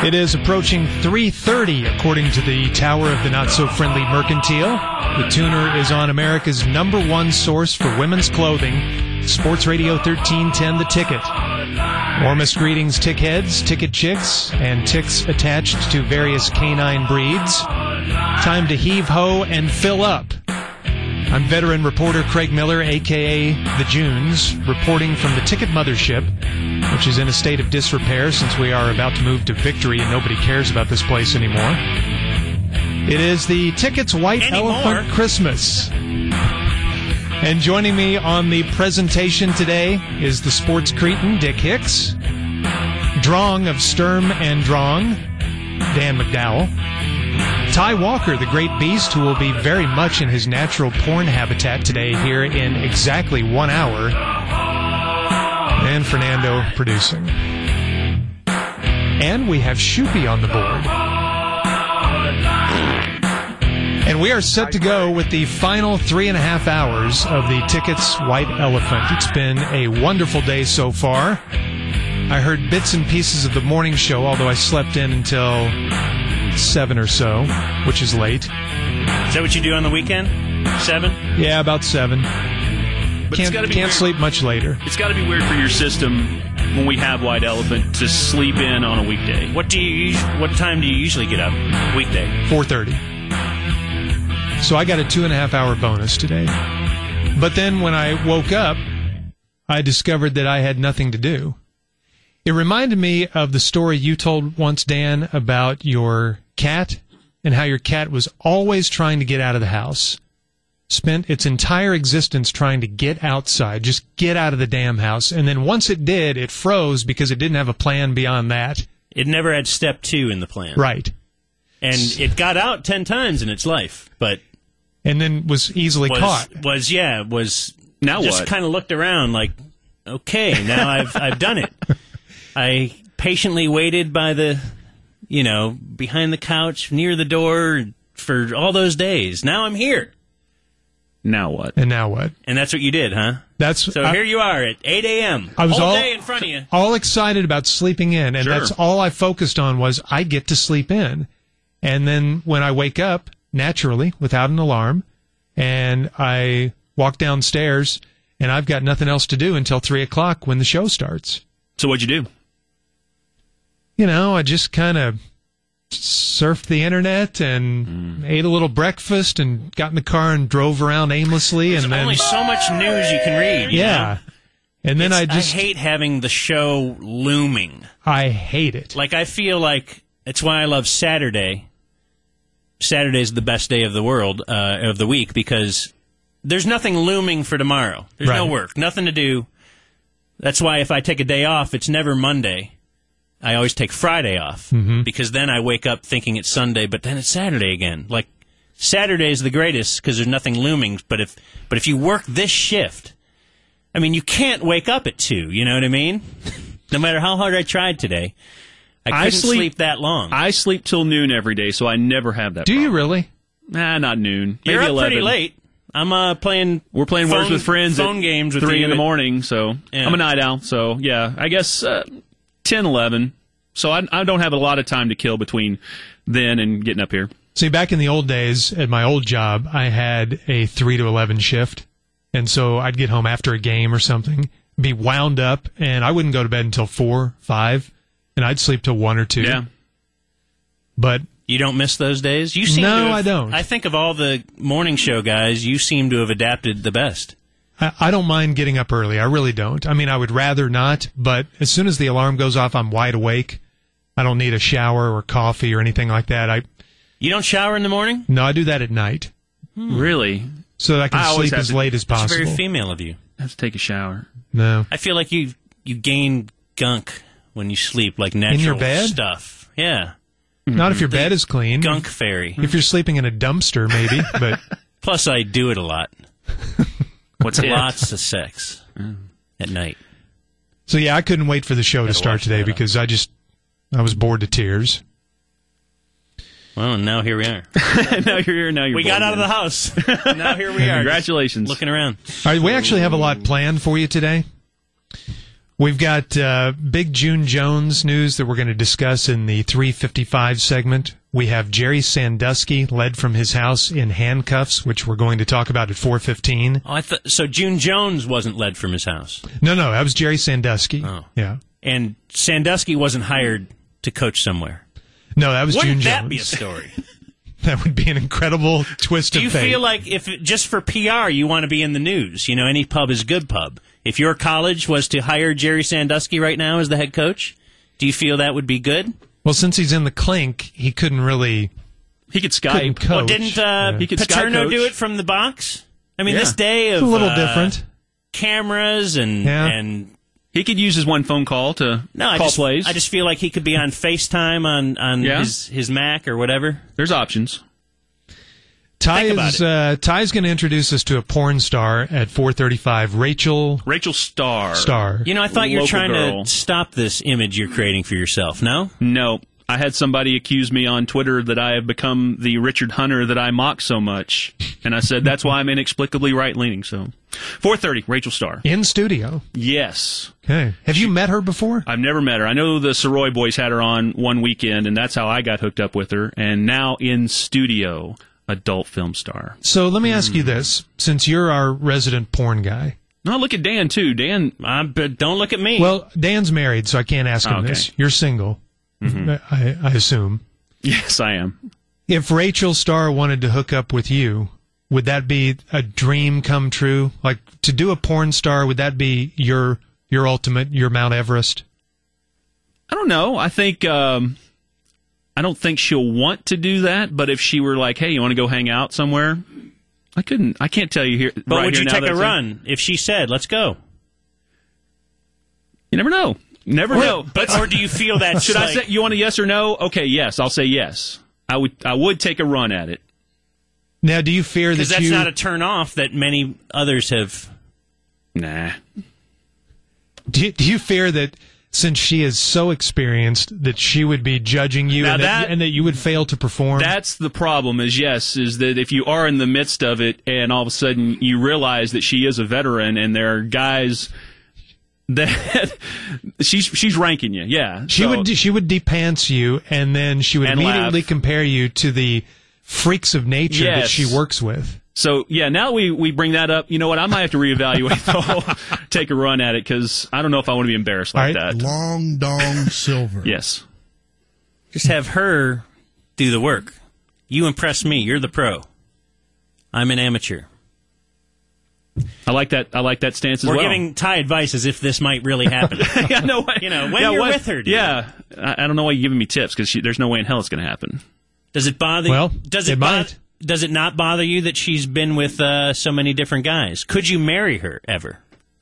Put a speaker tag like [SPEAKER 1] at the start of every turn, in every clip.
[SPEAKER 1] It is approaching 3:30 according to the Tower of the Not So Friendly Mercantile. The Tuner is on America's number 1 source for women's clothing. Sports Radio 1310 The Ticket. Warmest greetings tick heads, ticket chicks, and ticks attached to various canine breeds. Time to heave ho and fill up. I'm veteran reporter Craig Miller, aka The Junes, reporting from the Ticket Mothership, which is in a state of disrepair since we are about to move to Victory and nobody cares about this place anymore. It is the Ticket's White
[SPEAKER 2] Anymore?
[SPEAKER 1] Elephant Christmas. And joining me on the presentation today is the sports cretin, Dick Hicks, Drong of Sturm and Drong, Dan McDowell, Ty Walker, the great beast, who will be very much in his natural porn habitat today here in exactly one hour, and Fernando producing. And we have Shoopy on the board. And we are set to go with the final three and a half hours of the Tickets White Elephant. It's been a wonderful day so far. I heard bits and pieces of the morning show, although I slept in until seven or so, which is late.
[SPEAKER 2] Is that what you do on the weekend? Seven?
[SPEAKER 1] Yeah, about seven.
[SPEAKER 3] But it's
[SPEAKER 1] Can't,
[SPEAKER 3] got to be
[SPEAKER 1] can't
[SPEAKER 3] weird.
[SPEAKER 1] sleep much later.
[SPEAKER 3] It's got to be weird for your system when we have White Elephant to sleep in on a weekday.
[SPEAKER 2] What do you? us- What time do you usually get up? Weekday.
[SPEAKER 1] Four thirty. So I got a two and a half hour bonus today. But then when I woke up, I discovered that I had nothing to do. It reminded me of the story you told once, Dan, about your cat and how your cat was always trying to get out of the house. Spent its entire existence trying to get outside, just get out of the damn house. And then once it did, it froze because it didn't have a plan beyond that.
[SPEAKER 2] It never had step two in the plan.
[SPEAKER 1] Right.
[SPEAKER 2] And it got out ten times in its life, but
[SPEAKER 1] And then was easily
[SPEAKER 2] was
[SPEAKER 1] caught.
[SPEAKER 2] was yeah was
[SPEAKER 3] Now
[SPEAKER 2] just
[SPEAKER 3] what?
[SPEAKER 2] kind of looked around like, okay, now I've I've done it. I patiently waited by the, you know, behind the couch near the door for all those days. Now I'm here,
[SPEAKER 3] Now what?
[SPEAKER 1] And now what?
[SPEAKER 2] and that's what you did, huh?
[SPEAKER 1] That's
[SPEAKER 2] So
[SPEAKER 1] I,
[SPEAKER 2] here you are at 8 a.m.
[SPEAKER 1] I was
[SPEAKER 2] whole
[SPEAKER 1] all-
[SPEAKER 2] day in front of you.
[SPEAKER 1] all excited about sleeping in, and
[SPEAKER 3] Sure.
[SPEAKER 1] that's all I focused on was I get to sleep in. And then when I wake up naturally without an alarm, and I walk downstairs, and I've got nothing else to do until three o'clock when the show starts.
[SPEAKER 3] So what'd you do?
[SPEAKER 1] You know, I just kind of surfed the internet and
[SPEAKER 2] Mm.
[SPEAKER 1] ate a little breakfast and got in the car and drove around aimlessly
[SPEAKER 2] There's
[SPEAKER 1] and then
[SPEAKER 2] only so much news you can read. you know?
[SPEAKER 1] yeah. And then
[SPEAKER 2] It's-
[SPEAKER 1] I just
[SPEAKER 2] hate having the show looming.
[SPEAKER 1] I hate it.
[SPEAKER 2] Like I feel like it's why I love Saturday. Saturday's the best day of the world uh, of the week because there's nothing looming for tomorrow. There's no
[SPEAKER 1] Right.
[SPEAKER 2] work, nothing to do. That's why if I take a day off, it's never Monday. I always take Friday off
[SPEAKER 1] Mm-hmm.
[SPEAKER 2] because then I wake up thinking it's Sunday, but then it's Saturday again. Like Saturday is the greatest because there's nothing looming. But if but if you work this shift, I mean, you can't wake up at two. You know what I mean? no matter how hard I tried today, I couldn't
[SPEAKER 3] I
[SPEAKER 2] sleep,
[SPEAKER 3] sleep-
[SPEAKER 2] that long.
[SPEAKER 3] I sleep till noon every day, so I never have that.
[SPEAKER 1] Do you
[SPEAKER 3] problem.
[SPEAKER 1] really?
[SPEAKER 3] Nah, not noon.
[SPEAKER 2] You're
[SPEAKER 3] Maybe
[SPEAKER 2] up
[SPEAKER 3] eleven.
[SPEAKER 2] pretty late. I'm uh, playing.
[SPEAKER 3] We're playing
[SPEAKER 2] phone,
[SPEAKER 3] Words with Friends.
[SPEAKER 2] Phone
[SPEAKER 3] at
[SPEAKER 2] games with
[SPEAKER 3] three
[SPEAKER 2] you
[SPEAKER 3] in the
[SPEAKER 2] at-
[SPEAKER 3] morning. So
[SPEAKER 2] Yeah.
[SPEAKER 3] I'm a night owl. So yeah, I guess uh, 10, 11. So I, I don't have a lot of time to kill between then and getting up here.
[SPEAKER 1] See, back in the old days at my old job, I had a 3 to 11 shift. And so I'd get home after a game or something, be wound up, and I wouldn't go to bed until 4, 5, and I'd sleep till 1 or 2.
[SPEAKER 3] Yeah.
[SPEAKER 1] But
[SPEAKER 2] You don't miss those days. You seem
[SPEAKER 1] No,
[SPEAKER 2] to have-
[SPEAKER 1] I don't.
[SPEAKER 2] I think of all the morning show guys, you seem to have adapted the best.
[SPEAKER 1] I, I don't mind getting up early. I really don't. I mean, I would rather not, but as soon as the alarm goes off, I'm wide awake. I don't need a shower or coffee or anything like that. I
[SPEAKER 2] You don't shower in the morning. Hmm.
[SPEAKER 1] No, I do that at night
[SPEAKER 3] Really?
[SPEAKER 1] so that I can
[SPEAKER 3] I always
[SPEAKER 1] sleep
[SPEAKER 3] have
[SPEAKER 1] as
[SPEAKER 3] to-
[SPEAKER 1] late as
[SPEAKER 2] It's
[SPEAKER 1] possible.
[SPEAKER 2] very female of you.
[SPEAKER 3] I have to take a shower.
[SPEAKER 1] no.
[SPEAKER 2] I feel like you you gain gunk when you sleep, like natural
[SPEAKER 1] your bed?
[SPEAKER 2] stuff. Yeah,
[SPEAKER 1] Not if your bed is clean.
[SPEAKER 2] Hmm. gunk fairy.
[SPEAKER 1] If you're sleeping in a dumpster, maybe, but.
[SPEAKER 2] Plus, I do it a lot.
[SPEAKER 3] What's it?
[SPEAKER 2] Lots of sex
[SPEAKER 3] Oh.
[SPEAKER 2] at night.
[SPEAKER 1] So yeah, I couldn't wait for the show to start
[SPEAKER 2] watch
[SPEAKER 1] today
[SPEAKER 2] that.
[SPEAKER 1] because I just I was bored to tears.
[SPEAKER 2] Well, and now here we are.
[SPEAKER 3] now you're here. Now you're.
[SPEAKER 2] We got
[SPEAKER 3] bored
[SPEAKER 2] out of
[SPEAKER 3] now.
[SPEAKER 2] the house. now here we are.
[SPEAKER 3] Congratulations.
[SPEAKER 2] Looking around.
[SPEAKER 1] All right, we actually have a lot planned for you today. We've got uh, big June Jones news that we're going to discuss in the 355 segment. We have Jerry Sandusky led from his house in handcuffs, which we're going to talk about at 415.
[SPEAKER 2] Oh, I th- so June Jones wasn't led from his house,
[SPEAKER 1] No, no, that was Jerry Sandusky.
[SPEAKER 2] Oh.
[SPEAKER 1] Yeah.
[SPEAKER 2] and Sandusky wasn't hired to coach somewhere.
[SPEAKER 1] No, that was June
[SPEAKER 2] Wouldn't that
[SPEAKER 1] Jones.
[SPEAKER 2] be a story?
[SPEAKER 1] that would be an incredible twist
[SPEAKER 2] Do
[SPEAKER 1] of
[SPEAKER 2] you
[SPEAKER 1] fate.
[SPEAKER 2] feel like if just for PR you want to be in the news? You know, any pub is good pub. If your college was to hire Jerry Sandusky right now as the head coach, do you feel that would be good?
[SPEAKER 1] well, since he's in the clink, he couldn't really
[SPEAKER 3] He
[SPEAKER 1] couldn't
[SPEAKER 3] could Skype.
[SPEAKER 1] coach.
[SPEAKER 2] Well, didn't uh,
[SPEAKER 3] He could sky
[SPEAKER 2] Paterno
[SPEAKER 3] coach.
[SPEAKER 2] do it from the box? I mean,
[SPEAKER 3] Yeah.
[SPEAKER 2] this day of
[SPEAKER 1] a little
[SPEAKER 2] uh,
[SPEAKER 1] different.
[SPEAKER 2] cameras and
[SPEAKER 1] Yeah.
[SPEAKER 2] and
[SPEAKER 3] He could use his one phone call to
[SPEAKER 2] no, I
[SPEAKER 3] call
[SPEAKER 2] just
[SPEAKER 3] plays.
[SPEAKER 2] I just feel like he could be on FaceTime on on
[SPEAKER 3] Yeah.
[SPEAKER 2] his his Mac or whatever.
[SPEAKER 3] There's options.
[SPEAKER 1] Ty
[SPEAKER 2] Think about
[SPEAKER 1] is uh, Ty's going to introduce us to a porn star at 4:35. Rachel
[SPEAKER 3] Rachel Starr.
[SPEAKER 1] Star.
[SPEAKER 2] You know, I thought you were
[SPEAKER 3] Local
[SPEAKER 2] trying
[SPEAKER 3] girl.
[SPEAKER 2] to stop this image you're creating for yourself. No,
[SPEAKER 3] No. I had somebody accuse me on Twitter that I have become the Richard Hunter that I mock so much. And I said, that's why I'm inexplicably right leaning. So 430, Rachel Starr.
[SPEAKER 1] in studio.
[SPEAKER 3] Yes.
[SPEAKER 1] Okay. Have you met her before?
[SPEAKER 3] I've never met her. I know the Soroy boys had her on one weekend, and that's how I got hooked up with her. And now in studio, adult film star.
[SPEAKER 1] So let me ask
[SPEAKER 2] Hmm.
[SPEAKER 1] you this: since you're our resident porn guy,
[SPEAKER 3] Now look at Dan too. Dan,
[SPEAKER 2] I, but don't look at me.
[SPEAKER 1] well, Dan's married, so I can't ask him
[SPEAKER 2] Oh,
[SPEAKER 3] Okay.
[SPEAKER 1] this. You're single,
[SPEAKER 2] Mm-hmm.
[SPEAKER 1] Uh, I, I assume.
[SPEAKER 3] yes, I am.
[SPEAKER 1] If Rachel Starr wanted to hook up with you, would that be a dream come true? Like to do a porn star, would that be your your ultimate, your Mount Everest?
[SPEAKER 3] I don't know. I think um, I don't think she'll want to do that. But if she were like, "Hey, you want to go hang out somewhere?" I couldn't. I can't tell you here.
[SPEAKER 2] but
[SPEAKER 3] right
[SPEAKER 2] would
[SPEAKER 3] here
[SPEAKER 2] you
[SPEAKER 3] now
[SPEAKER 2] take
[SPEAKER 3] that
[SPEAKER 2] a
[SPEAKER 3] it's-
[SPEAKER 2] run if she said, "Let's go"?
[SPEAKER 3] You never know. Never know.
[SPEAKER 2] but or do you feel that
[SPEAKER 3] Should I say you want a yes or no? Okay, yes. I'll say yes. I would. I would take a run at it.
[SPEAKER 1] Now, do you fear that
[SPEAKER 2] because that's
[SPEAKER 1] you?
[SPEAKER 2] not a turn off that many others have.
[SPEAKER 3] Nah.
[SPEAKER 1] Do you, do you fear that since she is so experienced that she would be judging you
[SPEAKER 3] Now
[SPEAKER 1] and that,
[SPEAKER 3] that-
[SPEAKER 1] and that you would fail to perform?
[SPEAKER 3] That's the problem. Is yes, is that if you are in the midst of it and all of a sudden you realize that she is a veteran and there are guys that she's she's ranking you. Yeah,
[SPEAKER 1] she
[SPEAKER 3] So-
[SPEAKER 1] would she would depants you, and then she would
[SPEAKER 3] And
[SPEAKER 1] immediately
[SPEAKER 3] laugh.
[SPEAKER 1] compare you to the freaks of nature that
[SPEAKER 3] Yes.
[SPEAKER 1] she works with.
[SPEAKER 3] So yeah, now we we bring that up. You know what? I might have to reevaluate the whole take a run at it because I don't know if I want to be embarrassed like
[SPEAKER 1] All right.
[SPEAKER 3] that.
[SPEAKER 4] Long Dong Silver.
[SPEAKER 3] Yes.
[SPEAKER 2] Just have her do the work. You impress me. You're the pro. I'm an amateur.
[SPEAKER 3] I like that. I like that stance as
[SPEAKER 2] We're
[SPEAKER 3] well.
[SPEAKER 2] giving Ty advice as if this might really happen.
[SPEAKER 3] yeah, no way.
[SPEAKER 2] You know, Uh, when
[SPEAKER 3] yeah,
[SPEAKER 2] you're
[SPEAKER 3] what-
[SPEAKER 2] with her, dude.
[SPEAKER 3] Yeah, I, I don't know why you're giving me tips because there's no way in hell it's going to happen.
[SPEAKER 2] Does it bother?
[SPEAKER 1] Well,
[SPEAKER 2] does
[SPEAKER 1] it
[SPEAKER 2] bo-
[SPEAKER 1] might.
[SPEAKER 2] Does it not bother you that she's been with uh, so many different guys? Could you marry her ever?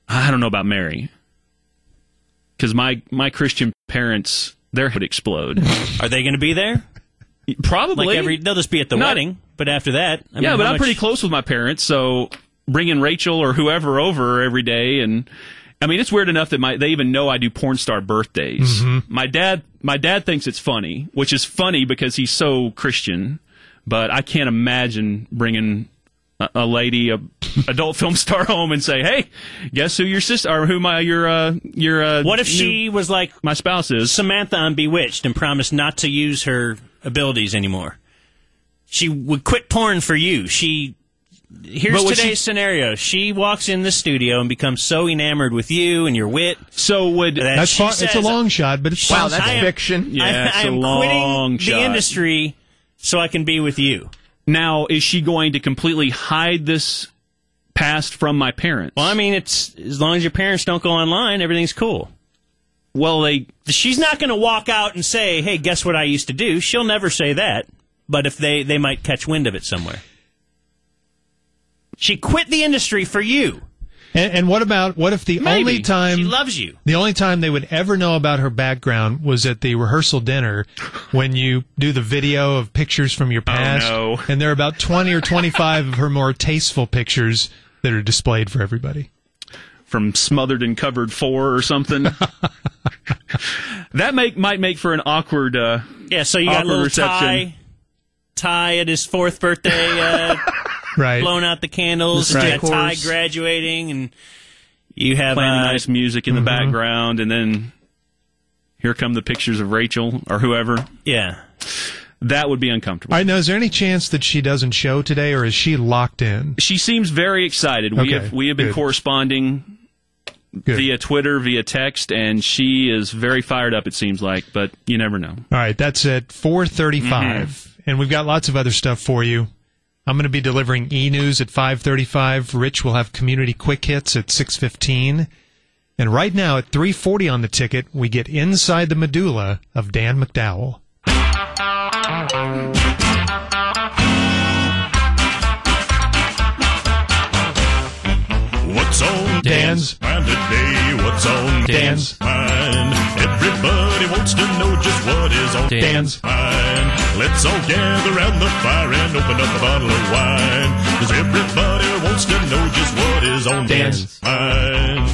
[SPEAKER 3] I don't know about Mary, because my my Christian parents their would explode.
[SPEAKER 2] Are they going to be there?
[SPEAKER 3] Probably.
[SPEAKER 2] Like every, they'll just be at the
[SPEAKER 3] Not-
[SPEAKER 2] wedding. But after that, I
[SPEAKER 3] yeah,
[SPEAKER 2] mean,
[SPEAKER 3] but
[SPEAKER 2] how
[SPEAKER 3] I'm
[SPEAKER 2] much-
[SPEAKER 3] pretty close with my parents, so bringing Rachel or whoever over every day, and I mean it's weird enough that my they even know I do porn star birthdays. My dad my dad thinks it's funny, which is funny because he's so Christian, but I can't imagine bringing. A a lady, a adult film star, home and say, "Hey, guess who your sister or who my your uh your uh
[SPEAKER 2] What if
[SPEAKER 3] new-
[SPEAKER 2] she was like
[SPEAKER 3] my spouse is?"
[SPEAKER 2] Samantha on Bewitched and promised not to use her abilities anymore. She would quit porn for you. She here's
[SPEAKER 3] But would
[SPEAKER 2] today's
[SPEAKER 3] she-
[SPEAKER 2] scenario. She walks in the studio and becomes so enamored with you and your wit.
[SPEAKER 3] So would
[SPEAKER 2] that
[SPEAKER 1] That's
[SPEAKER 2] she
[SPEAKER 1] far, it's a
[SPEAKER 2] says,
[SPEAKER 1] long shot, but it's
[SPEAKER 5] Wow, that's
[SPEAKER 2] I am-
[SPEAKER 5] fiction.
[SPEAKER 2] I,
[SPEAKER 3] Yeah, it's
[SPEAKER 2] I
[SPEAKER 3] a
[SPEAKER 2] am
[SPEAKER 3] long
[SPEAKER 2] quitting
[SPEAKER 3] shot.
[SPEAKER 2] the industry so I can be with you.
[SPEAKER 3] Now, is she going to completely hide this past from my parents?
[SPEAKER 2] Well, I mean, it's as long as your parents don't go online, everything's cool.
[SPEAKER 3] well, they
[SPEAKER 2] She's not going to walk out and say, "Hey, guess what I used to do." She'll never say that. But if they they might catch wind of it somewhere. She quit the industry for you.
[SPEAKER 1] And, and what about what if the
[SPEAKER 2] Maybe.
[SPEAKER 1] only time
[SPEAKER 2] she loves you.
[SPEAKER 1] The only time they would ever know about her background was at the rehearsal dinner when you do the video of pictures from your past.
[SPEAKER 3] no.
[SPEAKER 1] And there are about 20 or 25 of her more tasteful pictures that are displayed for everybody.
[SPEAKER 3] from smothered and covered four or something. that make might make for an awkward. Uh,
[SPEAKER 2] Yeah, so you got
[SPEAKER 3] Awkward
[SPEAKER 2] little
[SPEAKER 3] reception.
[SPEAKER 2] Ty, Ty at his fourth birthday, uh,
[SPEAKER 1] Right.
[SPEAKER 2] blowing out the candles.
[SPEAKER 5] The
[SPEAKER 2] and you got Ty
[SPEAKER 5] stick horse.
[SPEAKER 2] graduating, and You have
[SPEAKER 3] playing
[SPEAKER 2] uh,
[SPEAKER 3] nice music in the background, and then here come the pictures of Rachel or whoever.
[SPEAKER 2] yeah.
[SPEAKER 3] That would be uncomfortable.
[SPEAKER 1] I know. Is there any chance that she doesn't show today, or is she locked in?
[SPEAKER 3] she seems very excited. We
[SPEAKER 1] Okay,
[SPEAKER 3] have we have been
[SPEAKER 1] good.
[SPEAKER 3] corresponding
[SPEAKER 1] Good.
[SPEAKER 3] via Twitter, via text, and she is very fired up. It seems like, but you never know.
[SPEAKER 1] All right, that's at 4:35,
[SPEAKER 2] Mm-hmm.
[SPEAKER 1] and we've got lots of other stuff for you. I'm going to be delivering e-news at 5:35. Rich will have community quick hits at 6:15, and right now at 3:40 on the ticket, we get inside the medulla of Dan McDowell.
[SPEAKER 6] What's on
[SPEAKER 1] Dan's.
[SPEAKER 6] mind today? What's on
[SPEAKER 1] Dan's.
[SPEAKER 6] mind? Everybody wants to know just what is on
[SPEAKER 1] Dan's.
[SPEAKER 6] mind. Let's all gather round the fire and open up a bottle of wine. 'Cause everybody wants to know just what is on
[SPEAKER 1] Dan's.
[SPEAKER 6] mind.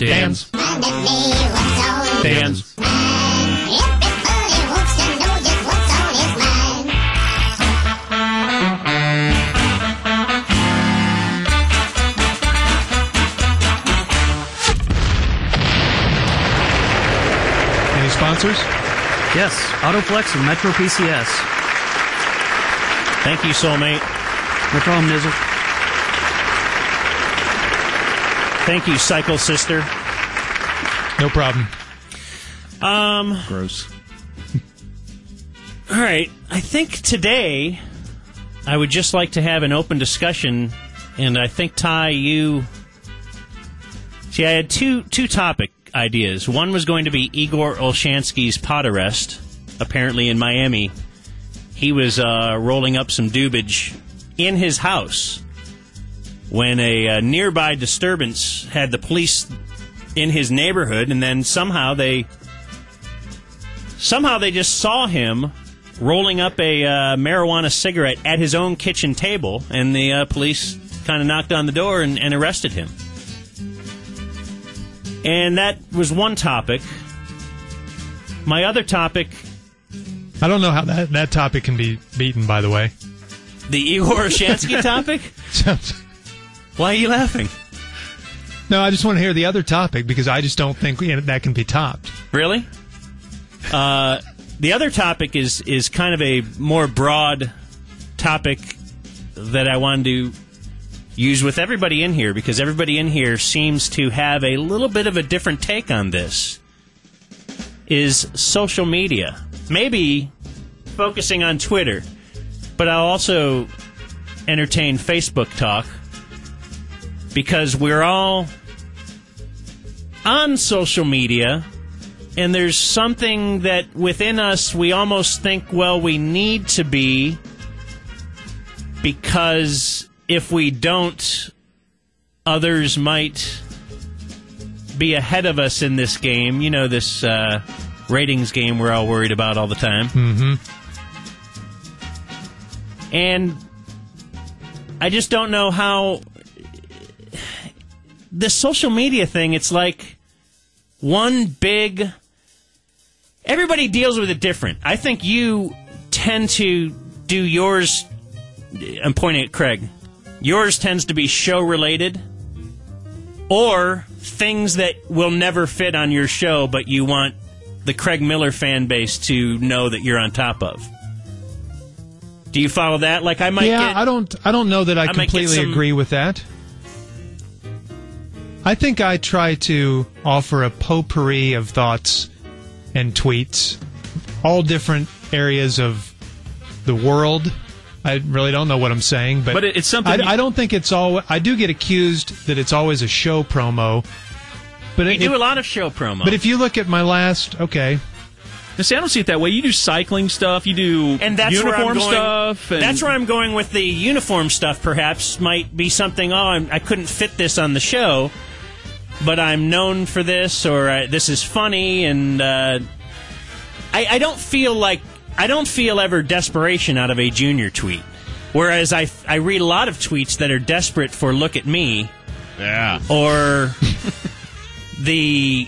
[SPEAKER 1] Dan's. Dan's. Any sponsors?
[SPEAKER 7] Yes, Autoflex and Metro PCS.
[SPEAKER 2] Thank you, soulmate.
[SPEAKER 7] No problem, Nizzle.
[SPEAKER 2] Thank you, cycle sister.
[SPEAKER 1] No problem.
[SPEAKER 2] Um.
[SPEAKER 3] Gross.
[SPEAKER 2] All right. I think today I would just like to have an open discussion, and I think Ty, you see, I had two two topic ideas. One was going to be Igor Olshansky's pot arrest. Apparently, in Miami, he was uh, rolling up some dubage in his house when a uh, nearby disturbance had the police in his neighborhood, and then somehow they somehow they just saw him rolling up a uh, marijuana cigarette at his own kitchen table, and the uh, police kind of knocked on the door and, and arrested him. And that was one topic. My other topic,
[SPEAKER 1] I don't know how that, that topic can be beaten. By the way,
[SPEAKER 2] the Igor Oshansky topic. Why are you laughing?
[SPEAKER 1] no, I just want to hear the other topic because I just don't think that can be topped.
[SPEAKER 2] Really? Uh, the other topic is is kind of a more broad topic that I wanted to use with everybody in here because everybody in here seems to have a little bit of a different take on this. Is social media maybe focusing on Twitter, but I'll also entertain Facebook talk because we're all on social media and there's something that within us we almost think, well, we need to be because if we don't, others might be ahead of us in this game. You know, this uh, ratings game we're all worried about all the time. Mm-hmm. And I just don't know how this social media thing, it's like one big everybody deals with it different i think you tend to do yours i'm pointing at craig yours tends to be show related or things that will never fit on your show but you want the craig miller fan base to know that you're on top of do you follow that like i might
[SPEAKER 1] yeah,
[SPEAKER 2] get
[SPEAKER 1] I don't. I don't know that I,
[SPEAKER 2] might get
[SPEAKER 1] completely
[SPEAKER 2] some-
[SPEAKER 1] agree with that. I think I try to offer a potpourri of thoughts and tweets, all different areas of the world. I really don't know what I'm saying, but
[SPEAKER 3] But it- it's something
[SPEAKER 1] I,
[SPEAKER 3] you-
[SPEAKER 1] I don't think it's all. I do get accused that it's always a show promo, but
[SPEAKER 2] you
[SPEAKER 1] it,
[SPEAKER 2] do a lot of show promo
[SPEAKER 1] but if you look at my last, okay,
[SPEAKER 3] Now, see, I don't see it that way. You do cycling stuff. You do
[SPEAKER 2] and that's
[SPEAKER 3] uniform
[SPEAKER 2] where I'm going,
[SPEAKER 3] stuff. And
[SPEAKER 2] that's where I'm going with the uniform stuff. Perhaps might be something. Oh, I'm, I couldn't fit this on the show, but I'm known for this, or uh, this is funny, and uh, I, I don't feel like I don't feel ever desperation out of a junior tweet. Whereas I I read a lot of tweets that are desperate for look at me,
[SPEAKER 6] Yeah.
[SPEAKER 2] or the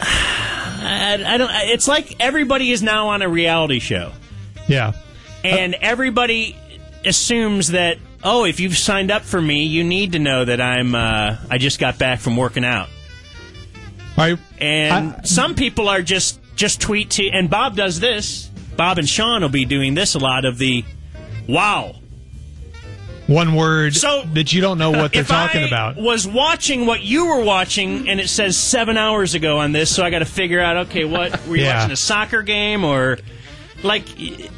[SPEAKER 2] I, I don't. It's like everybody is now on a reality show
[SPEAKER 1] yeah, Uh,
[SPEAKER 2] and everybody assumes that "Oh, if you've signed up for me, you need to know that I'm uh, I just got back from working out."
[SPEAKER 1] All right.
[SPEAKER 2] And
[SPEAKER 1] I-
[SPEAKER 2] some people are just just tweet to and Bob does this. Bob and Sean will be doing this a lot of the wow.
[SPEAKER 1] One word
[SPEAKER 2] So-
[SPEAKER 1] that you don't know what they're
[SPEAKER 2] if
[SPEAKER 1] talking
[SPEAKER 2] I
[SPEAKER 1] about.
[SPEAKER 2] was watching what you were watching and it says 7 hours ago on this, so I got to figure out okay, what were you
[SPEAKER 1] Yeah.
[SPEAKER 2] watching a soccer game or like y-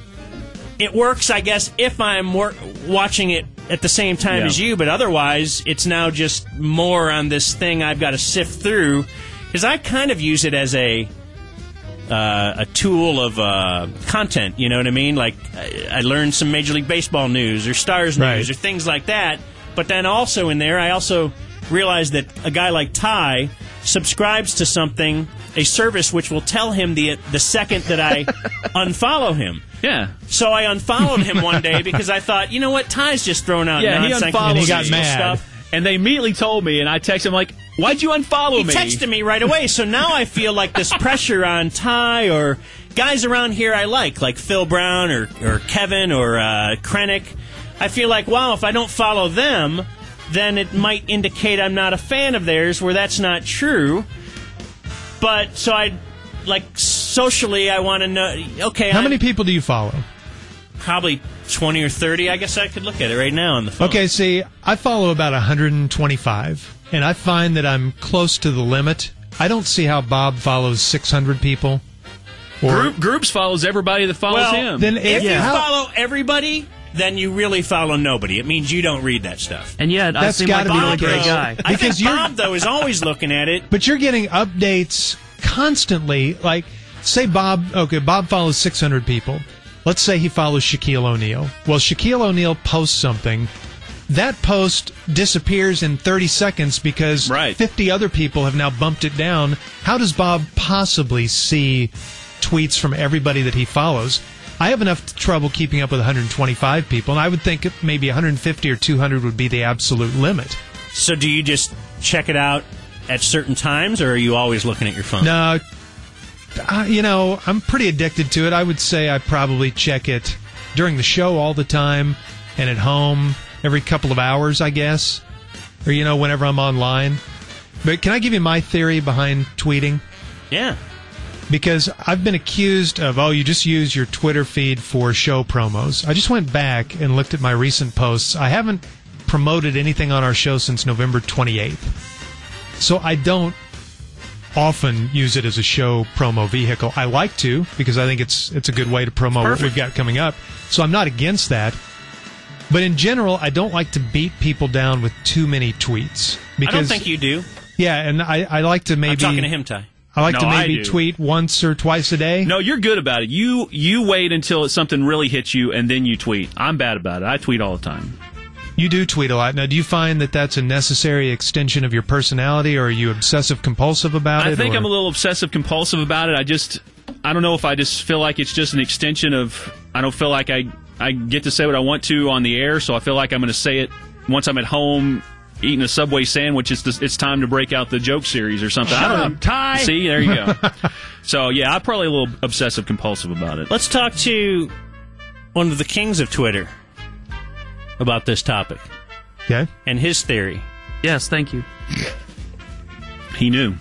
[SPEAKER 2] it works I guess if I'm wor- watching it at the same time
[SPEAKER 3] Yeah.
[SPEAKER 2] as you, but otherwise it's now just more on this thing I've got to sift through cuz I kind of use it as a uh, a tool of uh, content. You know what I mean? Like I, I learned some Major League Baseball news or Stars
[SPEAKER 1] Right.
[SPEAKER 2] news or things like that. But then also in there, I also realized that a guy like Ty subscribes to something, a service which will tell him the the second that I unfollow him.
[SPEAKER 3] Yeah.
[SPEAKER 2] So I unfollowed him one day because I thought, you know what, Ty's just throwing out
[SPEAKER 3] Yeah, he
[SPEAKER 2] nonsensical
[SPEAKER 3] unfollowed
[SPEAKER 1] And he got mad.
[SPEAKER 2] stuff.
[SPEAKER 3] And they immediately told me, and I texted him like, "Why'd you unfollow
[SPEAKER 2] he
[SPEAKER 3] me?"
[SPEAKER 2] texted me right away. So now I feel like this pressure on Ty or guys around here I like, like Phil Brown or, or Kevin or uh, Krennic. I feel like, wow, if I don't follow them, then it might indicate I'm not a fan of theirs, where that's not true. But so I, like, socially, I want to know, okay,
[SPEAKER 1] How
[SPEAKER 2] I'm
[SPEAKER 1] many people do you follow?
[SPEAKER 2] Probably 20 or 30. I guess I could look at it right now on the phone.
[SPEAKER 1] Okay, see, I follow about 125, and I find that I'm close to the limit. I don't see how Bob follows 600 people. Or
[SPEAKER 3] Group, groups follows everybody that follows
[SPEAKER 2] Well,
[SPEAKER 3] him.
[SPEAKER 1] then
[SPEAKER 2] If
[SPEAKER 1] yeah,
[SPEAKER 2] you
[SPEAKER 1] how-
[SPEAKER 2] follow everybody, then you really follow nobody. It means you don't read that stuff.
[SPEAKER 7] And yet, I
[SPEAKER 1] That's
[SPEAKER 7] seem like
[SPEAKER 1] gotta
[SPEAKER 7] the
[SPEAKER 1] be
[SPEAKER 7] only
[SPEAKER 1] the
[SPEAKER 7] gray
[SPEAKER 1] case.
[SPEAKER 7] guy.
[SPEAKER 2] I
[SPEAKER 1] Because
[SPEAKER 2] think
[SPEAKER 1] you're-
[SPEAKER 2] Bob though is always looking at it.
[SPEAKER 1] but you're getting updates constantly. Like, say Bob, okay, Bob follows 600 people. Let's say he follows Shaquille O'Neal. Well, Shaquille O'Neal posts something. That post disappears in 30 seconds because
[SPEAKER 3] Right.
[SPEAKER 1] 50 other people have now bumped it down. How does Bob possibly see tweets from everybody that he follows? I have enough trouble keeping up with 125 people, and I would think maybe 150 or 200 would be the absolute limit.
[SPEAKER 2] So do you just check it out at certain times, or are you always looking at your phone?
[SPEAKER 1] No, uh, you know, I'm pretty addicted to it. I would say I probably check it during the show all the time, and at home every couple of hours, I guess, or you know, whenever I'm online. But can I give you my theory behind tweeting?
[SPEAKER 2] Yeah.
[SPEAKER 1] Because I've been accused of, oh, you just use your Twitter feed for show promos. I just went back and looked at my recent posts. I haven't promoted anything on our show since November 28th. So I don't often use it as a show promo vehicle. I like to because I think it's it's a good way to promo what we've got coming up. So I'm not against that. But in general, I don't like to beat people down with too many tweets.
[SPEAKER 2] I
[SPEAKER 1] Because
[SPEAKER 2] don't think you do.
[SPEAKER 1] yeah, and I, I like to maybe
[SPEAKER 2] I'm talking to him, Ty.
[SPEAKER 1] I like
[SPEAKER 3] No,
[SPEAKER 1] to
[SPEAKER 3] I
[SPEAKER 1] maybe
[SPEAKER 3] do.
[SPEAKER 1] tweet once or twice a day.
[SPEAKER 3] no, you're good about it. You you wait until something really hits you, and then you tweet. I'm bad about it. I tweet all the time.
[SPEAKER 1] You do tweet a lot. Now, do you find that that's a necessary extension of your personality, or are you obsessive compulsive about it?
[SPEAKER 3] I think
[SPEAKER 1] or-
[SPEAKER 3] I'm a little obsessive compulsive about it. I just I don't know if I just feel like it's just an extension of I don't feel like I I get to say what I want to on the air, so I feel like I'm going to say it once I'm at home eating a Subway sandwich. It's just, it's time to break out the joke series or something. I don't
[SPEAKER 7] up, Ty!
[SPEAKER 3] See, there you go. so yeah, I'm probably a little obsessive compulsive about it.
[SPEAKER 2] Let's talk to one of the kings of Twitter about this topic
[SPEAKER 1] Okay.
[SPEAKER 2] and his theory.
[SPEAKER 7] Yes, thank you.
[SPEAKER 3] He knew.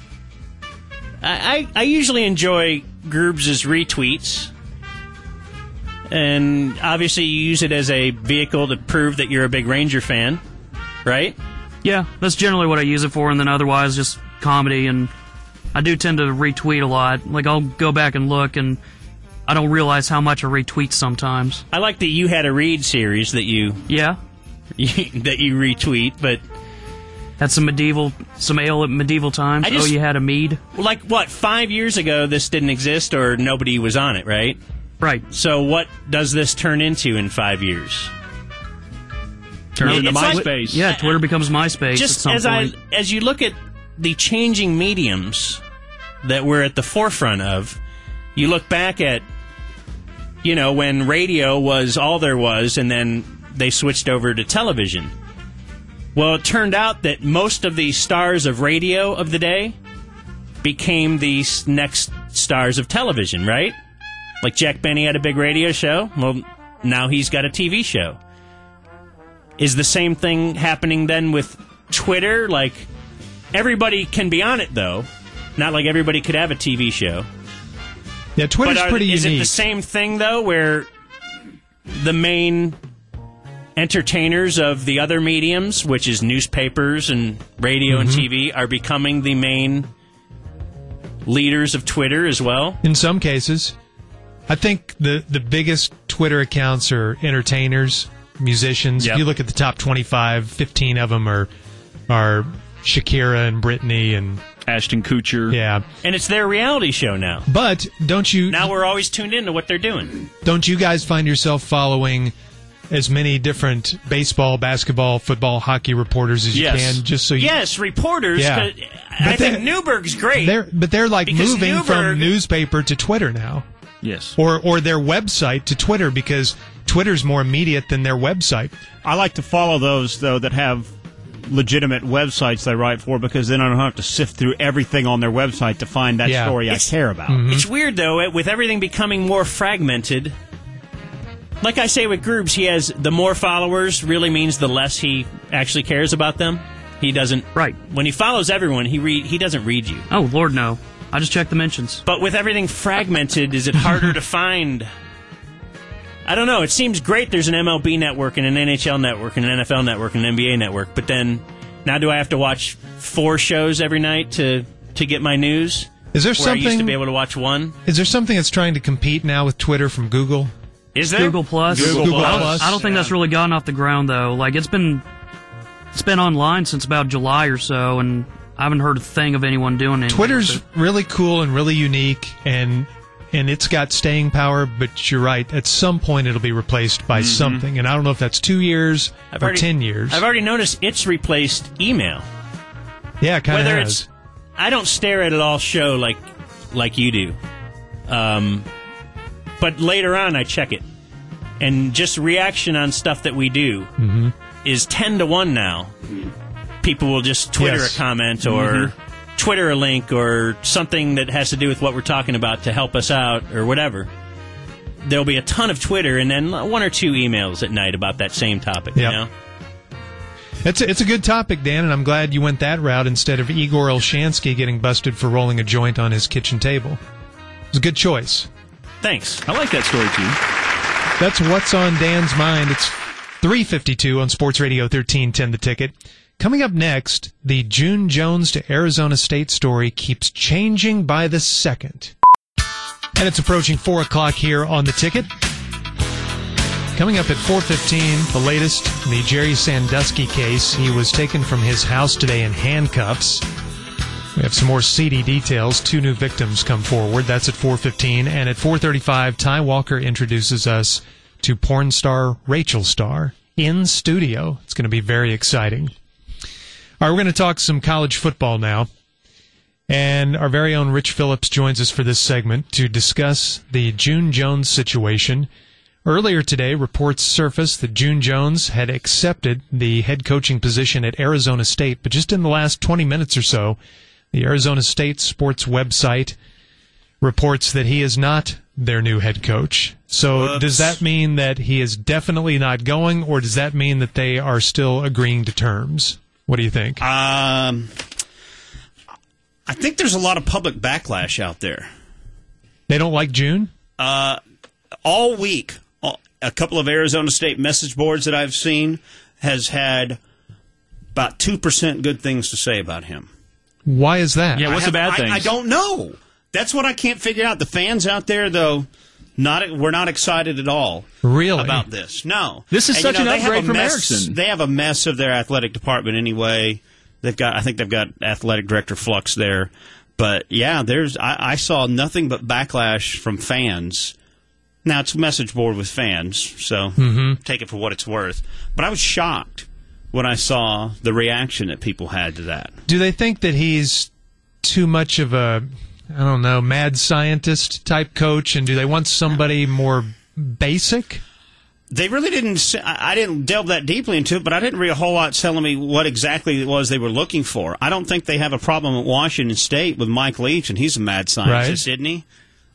[SPEAKER 2] I, I, I usually enjoy Gerbs' retweets. And obviously, you use it as a vehicle to prove that you're a big Ranger fan, right?
[SPEAKER 7] Yeah, that's generally what I use it for, and then otherwise just comedy. And I do tend to retweet a lot. Like I'll go back and look, and I don't realize how much I retweet sometimes.
[SPEAKER 2] I like that you had a read series that you
[SPEAKER 7] Yeah,
[SPEAKER 2] that you retweet, but
[SPEAKER 7] had some medieval, some ale at medieval times.
[SPEAKER 2] I just-
[SPEAKER 7] oh, you had a mead,
[SPEAKER 2] like what five years ago this didn't exist or nobody was on it, right?
[SPEAKER 7] right?
[SPEAKER 2] So what does this turn into in five years?
[SPEAKER 3] Turns into
[SPEAKER 2] it's like-
[SPEAKER 3] MySpace.
[SPEAKER 7] Yeah, Twitter becomes MySpace at
[SPEAKER 2] Just
[SPEAKER 7] some
[SPEAKER 2] as
[SPEAKER 7] point.
[SPEAKER 2] I as you look at the changing mediums that we're at the forefront of, you look back at you know when radio was all there was, and then they switched over to television. Well, it turned out that most of the stars of radio of the day became the s- next stars of television, right? Like Jack Benny had a big radio show. Well, now he's got a TV show. Is the same thing happening then with Twitter? Like everybody can be on it though. Not like everybody could have a TV show.
[SPEAKER 1] Yeah, Twitter's
[SPEAKER 2] are-
[SPEAKER 1] pretty
[SPEAKER 2] is
[SPEAKER 1] unique.
[SPEAKER 2] it the same thing though, where the main entertainers of the other mediums, which is newspapers and radio
[SPEAKER 3] Mm-hmm.
[SPEAKER 2] and TV, are becoming the main leaders of Twitter as well?
[SPEAKER 1] in some cases. I think the the biggest Twitter accounts are entertainers, musicians.
[SPEAKER 3] Yep.
[SPEAKER 1] If you look at the top 25, 15 of them are are Shakira and Britney and
[SPEAKER 3] Ashton Kutcher.
[SPEAKER 1] yeah.
[SPEAKER 2] And it's their reality show now.
[SPEAKER 1] But don't you
[SPEAKER 2] Now we're always tuned into what they're doing.
[SPEAKER 1] don't you guys find yourself following as many different baseball, basketball, football, hockey reporters as you
[SPEAKER 3] Yes.
[SPEAKER 1] can just so you
[SPEAKER 2] Yes, reporters.
[SPEAKER 1] Yeah.
[SPEAKER 2] but I
[SPEAKER 1] But they-
[SPEAKER 2] think Newberg's great.
[SPEAKER 1] They're, but they're like
[SPEAKER 2] Because
[SPEAKER 1] moving from
[SPEAKER 2] Newberg-
[SPEAKER 1] newspaper to Twitter now,
[SPEAKER 3] Yes.
[SPEAKER 1] or or their website to Twitter because Twitter's more immediate than their website.
[SPEAKER 8] I like to follow those though that have legitimate websites they write for because then I don't have to sift through everything on their website to find that
[SPEAKER 1] Yeah. Mm-hmm.
[SPEAKER 8] story
[SPEAKER 2] It's-
[SPEAKER 8] I care about.
[SPEAKER 7] Mm-hmm.
[SPEAKER 2] It's weird though, it- with everything becoming more fragmented. Like I say with Groobs, he has the more followers really means the less he actually cares about them. He doesn't
[SPEAKER 7] Right.
[SPEAKER 2] when he follows everyone, he read he doesn't read you.
[SPEAKER 7] Oh, Lord, no. I just checked the mentions.
[SPEAKER 2] But with everything fragmented, is it harder to find? I don't know. It seems great there's an MLB network and an NHL network and an NFL network and an NBA network, but then now do I have to watch four shows every night to to get my news?
[SPEAKER 1] Is there
[SPEAKER 2] Where I used to
[SPEAKER 1] something-
[SPEAKER 2] be able to watch one?
[SPEAKER 1] Is there something that's trying to compete now with Twitter from Google?
[SPEAKER 2] Is there
[SPEAKER 7] Google Plus.
[SPEAKER 1] Google Google Plus. Plus.
[SPEAKER 7] I don't think that's really gotten off the ground though. Like it's been it's been online since about July or so, and I haven't heard a thing of anyone doing anything.
[SPEAKER 1] Twitter's
[SPEAKER 7] with it.
[SPEAKER 1] really cool and really unique, and and it's got staying power. But you're right; at some point, it'll be replaced by something, and I don't know if that's two years
[SPEAKER 2] Mm-hmm. I've
[SPEAKER 1] or
[SPEAKER 2] already-
[SPEAKER 1] ten years.
[SPEAKER 2] I've already noticed it's replaced email.
[SPEAKER 1] yeah, kind of
[SPEAKER 2] Whether
[SPEAKER 1] has.
[SPEAKER 2] it's I don't stare at it all show like like you do. Um but later on I check it. And just reaction on stuff that we do
[SPEAKER 1] Mm-hmm.
[SPEAKER 2] is 10 to 1 now. People will just Twitter
[SPEAKER 1] Yes. Mm-hmm.
[SPEAKER 2] a comment or Twitter a link or something that has to do with what we're talking about to help us out or whatever. There'll be a ton of Twitter and then one or two emails at night about that same topic,
[SPEAKER 1] Yep.
[SPEAKER 2] you know?
[SPEAKER 1] It's a, it's a good topic, Dan, and I'm glad you went that route instead of Igor Olshansky getting busted for rolling a joint on his kitchen table. It's a good choice.
[SPEAKER 2] Thanks.
[SPEAKER 3] I like that story too.
[SPEAKER 1] That's what's on Dan's mind. It's 352 on Sports Radio 1310 The Ticket. Coming up next, the June Jones to Arizona State story keeps changing by the second. And it's approaching 4 o'clock here on The Ticket. Coming up at 4:15, the latest in the Jerry Sandusky case. He was taken from his house today in handcuffs. We have some more seedy details. Two new victims come forward. That's at 4:15 and at 4:35 Ty Walker introduces us to porn star Rachel Starr in studio. It's going to be very exciting. All right, we're going to talk some college football now. And our very own Rich Phillips joins us for this segment to discuss the June Jones situation. Earlier today, reports surfaced that June Jones had accepted the head coaching position at Arizona State, but just in the last 20 minutes or so, the Arizona State sports website reports that he is not their new head coach. So does that mean that he is definitely not going, or does that mean that they are still agreeing to terms? What do you think?
[SPEAKER 9] Um, I think there's a lot of public backlash out there. Uh,
[SPEAKER 1] they don't like June?
[SPEAKER 9] All week, all- a couple of Arizona State message boards that I've seen has had about 2% good things to say about him.
[SPEAKER 1] Why is that?
[SPEAKER 3] Yeah, what's
[SPEAKER 9] I
[SPEAKER 3] the
[SPEAKER 9] have-
[SPEAKER 3] bad thing?
[SPEAKER 9] I, I don't know. That's what I can't figure out. The fans out there, though, not we're not excited at all
[SPEAKER 1] Really?
[SPEAKER 9] about this. No,
[SPEAKER 3] This is such an
[SPEAKER 9] they have
[SPEAKER 3] upgrade
[SPEAKER 9] a
[SPEAKER 3] from
[SPEAKER 9] mess,
[SPEAKER 3] Erickson.
[SPEAKER 9] They have a mess of their athletic department anyway. They've got, I think they've got athletic director Flux there, but yeah, there's I, I saw nothing but backlash from fans. Now it's a message board with fans, so
[SPEAKER 3] Mm-hmm.
[SPEAKER 9] take it for what it's worth. But I was shocked when I saw the reaction that people had to that.
[SPEAKER 1] Do they think that he's too much of a, I don't know, mad scientist type coach? And do they want somebody more basic?
[SPEAKER 9] they really didn't. s- I I didn't delve that deeply into it, but I didn't read a whole lot telling me what exactly it was they were looking for. I don't think they have a problem at Washington State with Mike Leach, and he's a mad scientist,
[SPEAKER 1] Right.
[SPEAKER 9] isn't he?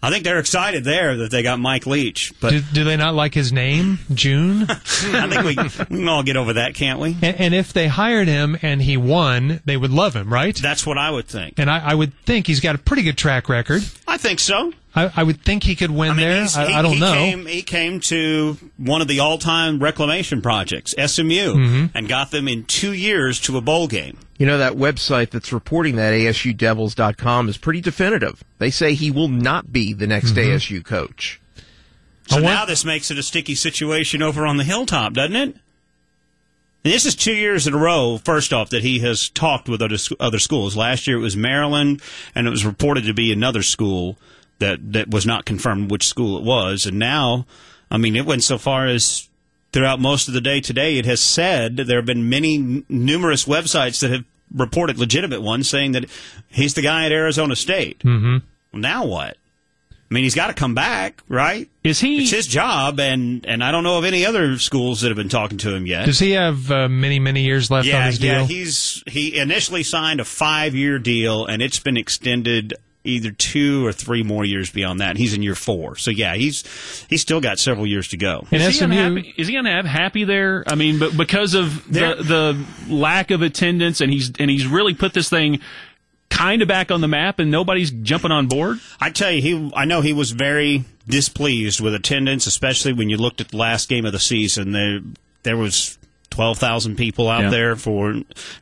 [SPEAKER 9] I think they're excited there that they got Mike Leach. But
[SPEAKER 1] Do, do they not like his name, June?
[SPEAKER 9] I think we, we can all get over that, can't we?
[SPEAKER 1] and, and if they hired him and he won, they would love him, right?
[SPEAKER 9] That's what I would think.
[SPEAKER 1] and I, I would think he's got a pretty good track record.
[SPEAKER 9] I think so.
[SPEAKER 1] I, I would think he could win
[SPEAKER 9] I mean,
[SPEAKER 1] there.
[SPEAKER 9] he's-
[SPEAKER 1] I,
[SPEAKER 9] he,
[SPEAKER 1] I don't
[SPEAKER 9] he
[SPEAKER 1] know.
[SPEAKER 9] Came, he came to one of the all-time reclamation projects, SMU,
[SPEAKER 1] Mm-hmm.
[SPEAKER 9] and got them in two years to a bowl game.
[SPEAKER 10] You know, that website that's reporting that, asudevils.com, is pretty definitive. They say he will not be the next ASU coach.
[SPEAKER 9] So
[SPEAKER 1] I want-
[SPEAKER 9] now this makes it a sticky situation over on the hilltop, doesn't it? And this is two years in a row, first off, that he has talked with other, sc- other schools. Last year it was Maryland, and it was reported to be another school that, that was not confirmed which school it was. And now, I mean, it went so far as throughout most of the day today, it has said that there have been many, n- numerous websites that have reported legitimate ones saying that he's the guy at Arizona State. Mm-hmm. Now what? I mean, he's got to come back, right?
[SPEAKER 3] Is he?
[SPEAKER 9] It's his job, and and I don't know of any other schools that have been talking to him yet.
[SPEAKER 1] Does he have uh, many, many years left on
[SPEAKER 9] yeah,
[SPEAKER 1] his deal?
[SPEAKER 9] yeah, he's he initially signed a five year deal, and it's been extended either two or three more years beyond that. He's in year four, so yeah, he's he's still got several years to go.
[SPEAKER 1] and
[SPEAKER 3] Is he,
[SPEAKER 1] SMU,
[SPEAKER 3] unhappy, is he unhappy happy there? I mean, but because of the,
[SPEAKER 9] There-
[SPEAKER 3] the lack of attendance, and he's and he's really put this thing kind of back on the map, and nobody's jumping on board.
[SPEAKER 9] I tell you, he I know he was very displeased with attendance, especially when you looked at the last game of the season. There there was twelve thousand people out
[SPEAKER 3] Yeah.
[SPEAKER 9] there for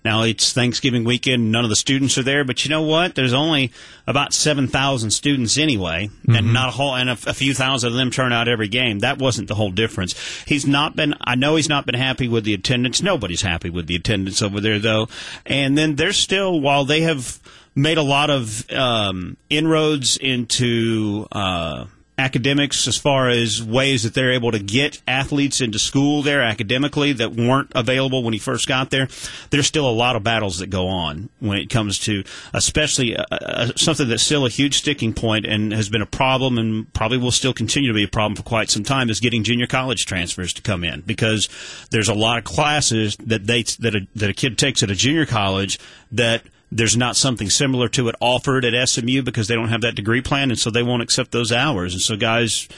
[SPEAKER 9] now it's Thanksgiving weekend, none of the students are there, but you know what? There's only about seven thousand students anyway,
[SPEAKER 3] Mm-hmm.
[SPEAKER 9] and not a whole and a, a few thousand of them turn out every game. That wasn't the whole difference. He's not been I know he's not been happy with the attendance. Nobody's happy with the attendance over there though. And then there's still while they have made a lot of um, inroads into uh, academics as far as ways that they're able to get athletes into school there academically that weren't available when he first got there. There's still a lot of battles that go on when it comes to, especially uh, uh, something that's still a huge sticking point and has been a problem and probably will still continue to be a problem for quite some time is getting junior college transfers to come in because there's a lot of classes that they that a, that a kid takes at a junior college that there's not something similar to it offered at SMU because they don't have that degree plan, and so they won't accept those hours. And so guys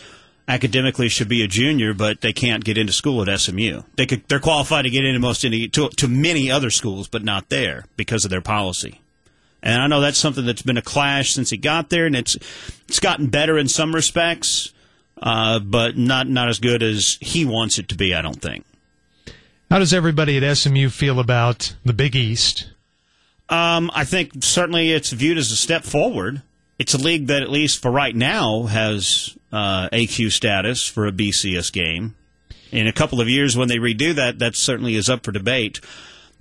[SPEAKER 9] academically should be a junior, but they can't get into school at SMU. They could, they're qualified to get into most any to, to many other schools, but not there because of their policy. And I know that's something that's been a clash since he got there, and it's it's gotten better in some respects, uh, but not not as good as he wants it to be. I don't think.
[SPEAKER 1] how does everybody at SMU feel about the Big East?
[SPEAKER 9] Um, I think certainly it's viewed as a step forward. It's a league that, at least for right now, has uh, AQ status for a BCS game. In a couple of years, when they redo that, that certainly is up for debate.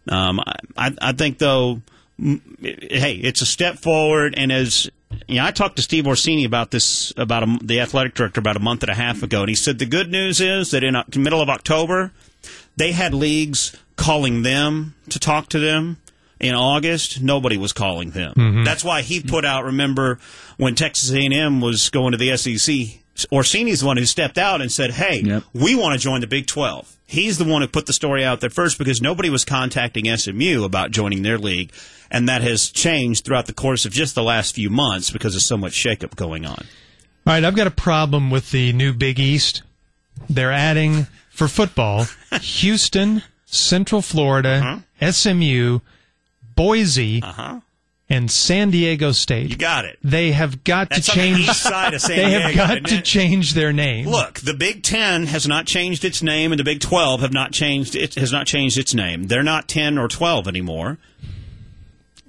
[SPEAKER 9] Um, I- I, I think, though, m- hey, it's a step forward. And as you know, I talked to Steve Orsini about this, about a m the athletic director, about a month and a half ago, and he said the good news is that in Oc- middle of October, they had leagues calling them to talk to them in August. Nobody was calling them. That's why he put out. Remember when Texas A&M was going to the SEC? Orsini's the one who stepped out and said, "Hey,
[SPEAKER 3] Yep.
[SPEAKER 9] we want to join the Big 12." He's the one who put the story out there first because nobody was contacting SMU about joining their league, and that has changed throughout the course of just the last few months because of so much shakeup going on.
[SPEAKER 1] All right, I've got a problem with the new Big East. They're adding for football Houston, Central
[SPEAKER 9] Uh-huh.
[SPEAKER 1] Florida, SMU, Boise, and San Diego State.
[SPEAKER 9] You got it.
[SPEAKER 1] they have got
[SPEAKER 9] That's
[SPEAKER 1] to
[SPEAKER 9] on the
[SPEAKER 1] change.
[SPEAKER 9] east side of San
[SPEAKER 1] they have
[SPEAKER 9] Diego,
[SPEAKER 1] got
[SPEAKER 9] isn't
[SPEAKER 1] to
[SPEAKER 9] it?
[SPEAKER 1] change their name.
[SPEAKER 9] Look, the Big Ten has not changed its name, and the Big Twelve have not changed it has not changed its name. They're not ten or twelve anymore.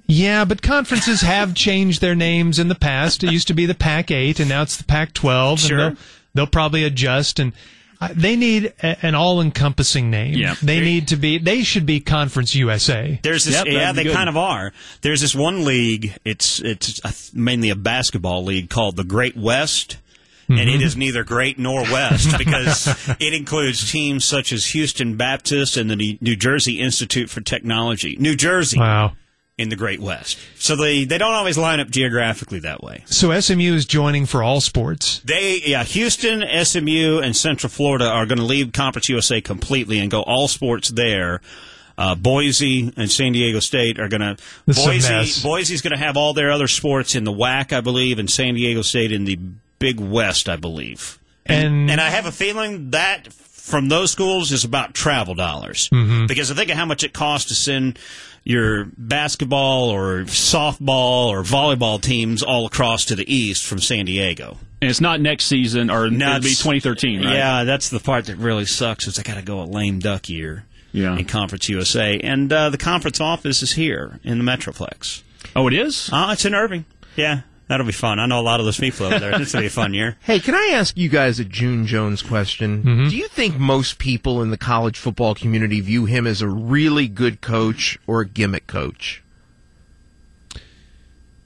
[SPEAKER 1] Yeah, but conferences have changed their names in the past. It used to be the Pac 8, and now it's the Pac 12.
[SPEAKER 9] Sure.
[SPEAKER 1] And they'll, they'll probably adjust. And uh, they need a, an all encompassing name.
[SPEAKER 3] Yeah.
[SPEAKER 1] They need to be, they should be Conference USA.
[SPEAKER 9] There's this,
[SPEAKER 3] Yep, that'd
[SPEAKER 9] yeah,
[SPEAKER 3] be
[SPEAKER 9] they
[SPEAKER 3] good.
[SPEAKER 9] kind of are. There's this one league. It's it's a th- mainly a basketball league called the Great West. And
[SPEAKER 3] Mm-hmm.
[SPEAKER 9] it is neither great nor west because it includes teams such as Houston Baptist and the New- New Jersey Institute for Technology, New Jersey,
[SPEAKER 1] Wow.
[SPEAKER 9] in the Great West. So they, they don't always line up geographically that way.
[SPEAKER 1] So SMU is joining for all sports.
[SPEAKER 9] They, yeah, Houston, SMU, and Central Florida are going to leave Conference USA completely and go all sports there. Uh, Boise and San Diego State are going to
[SPEAKER 1] This is a
[SPEAKER 9] Boise.
[SPEAKER 1] mess.
[SPEAKER 9] Boise's going to have all their other sports in the WAC, I believe, and San Diego State in the Big West, I believe.
[SPEAKER 1] And-
[SPEAKER 9] and I have a feeling that from those schools is about travel dollars because I think of how much it costs to send your basketball or softball or volleyball teams all across to the east from San Diego.
[SPEAKER 3] And it's not next season or
[SPEAKER 9] Now
[SPEAKER 3] it'll be
[SPEAKER 9] it's-
[SPEAKER 3] 2013, right?
[SPEAKER 9] Yeah, that's the part that really sucks is I got to go a lame duck year
[SPEAKER 3] Yeah.
[SPEAKER 9] in Conference USA, and uh, the conference office is here in the Metroplex.
[SPEAKER 3] Oh, it is?
[SPEAKER 9] Uh, it's in Irving. Yeah, that'll be fun. I know a lot of those people over there. It's gonna be a fun year.
[SPEAKER 10] Hey, can I ask you guys a June Jones question? Do you think most people in the college football community view him as a really good coach or a gimmick coach?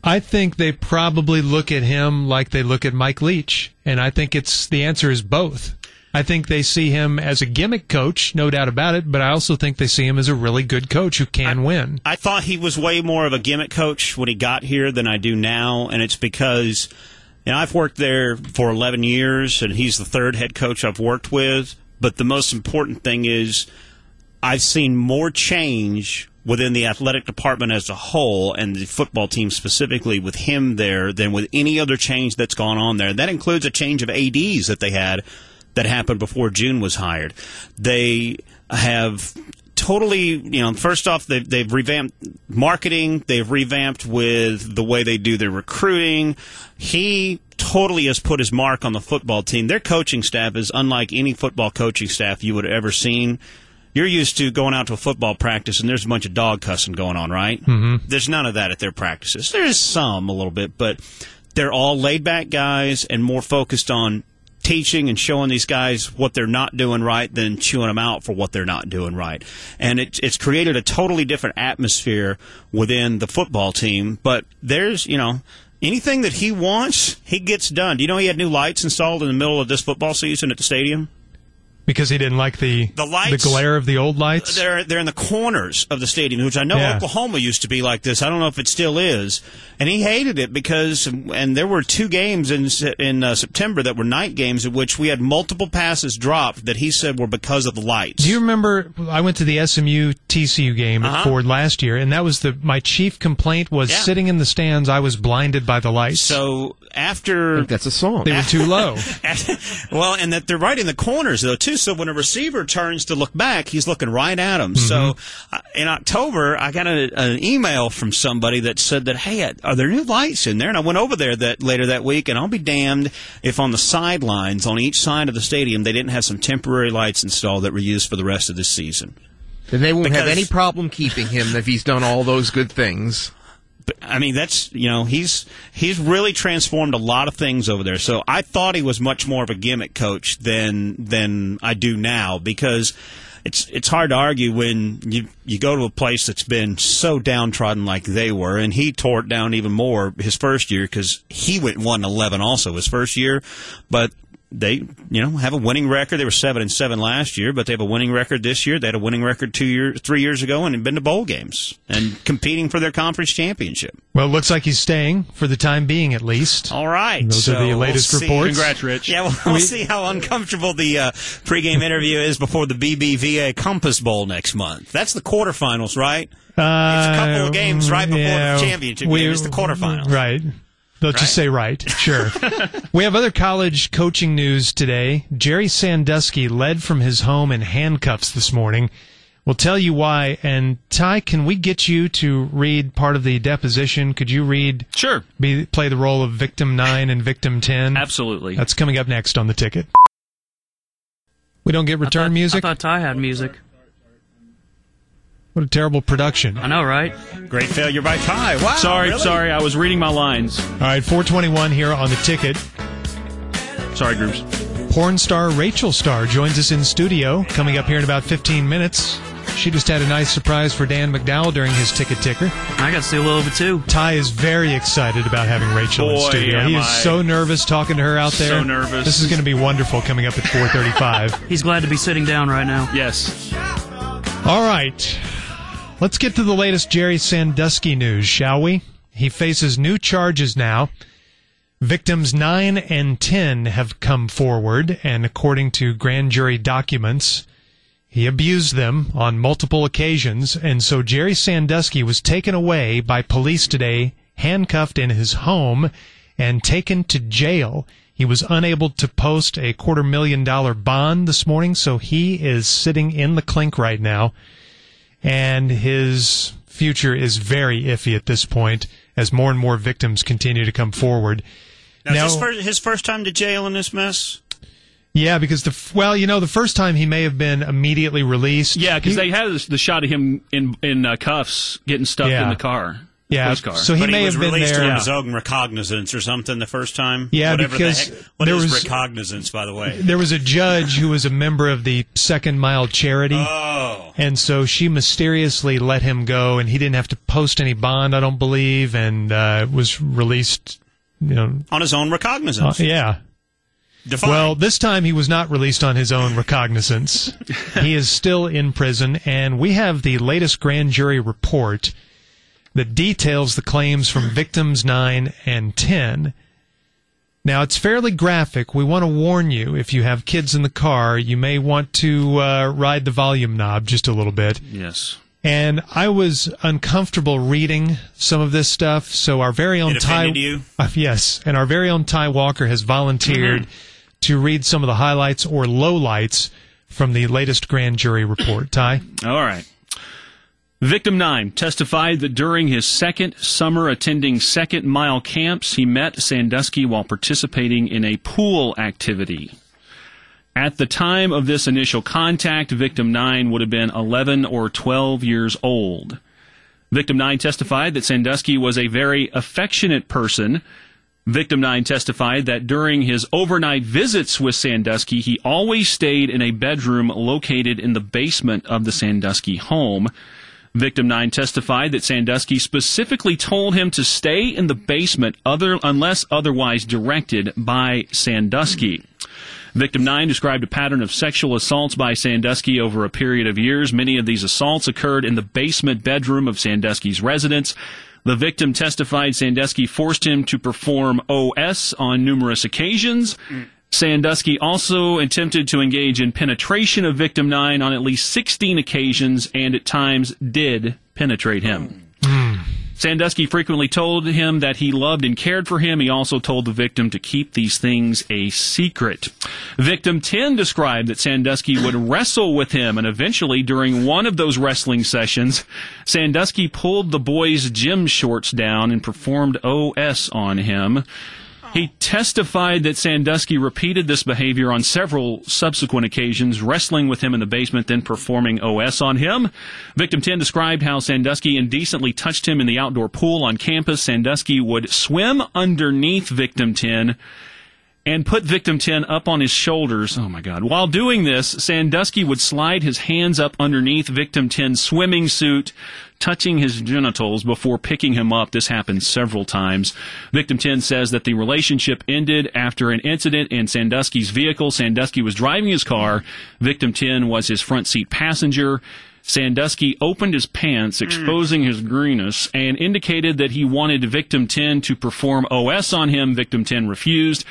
[SPEAKER 1] I think they probably look at him like they look at Mike Leach, and I think it's the answer is both. I think they see him as a gimmick coach, no doubt about it, but I also think they see him as a really good coach who can win.
[SPEAKER 9] I thought he was way more of a gimmick coach when he got here than I do now, and it's because you know I've worked there for 11 years, and he's the third head coach I've worked with. But the most important thing is I've seen more change within the athletic department as a whole and the football team specifically with him there than with any other change that's gone on there. That includes a change of ADs that they had that happened before June was hired. They have totally, you know, first off, they've, they've revamped marketing, they've revamped with the way they do their recruiting. He totally has put his mark on the football team. Their coaching staff is unlike any football coaching staff you would have ever seen you're used to going out to a football practice and there's a bunch of dog cussing going on, right? Mm-hmm. There's none of that at their practices. There's some a little bit, but they're all laid back guys and more focused on teaching and showing these guys what they're not doing right than chewing them out for what they're not doing right. And it, it's created a totally different atmosphere within the football team, but there's, you know, anything that he wants, he gets done. Do you know he had new lights installed in the middle of this football season at the stadium?
[SPEAKER 1] Because he didn't like the
[SPEAKER 9] The lights-
[SPEAKER 1] glare of the old lights.
[SPEAKER 9] They're they're in the corners of the stadium, which I know
[SPEAKER 1] Yeah.
[SPEAKER 9] Oklahoma used to be like this. I don't know if it still is. And he hated it because, and there were two games in Se- in uh, September that were night games in which we had multiple passes dropped that he said were because of the lights.
[SPEAKER 1] Do you remember? I went to the SMU TCU game at Ford last year, and that was the my chief complaint was
[SPEAKER 9] Uh-huh. Yeah.
[SPEAKER 1] sitting in the stands. I was blinded by the lights.
[SPEAKER 9] so
[SPEAKER 10] I
[SPEAKER 9] after
[SPEAKER 10] think that's a song.
[SPEAKER 1] they were too low.
[SPEAKER 9] well, and that they're right in the corners though too. So when a receiver turns to look back, he's looking right at him. So
[SPEAKER 1] Mm-hmm.
[SPEAKER 9] uh, in October, I got a, an email from somebody that said that, "Hey, uh, are there new lights in there?" And I went over there that later that week, and I'll be damned if on the sidelines on each side of the stadium they didn't have some temporary lights installed that were used for the rest of this season.
[SPEAKER 10] Then they won't have
[SPEAKER 9] Because-
[SPEAKER 10] any problem keeping him if he's done all those good things.
[SPEAKER 9] But, I mean, that's you know he's he's really transformed a lot of things over there. So I thought he was much more of a gimmick coach than than I do now because it's it's hard to argue when you you go to a place that's been so downtrodden like they were, and he tore it down even more his first year because he went one and eleven also his first year, but. They, you know, have a winning record. They were seven and seven last year, but they have a winning record this year. They had a winning record two years, three years ago, and had been to bowl games and competing for their conference championship.
[SPEAKER 1] well, it looks like he's staying for the time being, at least.
[SPEAKER 9] All right.
[SPEAKER 1] Those are
[SPEAKER 9] so
[SPEAKER 1] the
[SPEAKER 9] we'll
[SPEAKER 1] latest
[SPEAKER 9] see.
[SPEAKER 1] reports.
[SPEAKER 3] Congrats, Rich.
[SPEAKER 9] Yeah, we'll, we'll see how uncomfortable the uh, pregame interview is before the BBVA Compass Bowl next month. That's the quarterfinals, right?
[SPEAKER 1] Uh,
[SPEAKER 9] It's a couple of games right before the championship game. It's the quarterfinals.
[SPEAKER 1] Right. Let's just say right. Sure. we have other college coaching news today. Jerry Sandusky led from his home in handcuffs this morning. We'll tell you why. And Ty, can we get you to read part of the deposition? Could you read,
[SPEAKER 3] Sure.
[SPEAKER 1] be, play the role of victim nine and victim 10?
[SPEAKER 3] Absolutely.
[SPEAKER 1] That's coming up next on the ticket. We don't get
[SPEAKER 7] I thought-
[SPEAKER 1] return music.
[SPEAKER 7] I thought Ty had music.
[SPEAKER 1] what a terrible production.
[SPEAKER 7] I know, right?
[SPEAKER 9] Great failure by Ty. Wow.
[SPEAKER 3] sorry,
[SPEAKER 9] really?
[SPEAKER 3] sorry. I was reading my lines.
[SPEAKER 1] All right, 421 here on the ticket.
[SPEAKER 3] Sorry, groups.
[SPEAKER 1] Porn star Rachel Starr joins us in studio coming up here in about 15 minutes. She just had a nice surprise for Dan McDowell during his ticket ticker.
[SPEAKER 7] I got to see a little of it too.
[SPEAKER 1] Ty is very excited about having Rachel in
[SPEAKER 3] Boy,
[SPEAKER 1] studio. He
[SPEAKER 3] am
[SPEAKER 1] is
[SPEAKER 3] I.
[SPEAKER 1] so nervous talking to her out there.
[SPEAKER 3] So nervous.
[SPEAKER 1] This is going to be wonderful coming up at 4:35.
[SPEAKER 7] He's glad to be sitting down right now.
[SPEAKER 3] Yes.
[SPEAKER 1] All right. Let's get to the latest Jerry Sandusky news, shall we? He faces new charges now. Victims 9 and 10 have come forward, and according to grand jury documents, he abused them on multiple occasions, and so Jerry Sandusky was taken away by police today, handcuffed in his home, and taken to jail. He was unable to post a quarter million dollar bond this morning, so he is sitting in the clink right now. And his future is very iffy at this point as more and more victims continue to come forward.
[SPEAKER 9] Now, is this first, his first time to jail in this mess?
[SPEAKER 1] yeah, because the, f- well, you know, the first time he may have been immediately released.
[SPEAKER 3] Yeah, because
[SPEAKER 1] He-
[SPEAKER 3] they had this- the shot of him in in uh, cuffs getting stuck
[SPEAKER 1] Yeah.
[SPEAKER 3] in the car.
[SPEAKER 1] Yeah,
[SPEAKER 3] police car.
[SPEAKER 1] so he
[SPEAKER 9] but
[SPEAKER 1] may
[SPEAKER 9] he was
[SPEAKER 1] have been
[SPEAKER 9] released
[SPEAKER 1] there.
[SPEAKER 9] on his own recognizance or something the first time.
[SPEAKER 1] Yeah,
[SPEAKER 9] Whatever
[SPEAKER 1] because
[SPEAKER 9] the heck, what
[SPEAKER 1] there
[SPEAKER 9] is
[SPEAKER 1] was-
[SPEAKER 9] recognizance, by the way?
[SPEAKER 1] There was a judge who was a member of the Second Mile Charity.
[SPEAKER 9] Oh,
[SPEAKER 1] And so she mysteriously let him go, and he didn't have to post any bond, I don't believe, and uh, was released. You know,
[SPEAKER 9] on his own
[SPEAKER 1] uh,
[SPEAKER 9] recognizance.
[SPEAKER 1] yeah.
[SPEAKER 9] Defined.
[SPEAKER 1] Well, this time he was not released on his own recognizance. he is still in prison, and we have the latest grand jury report that details the claims from victims 9 and 10. Now, it's fairly graphic. We want to warn you if you have kids in the car, you may want to uh, ride the volume knob just a little bit.
[SPEAKER 3] yes.
[SPEAKER 1] And I was uncomfortable reading some of this stuff, so our very own
[SPEAKER 9] It
[SPEAKER 1] Ty,
[SPEAKER 9] offended you?
[SPEAKER 1] Uh, yes, and our very own Ty Walker has volunteered
[SPEAKER 9] Mm-hmm.
[SPEAKER 1] to read some of the highlights or lowlights from the latest grand jury report. Ty,
[SPEAKER 3] All right. Victim 9 testified that during his second summer attending second mile camps, he met Sandusky while participating in a pool activity. At the time of this initial contact, victim 9 would have been 11 or 12 years old. Victim 9 testified that Sandusky was a very affectionate person. Victim 9 testified that during his overnight visits with Sandusky, he always stayed in a bedroom located in the basement of the Sandusky home. Victim 9 testified that Sandusky specifically told him to stay in the basement other, unless otherwise directed by Sandusky. Victim 9 described a pattern of sexual assaults by Sandusky over a period of years. Many of these assaults occurred in the basement bedroom of Sandusky's residence. The victim testified Sandusky forced him to perform OS on numerous occasions. Sandusky also attempted to engage in penetration of victim 9 on at least 16 occasions and at times did penetrate him. Sandusky frequently told him that he loved and cared for him. He also told the victim to keep these things a secret. Victim 10 described that Sandusky would wrestle with him, and eventually, during one of those wrestling sessions, Sandusky pulled the boy's gym shorts down and performed OS on him. He testified that Sandusky repeated this behavior on several subsequent occasions, wrestling with him in the basement, then performing OS on him. Victim 10 described how Sandusky indecently touched him in the outdoor pool on campus. Sandusky would swim underneath Victim 10 and put victim 10 up on his shoulders. Oh my God. While doing this, Sandusky would slide his hands up underneath victim 10's swimming suit, touching his genitals before picking him up. This happened several times. Victim 10 says that the relationship ended after an incident in Sandusky's vehicle. Sandusky was driving his car. Victim 10 was his front seat passenger. Sandusky opened his pants, exposing his greenus, and indicated that he wanted Victim 10 to perform OS on him. Victim 10 refused,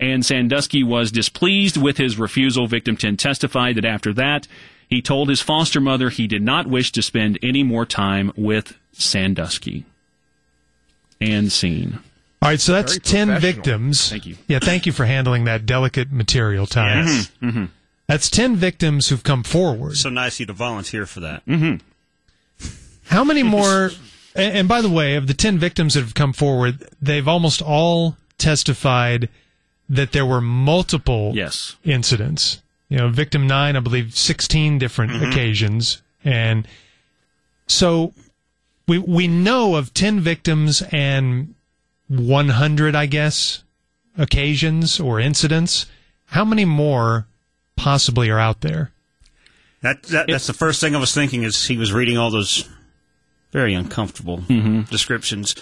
[SPEAKER 3] and Sandusky was displeased with his refusal. Victim 10 testified that after that, he told his foster mother he did not wish to spend any more time with Sandusky. And scene.
[SPEAKER 1] all right, so that's
[SPEAKER 10] Very
[SPEAKER 1] ten
[SPEAKER 10] professional.
[SPEAKER 1] victims.
[SPEAKER 3] Thank you.
[SPEAKER 1] Yeah, thank you for handling that delicate material, Ty. That's ten victims who've come forward.
[SPEAKER 9] Mm-hmm. so nice of you to volunteer for that.
[SPEAKER 1] How many more? and, and by the way, of the 10 victims that have come forward, they've almost all testified that there were multiple
[SPEAKER 3] Yes.
[SPEAKER 1] incidents. You know, victim nine, I believe, 16 different occasions. And so we, we know of 10 victims and 100, I guess, occasions or incidents. How many more possibly are out there?
[SPEAKER 9] That, that that's the first thing I was thinking as he was reading all those very uncomfortable descriptions.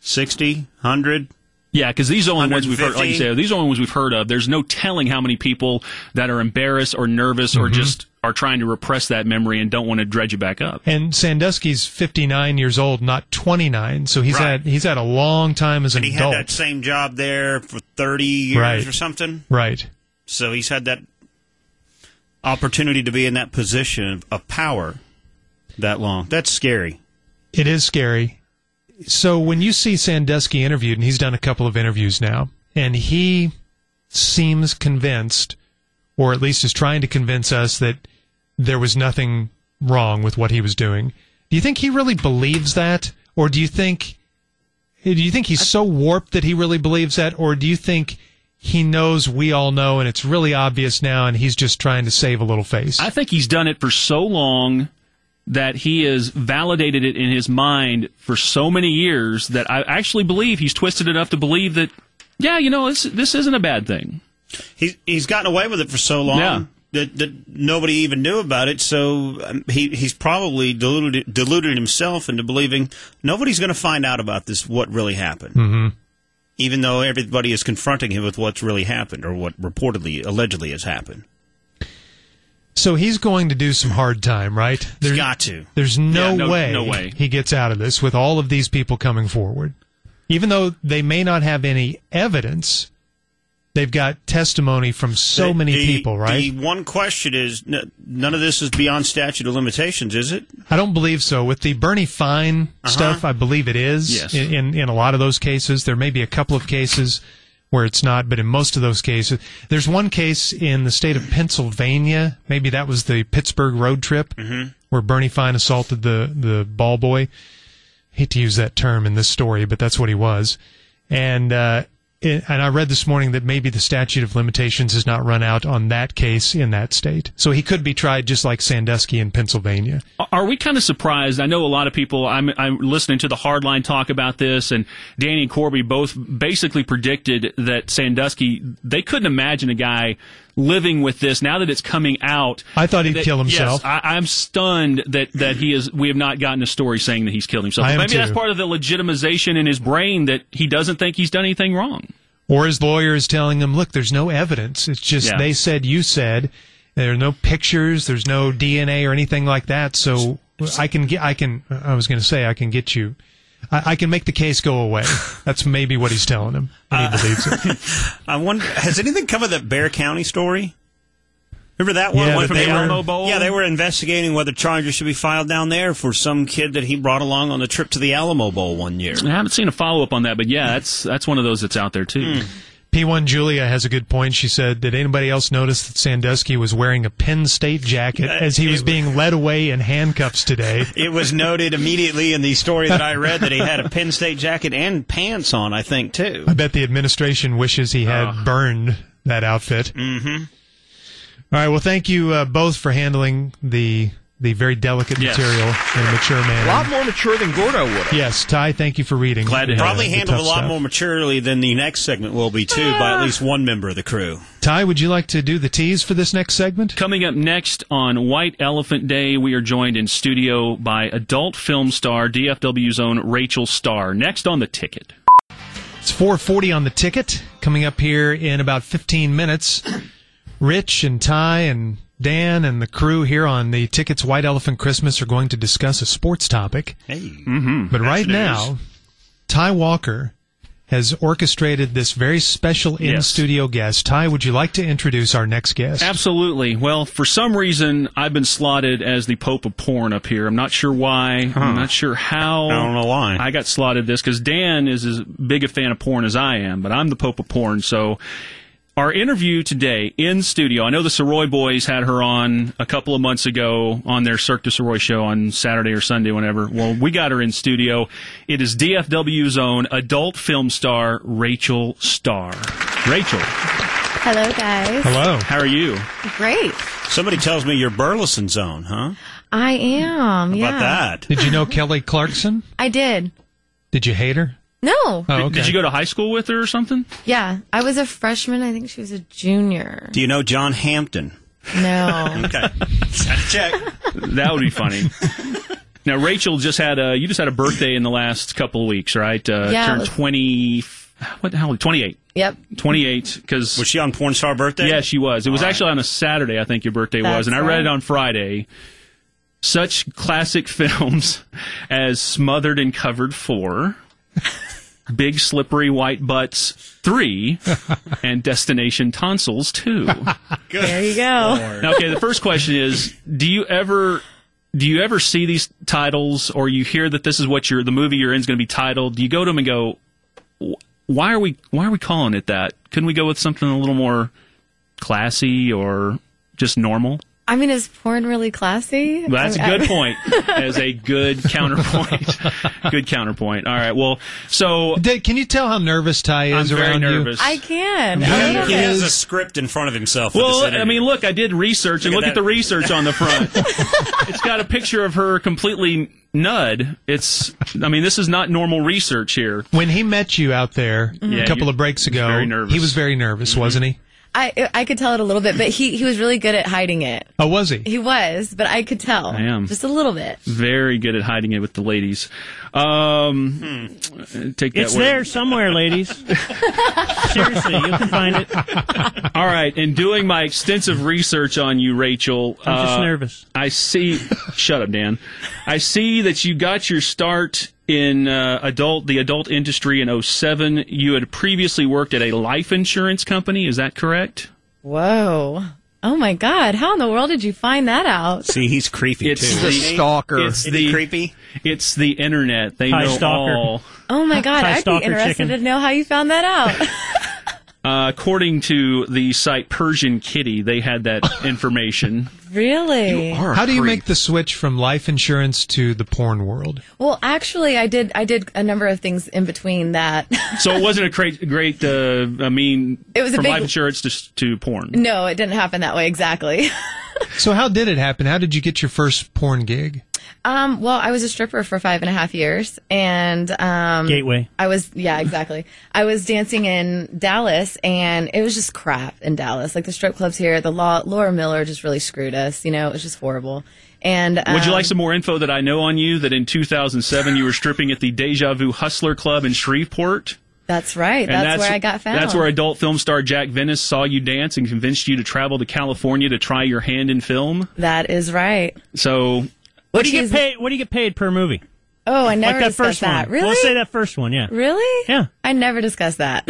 [SPEAKER 9] 60, 100.
[SPEAKER 3] Yeah, because these are only ones we've heard. Like you
[SPEAKER 9] 150?
[SPEAKER 3] say, these are only ones we've heard of. There's no telling how many people that are embarrassed or nervous or just are trying to repress that memory and don't want to dredge it back up.
[SPEAKER 1] And Sandusky's 59 years old, not 29, so he's
[SPEAKER 9] Right.
[SPEAKER 1] had he's had a long time as an
[SPEAKER 9] And he
[SPEAKER 1] adult.
[SPEAKER 9] had that same job there for 30 years
[SPEAKER 1] Right.
[SPEAKER 9] or something.
[SPEAKER 1] right.
[SPEAKER 9] So he's had that opportunity to be in that position of power that long. That's scary.
[SPEAKER 1] It is scary. So when you see Sandusky interviewed, and he's done a couple of interviews now, and he seems convinced, or at least is trying to convince us that there was nothing wrong with what he was doing. Do you think he really believes that, or do you think do you think he's so warped that he really believes that, or do you think he knows we all know and it's really obvious now, and he's just trying to save a little face?
[SPEAKER 3] I think he's done it for so long that he has validated it in his mind for so many years that I actually believe he's twisted enough to believe that, yeah, you know, this, this isn't a bad thing.
[SPEAKER 9] He's he's gotten away with it for so long
[SPEAKER 3] Yeah.
[SPEAKER 9] that, that nobody even knew about it. So um, he he's probably deluded deluded himself into believing nobody's going to find out about this. What really happened? Mm-hmm. Even though everybody is confronting him with what's really happened or what reportedly allegedly has happened.
[SPEAKER 1] So he's going to do some hard time, right?
[SPEAKER 9] He's
[SPEAKER 1] There's-
[SPEAKER 9] got to.
[SPEAKER 1] There's no,
[SPEAKER 3] Yeah, no-
[SPEAKER 1] way
[SPEAKER 3] no way.
[SPEAKER 1] he gets out of this with all of these people coming forward. Even though they may not have any evidence, they've got testimony from so
[SPEAKER 9] The-
[SPEAKER 1] many
[SPEAKER 9] the-
[SPEAKER 1] people, right?
[SPEAKER 9] The one question is n- none of this is beyond statute of limitations, is it?
[SPEAKER 1] I don't believe so. With the Bernie Fine stuff, I believe it is.
[SPEAKER 3] Yes.
[SPEAKER 1] In, in in a lot of those cases, there may be a couple of cases where it's not, but in most of those cases, there's one case in the state of Pennsylvania. Maybe that was the Pittsburgh road trip where Bernie Fine assaulted the the ball boy. Hate to use that term in this story, but that's what he was. And uh, it, and I read this morning that maybe the statute of limitations has not run out on that case in that state, so he could be tried just like Sandusky in Pennsylvania.
[SPEAKER 3] Are we kind of surprised? I know a lot of people. I'm, I'm listening to the hardline talk about this, and Danny and Corby both basically predicted that Sandusky. They couldn't imagine a guy living with this now that it's coming out.
[SPEAKER 1] I thought he'd
[SPEAKER 3] that-
[SPEAKER 1] kill himself.
[SPEAKER 3] Yes, I, I'm stunned that that he is. We have not gotten a story saying that he's killed himself.
[SPEAKER 1] I am
[SPEAKER 3] Maybe that's
[SPEAKER 1] too.
[SPEAKER 3] part of the legitimization in his brain that he doesn't think he's done anything wrong.
[SPEAKER 1] or his lawyer is telling him, look, there's no evidence. It's just
[SPEAKER 3] Yeah.
[SPEAKER 1] they said you said. There are no pictures. There's no DNA or anything like that. So I can get. I can. I was going to say I can get you. I, I can make the case go away. That's maybe what he's telling him. And he believes it.
[SPEAKER 9] I wonder. Has anything come of that Bear County story? Remember that one?
[SPEAKER 1] Yeah,
[SPEAKER 9] When
[SPEAKER 1] that they were-
[SPEAKER 9] Yeah, they were investigating whether charges should be filed down there for some kid that he brought along on the trip to the Alamo Bowl one year.
[SPEAKER 3] I haven't seen a follow up on that, but yeah, that's that's one of those that's out there too.
[SPEAKER 1] P1 Julia has a good point. She said, "Did anybody else notice that Sandusky was wearing a Penn State jacket as Uh, he was being led away in handcuffs today?"
[SPEAKER 9] It was noted immediately in the story that I read that he had a Penn State jacket and pants on, I think, too.
[SPEAKER 1] I bet the administration wishes he had
[SPEAKER 3] Uh-huh.
[SPEAKER 1] burned that outfit. Mm-hmm. right. Well, thank you uh, both for handling the the very delicate
[SPEAKER 3] Yes.
[SPEAKER 1] material in a mature
[SPEAKER 10] A lot
[SPEAKER 1] manner.
[SPEAKER 10] more mature than Gordo would have.
[SPEAKER 1] Yes, Ty. Thank you for reading.
[SPEAKER 3] Glad to
[SPEAKER 1] the-
[SPEAKER 3] help.
[SPEAKER 9] Probably
[SPEAKER 1] the
[SPEAKER 9] handled a
[SPEAKER 1] tough
[SPEAKER 9] lot
[SPEAKER 1] stuff.
[SPEAKER 9] more maturely than the next segment will be, too, by at least one member of the crew.
[SPEAKER 1] Ty, would you like to do the tease for this next segment?
[SPEAKER 3] Coming up next on White Elephant Day, we are joined in studio by adult film star DFW's own Rachel Starr. Next on the ticket.
[SPEAKER 1] It's 4:40 on the ticket. Coming up here in about 15 minutes. Rich and Ty and Dan and the crew here on the tickets White Elephant Christmas are going to discuss a sports topic.
[SPEAKER 9] Hey.
[SPEAKER 1] But right now, Ty Walker has orchestrated this very special in studio guest. Ty, would you like to introduce our next guest?
[SPEAKER 3] Absolutely. Well, for some reason, I've been slotted as the Pope of porn up here. I'm not sure why. I'm not sure how.
[SPEAKER 9] I don't know why.
[SPEAKER 3] I got slotted this because Dan is as big a fan of porn as I am, but I'm the Pope of porn. So our interview today in studio. I know the Soroy boys had her on a couple of months ago on their Cirque du Soroy show on Saturday or Sunday, whenever. Well, we got her in studio. It is DFW's own adult film star, Rachel Starr. Rachel,
[SPEAKER 11] Hello, guys.
[SPEAKER 9] Oh.
[SPEAKER 1] Hello.
[SPEAKER 3] how are you?
[SPEAKER 11] Great.
[SPEAKER 9] Somebody tells me you're Burleson Zone, huh?
[SPEAKER 11] I am. yeah.
[SPEAKER 9] About that.
[SPEAKER 1] Did you know Kelly Clarkson?
[SPEAKER 11] I did.
[SPEAKER 1] Did you hate her?
[SPEAKER 11] No.
[SPEAKER 1] Oh,
[SPEAKER 3] Did you go to high school with her or something?
[SPEAKER 11] Yeah. I was a freshman. I think she was a junior.
[SPEAKER 9] Do you know John Hampton?
[SPEAKER 11] No.
[SPEAKER 9] Okay. check.
[SPEAKER 3] That would be funny. now, Rachel just had a you just had a birthday in the last couple of weeks, right? Uh,
[SPEAKER 11] Yeah, it
[SPEAKER 3] turned
[SPEAKER 11] was-
[SPEAKER 3] twenty. What the hell? Twenty eight.
[SPEAKER 11] yep.
[SPEAKER 3] Twenty eight. Because
[SPEAKER 9] Was she on Porn Star Birthday?
[SPEAKER 3] Yeah, she was. It was actually on a Saturday, I think your birthday
[SPEAKER 11] That's
[SPEAKER 3] was, and I read
[SPEAKER 11] right.
[SPEAKER 3] it on Friday. Such classic films as Smothered and Covered 4, Big Slippery White Butts 3, and Destination Tonsils 2.
[SPEAKER 11] There you go.
[SPEAKER 3] Now, okay, the first question is, do you ever do you ever see these titles or you hear that this is what your the movie you're in is going to be titled? Do you go to them and go, "Wh- why are we why are we calling it that? Couldn't we go with something a little more classy or just normal?
[SPEAKER 11] I mean, is porn really classy?
[SPEAKER 3] Well, that's a
[SPEAKER 11] I- I-
[SPEAKER 3] good point. As a good counterpoint. good counterpoint. All right. Well, so
[SPEAKER 1] Dave, can you tell how nervous Ty
[SPEAKER 3] I'm
[SPEAKER 1] is
[SPEAKER 3] very
[SPEAKER 1] around
[SPEAKER 3] nervous.
[SPEAKER 11] I can.
[SPEAKER 3] He-
[SPEAKER 11] I love
[SPEAKER 3] he
[SPEAKER 11] it.
[SPEAKER 3] is-
[SPEAKER 9] There's a script in front of himself. with this
[SPEAKER 3] Well, I
[SPEAKER 9] interview.
[SPEAKER 3] mean, look, I did research and
[SPEAKER 9] Look
[SPEAKER 3] look
[SPEAKER 9] at
[SPEAKER 3] at the
[SPEAKER 9] that.
[SPEAKER 3] research on the front. it's got a picture of her completely nud. It's, I mean, this is not normal research here.
[SPEAKER 1] you. When he met you out there
[SPEAKER 3] Yeah,
[SPEAKER 1] a couple
[SPEAKER 3] you-
[SPEAKER 1] of breaks ago,
[SPEAKER 3] very nervous. Mm-hmm.
[SPEAKER 1] he was very nervous, wasn't he?
[SPEAKER 11] I I could tell it a little bit, but he he was really good at hiding it.
[SPEAKER 1] Oh, was he?
[SPEAKER 11] He was, but I could tell.
[SPEAKER 3] I am.
[SPEAKER 11] just a little bit.
[SPEAKER 3] Very good at hiding it with the ladies. Um,
[SPEAKER 9] Hmm.
[SPEAKER 3] take that
[SPEAKER 12] It's
[SPEAKER 3] word.
[SPEAKER 12] there somewhere, ladies. Seriously, you can find it.
[SPEAKER 3] All right, in doing my extensive research on you, Rachel, uh,
[SPEAKER 12] I'm just nervous.
[SPEAKER 3] I see. shut up, Dan. I see that you got your start in uh, adult the adult industry in 07. You had previously worked at a life insurance company. Is that correct?
[SPEAKER 11] Whoa. Oh my God! How in the world did you find that out?
[SPEAKER 9] see, he's creepy
[SPEAKER 3] It's
[SPEAKER 9] too.
[SPEAKER 3] the
[SPEAKER 10] stalker.
[SPEAKER 3] It's
[SPEAKER 9] Isn't he
[SPEAKER 3] the
[SPEAKER 9] creepy.
[SPEAKER 3] It's the internet. They
[SPEAKER 12] Hi,
[SPEAKER 3] know
[SPEAKER 12] stalker.
[SPEAKER 3] all.
[SPEAKER 11] Oh my God!
[SPEAKER 12] Hi,
[SPEAKER 11] I'd be
[SPEAKER 12] stalker
[SPEAKER 11] interested
[SPEAKER 12] chicken.
[SPEAKER 11] to know how you found that out.
[SPEAKER 3] Uh, according to the site Persian Kitty, they had that information.
[SPEAKER 11] really?
[SPEAKER 1] How do you make the switch from life insurance to the porn world?
[SPEAKER 11] Well, actually, I did. I did a number of things in between that.
[SPEAKER 3] So it wasn't a great, great. Uh, I mean,
[SPEAKER 11] It was a
[SPEAKER 3] from
[SPEAKER 11] big-
[SPEAKER 3] life insurance to, to porn.
[SPEAKER 11] no, it didn't happen that way exactly.
[SPEAKER 1] So how did it happen? How did you get your first porn gig?
[SPEAKER 11] Um, well, I was a stripper for five and a half years, and um,
[SPEAKER 12] Gateway.
[SPEAKER 11] I was, yeah, exactly. I was dancing in Dallas, and it was just crap in Dallas. Like the strip clubs here, the law, Laura Miller just really screwed us. You know, it was just horrible. And um,
[SPEAKER 3] Would you like some more info that I know on you? That in 2007 you were stripping at the Deja Vu Hustler Club in Shreveport.
[SPEAKER 11] That's right.
[SPEAKER 3] And
[SPEAKER 11] That's, where I got found.
[SPEAKER 3] That's where adult film star Jack Venice saw you dance and convinced you to travel to California to try your hand in film.
[SPEAKER 11] That is right.
[SPEAKER 3] So
[SPEAKER 12] What do
[SPEAKER 11] Which
[SPEAKER 12] you get
[SPEAKER 11] is-
[SPEAKER 12] paid? What do you get paid per movie?
[SPEAKER 11] Oh, I never
[SPEAKER 12] like that
[SPEAKER 11] discussed
[SPEAKER 12] first
[SPEAKER 11] that.
[SPEAKER 12] one.
[SPEAKER 11] Really?
[SPEAKER 12] We'll say that first one. Yeah.
[SPEAKER 11] Really?
[SPEAKER 12] Yeah.
[SPEAKER 11] I never discussed that.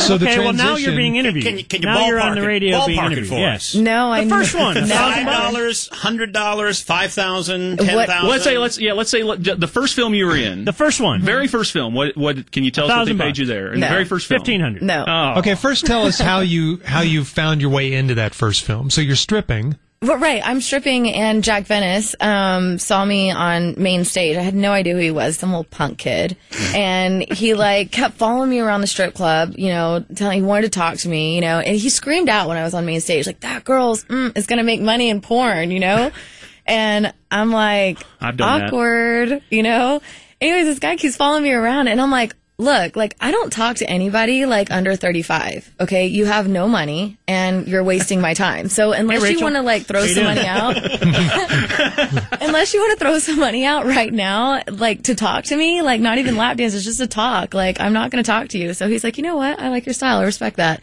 [SPEAKER 1] so the
[SPEAKER 12] okay.
[SPEAKER 1] transition.
[SPEAKER 12] Well, now you're being interviewed.
[SPEAKER 9] Can you- can you
[SPEAKER 12] now you're
[SPEAKER 9] ballpark
[SPEAKER 12] on
[SPEAKER 9] it-
[SPEAKER 12] the radio being
[SPEAKER 9] ballpark it
[SPEAKER 12] interviewed.
[SPEAKER 9] for
[SPEAKER 12] yes.
[SPEAKER 9] us?
[SPEAKER 11] no, Oh, I
[SPEAKER 12] The first
[SPEAKER 11] never-
[SPEAKER 12] one, the
[SPEAKER 11] No.
[SPEAKER 9] Five dollars, hundred dollars, five thousand, ten
[SPEAKER 11] What-
[SPEAKER 9] thousand.
[SPEAKER 3] let's say let's yeah let's say let, the first film you were in,
[SPEAKER 12] The first one.
[SPEAKER 3] very first film. What what can you tell us what they
[SPEAKER 12] Thousand
[SPEAKER 3] paid
[SPEAKER 12] bucks.
[SPEAKER 3] you there? In
[SPEAKER 11] No.
[SPEAKER 3] the very first film,
[SPEAKER 12] Fifteen hundred.
[SPEAKER 11] No.
[SPEAKER 3] Oh,
[SPEAKER 1] Okay, first tell us how you how you found your way into that first film. So you're stripping.
[SPEAKER 11] Well, right. I'm stripping, and Jack Venice um, saw me on main stage. I had no idea who he was, some little punk kid, and he like kept following me around the strip club. You know, telling he wanted to talk to me. You know, and he screamed out when I was on main stage, like that girl's mm, is gonna make money in porn. You know, and I'm like
[SPEAKER 3] I've done that.
[SPEAKER 11] awkward. You know. Anyways, this guy keeps following me around, and I'm like. Look, like I don't talk to anybody like under 35. Okay, you have no money and you're wasting my time. So unless you
[SPEAKER 12] Rachel.
[SPEAKER 11] want to like throw some money out, unless you want to throw some money out right now, like to talk to me, like not even lap dances, just to talk. Like I'm not going to talk to you. So he's like, you know what? I like your style. I respect that.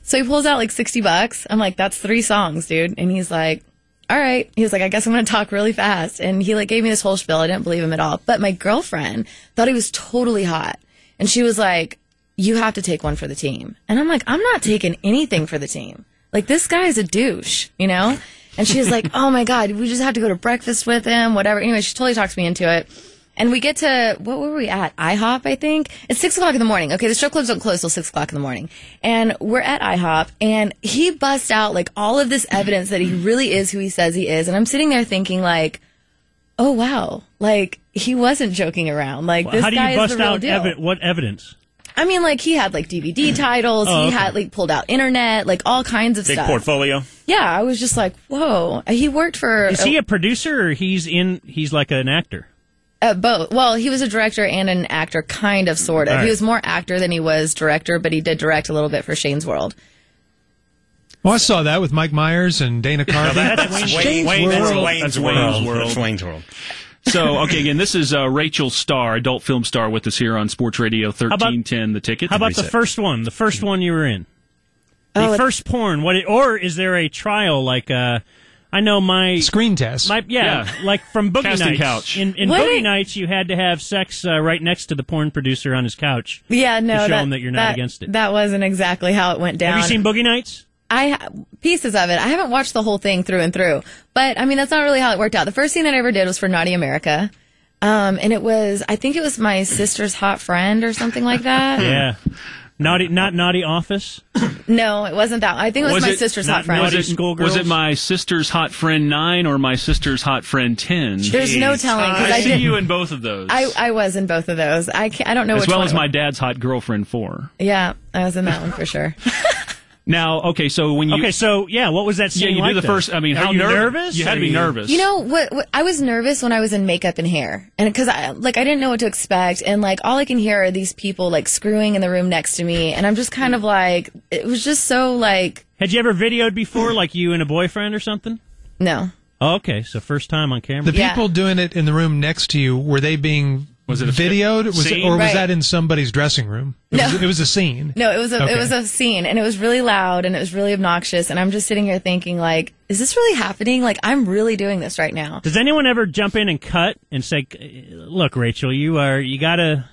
[SPEAKER 11] So he pulls out like 60 bucks. I'm like, that's three songs, dude. And he's like, all right. He was like, I guess I'm going to talk really fast. And he like gave me this whole spiel. I didn't believe him at all. But my girlfriend thought he was totally hot. And she was like, you have to take one for the team. And I'm like, I'm not taking anything for the team. Like this guy is a douche, you know? And she's like, oh my God, we just have to go to breakfast with him, whatever. Anyway, she totally talks me into it. And we get to, what were we at? IHOP, I think. It's six o'clock in the morning. Okay. The strip clubs don't close till six o'clock in the morning. And we're at IHOP and he busts out like all of this evidence that he really is who he says he is. And I'm sitting there thinking like, oh wow, like he wasn't joking around. Like this
[SPEAKER 12] How do
[SPEAKER 11] guy
[SPEAKER 12] you
[SPEAKER 11] is
[SPEAKER 12] bust
[SPEAKER 11] the real
[SPEAKER 12] out
[SPEAKER 11] deal.
[SPEAKER 12] evi- what evidence?
[SPEAKER 11] I mean, like he had like DVD titles,
[SPEAKER 12] Oh,
[SPEAKER 11] he
[SPEAKER 12] okay.
[SPEAKER 11] had like pulled out internet, like all kinds of
[SPEAKER 9] big
[SPEAKER 11] stuff.
[SPEAKER 9] portfolio.
[SPEAKER 11] Yeah, I was just like, whoa. He worked for
[SPEAKER 12] Is he a producer or he's in? He's like an actor.
[SPEAKER 11] uh, both. Well, he was a director and an actor, kind of, sort of.
[SPEAKER 12] All right.
[SPEAKER 11] He was more actor than he was director, but he did direct a little bit for Shane's World.
[SPEAKER 1] Well, I saw that with Mike Myers and Dana Carvey.
[SPEAKER 9] That's Wayne, Wayne, that's Wayne's
[SPEAKER 3] That's
[SPEAKER 9] World.
[SPEAKER 3] Wayne's World.
[SPEAKER 9] That's Wayne's World.
[SPEAKER 3] So, okay, again, this is uh, Rachel Starr, adult film star, with us here on Sports Radio
[SPEAKER 12] about-
[SPEAKER 3] 1310, The Ticket.
[SPEAKER 12] How about the first one? The first one you were in. The
[SPEAKER 11] Oh, it-
[SPEAKER 12] first porn. What? It, or is there a trial like? Uh, I know my
[SPEAKER 1] Screen test.
[SPEAKER 12] My, yeah,
[SPEAKER 3] Yeah.
[SPEAKER 12] like from Boogie
[SPEAKER 3] Casting
[SPEAKER 12] Nights.
[SPEAKER 3] couch.
[SPEAKER 12] In, in
[SPEAKER 11] What
[SPEAKER 12] Boogie
[SPEAKER 11] it-
[SPEAKER 12] Nights, you had to have sex uh, right next to the porn producer on his couch.
[SPEAKER 11] Yeah, no,
[SPEAKER 12] to show
[SPEAKER 11] that,
[SPEAKER 12] him that you're not against it.
[SPEAKER 11] That wasn't exactly how it went down.
[SPEAKER 12] Have you seen Boogie Nights?
[SPEAKER 11] I ha- pieces of it. I haven't watched the whole thing through and through, but I mean that's not really how it worked out. The first thing that I ever did was for Naughty America. Um, and it was, I think it was my sister's hot friend or something like that.
[SPEAKER 2] Yeah. Naughty, not naughty office.
[SPEAKER 11] No, it wasn't that. I think it was, my sister's hot friend.
[SPEAKER 3] Was it, was it my sister's hot friend nine or my sister's hot friend ten?
[SPEAKER 11] There's no telling, 'cause
[SPEAKER 3] I,
[SPEAKER 11] I
[SPEAKER 3] see
[SPEAKER 11] didn't-
[SPEAKER 3] you in both of those,
[SPEAKER 11] I, I was in both of those. I can't, I don't know
[SPEAKER 3] as
[SPEAKER 11] which
[SPEAKER 3] well
[SPEAKER 11] one
[SPEAKER 3] as
[SPEAKER 11] it
[SPEAKER 3] my dad's hot girlfriend four.
[SPEAKER 11] was. Yeah, I was in that one for sure.
[SPEAKER 3] Now, okay, so when you
[SPEAKER 2] Okay, so yeah, what was that
[SPEAKER 3] yeah
[SPEAKER 2] scene
[SPEAKER 3] you do
[SPEAKER 2] like
[SPEAKER 3] the
[SPEAKER 2] then?
[SPEAKER 3] first. I mean,
[SPEAKER 2] Are
[SPEAKER 3] how
[SPEAKER 2] you
[SPEAKER 3] nerv-
[SPEAKER 2] nervous?
[SPEAKER 3] You had to
[SPEAKER 2] Are
[SPEAKER 3] be
[SPEAKER 2] you-
[SPEAKER 3] nervous.
[SPEAKER 11] You know what, what? I was nervous when I was in makeup and hair, and because I like I didn't know what to expect, and like all I can hear are these people like screwing in the room next to me, and I'm just kind of like, it was just so like,
[SPEAKER 2] Had you ever videoed before, like you and a boyfriend or something?
[SPEAKER 11] no,
[SPEAKER 2] Oh, okay, so first time on camera.
[SPEAKER 1] The people doing it in the room next to you were they being was
[SPEAKER 3] it a
[SPEAKER 1] videoed? Was it,
[SPEAKER 3] scene?
[SPEAKER 1] or was
[SPEAKER 11] Right.
[SPEAKER 1] that in somebody's dressing room? It,
[SPEAKER 11] No.
[SPEAKER 1] was, it was a scene.
[SPEAKER 11] no, it was a
[SPEAKER 1] Okay.
[SPEAKER 11] it was a scene, and it was really loud, and it was really obnoxious, and I'm just sitting here thinking like, is this really happening? Like I'm really doing this right now.
[SPEAKER 2] Does anyone ever jump in and cut and say, "Look, Rachel, you are you gotta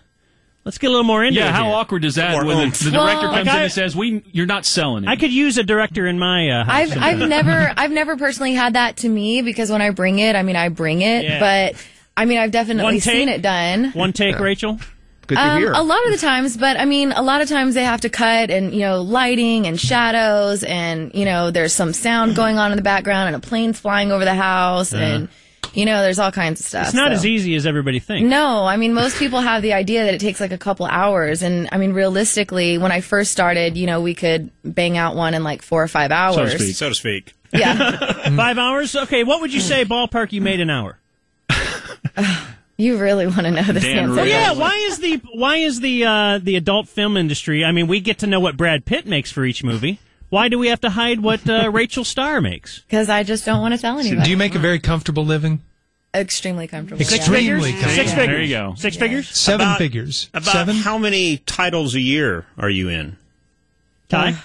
[SPEAKER 2] let's get a little more into it."
[SPEAKER 3] yeah, how
[SPEAKER 2] here.
[SPEAKER 3] awkward is that
[SPEAKER 9] Or
[SPEAKER 3] when
[SPEAKER 9] oomph.
[SPEAKER 3] the, the director
[SPEAKER 11] Well-
[SPEAKER 3] comes
[SPEAKER 2] Like,
[SPEAKER 3] in
[SPEAKER 2] I-
[SPEAKER 3] and says, "We, you're not selling it."
[SPEAKER 2] I could use a director in my uh, house.
[SPEAKER 11] I've
[SPEAKER 2] sometime.
[SPEAKER 11] I've never I've never personally had that to me because when I bring it, I mean I bring it,
[SPEAKER 2] Yeah.
[SPEAKER 11] but I mean I've definitely
[SPEAKER 2] One
[SPEAKER 11] seen
[SPEAKER 2] take?
[SPEAKER 11] it done.
[SPEAKER 2] one take, Rachel.
[SPEAKER 13] Good to
[SPEAKER 11] Um,
[SPEAKER 13] hear.
[SPEAKER 11] a lot of the times, but I mean, a lot of times they have to cut and, you know, lighting and shadows and, you know, there's some sound going on in the background and a plane's flying over the house and, you know, there's all kinds of stuff.
[SPEAKER 2] Uh, Uh-huh. It's not
[SPEAKER 11] so.
[SPEAKER 2] as easy as everybody thinks.
[SPEAKER 11] No, I mean, most people have the idea that it takes like a couple hours. And I mean, realistically, when I first started, you know, we could bang out one in like four or five hours.
[SPEAKER 9] so to speak.
[SPEAKER 11] Yeah.
[SPEAKER 2] Five hours. Okay, what would you say ballpark you made an hour?
[SPEAKER 11] you really want to know this
[SPEAKER 3] Dan
[SPEAKER 11] answer.
[SPEAKER 3] Well,
[SPEAKER 2] yeah, why is the why is the uh, the adult film industry? I mean, we get to know what Brad Pitt makes for each movie. Why do we have to hide what uh, Rachel Starr makes?
[SPEAKER 11] Because I just don't want to tell anybody.
[SPEAKER 1] Do you make a very comfortable living?
[SPEAKER 11] Extremely comfortable. yeah.
[SPEAKER 1] Extremely comfortable.
[SPEAKER 2] Six
[SPEAKER 3] There
[SPEAKER 2] figures.
[SPEAKER 3] you go.
[SPEAKER 2] Six figures.
[SPEAKER 1] Seven
[SPEAKER 9] About-
[SPEAKER 1] figures.
[SPEAKER 9] About
[SPEAKER 1] Seven.
[SPEAKER 9] how many titles a year are you in?
[SPEAKER 2] Ty.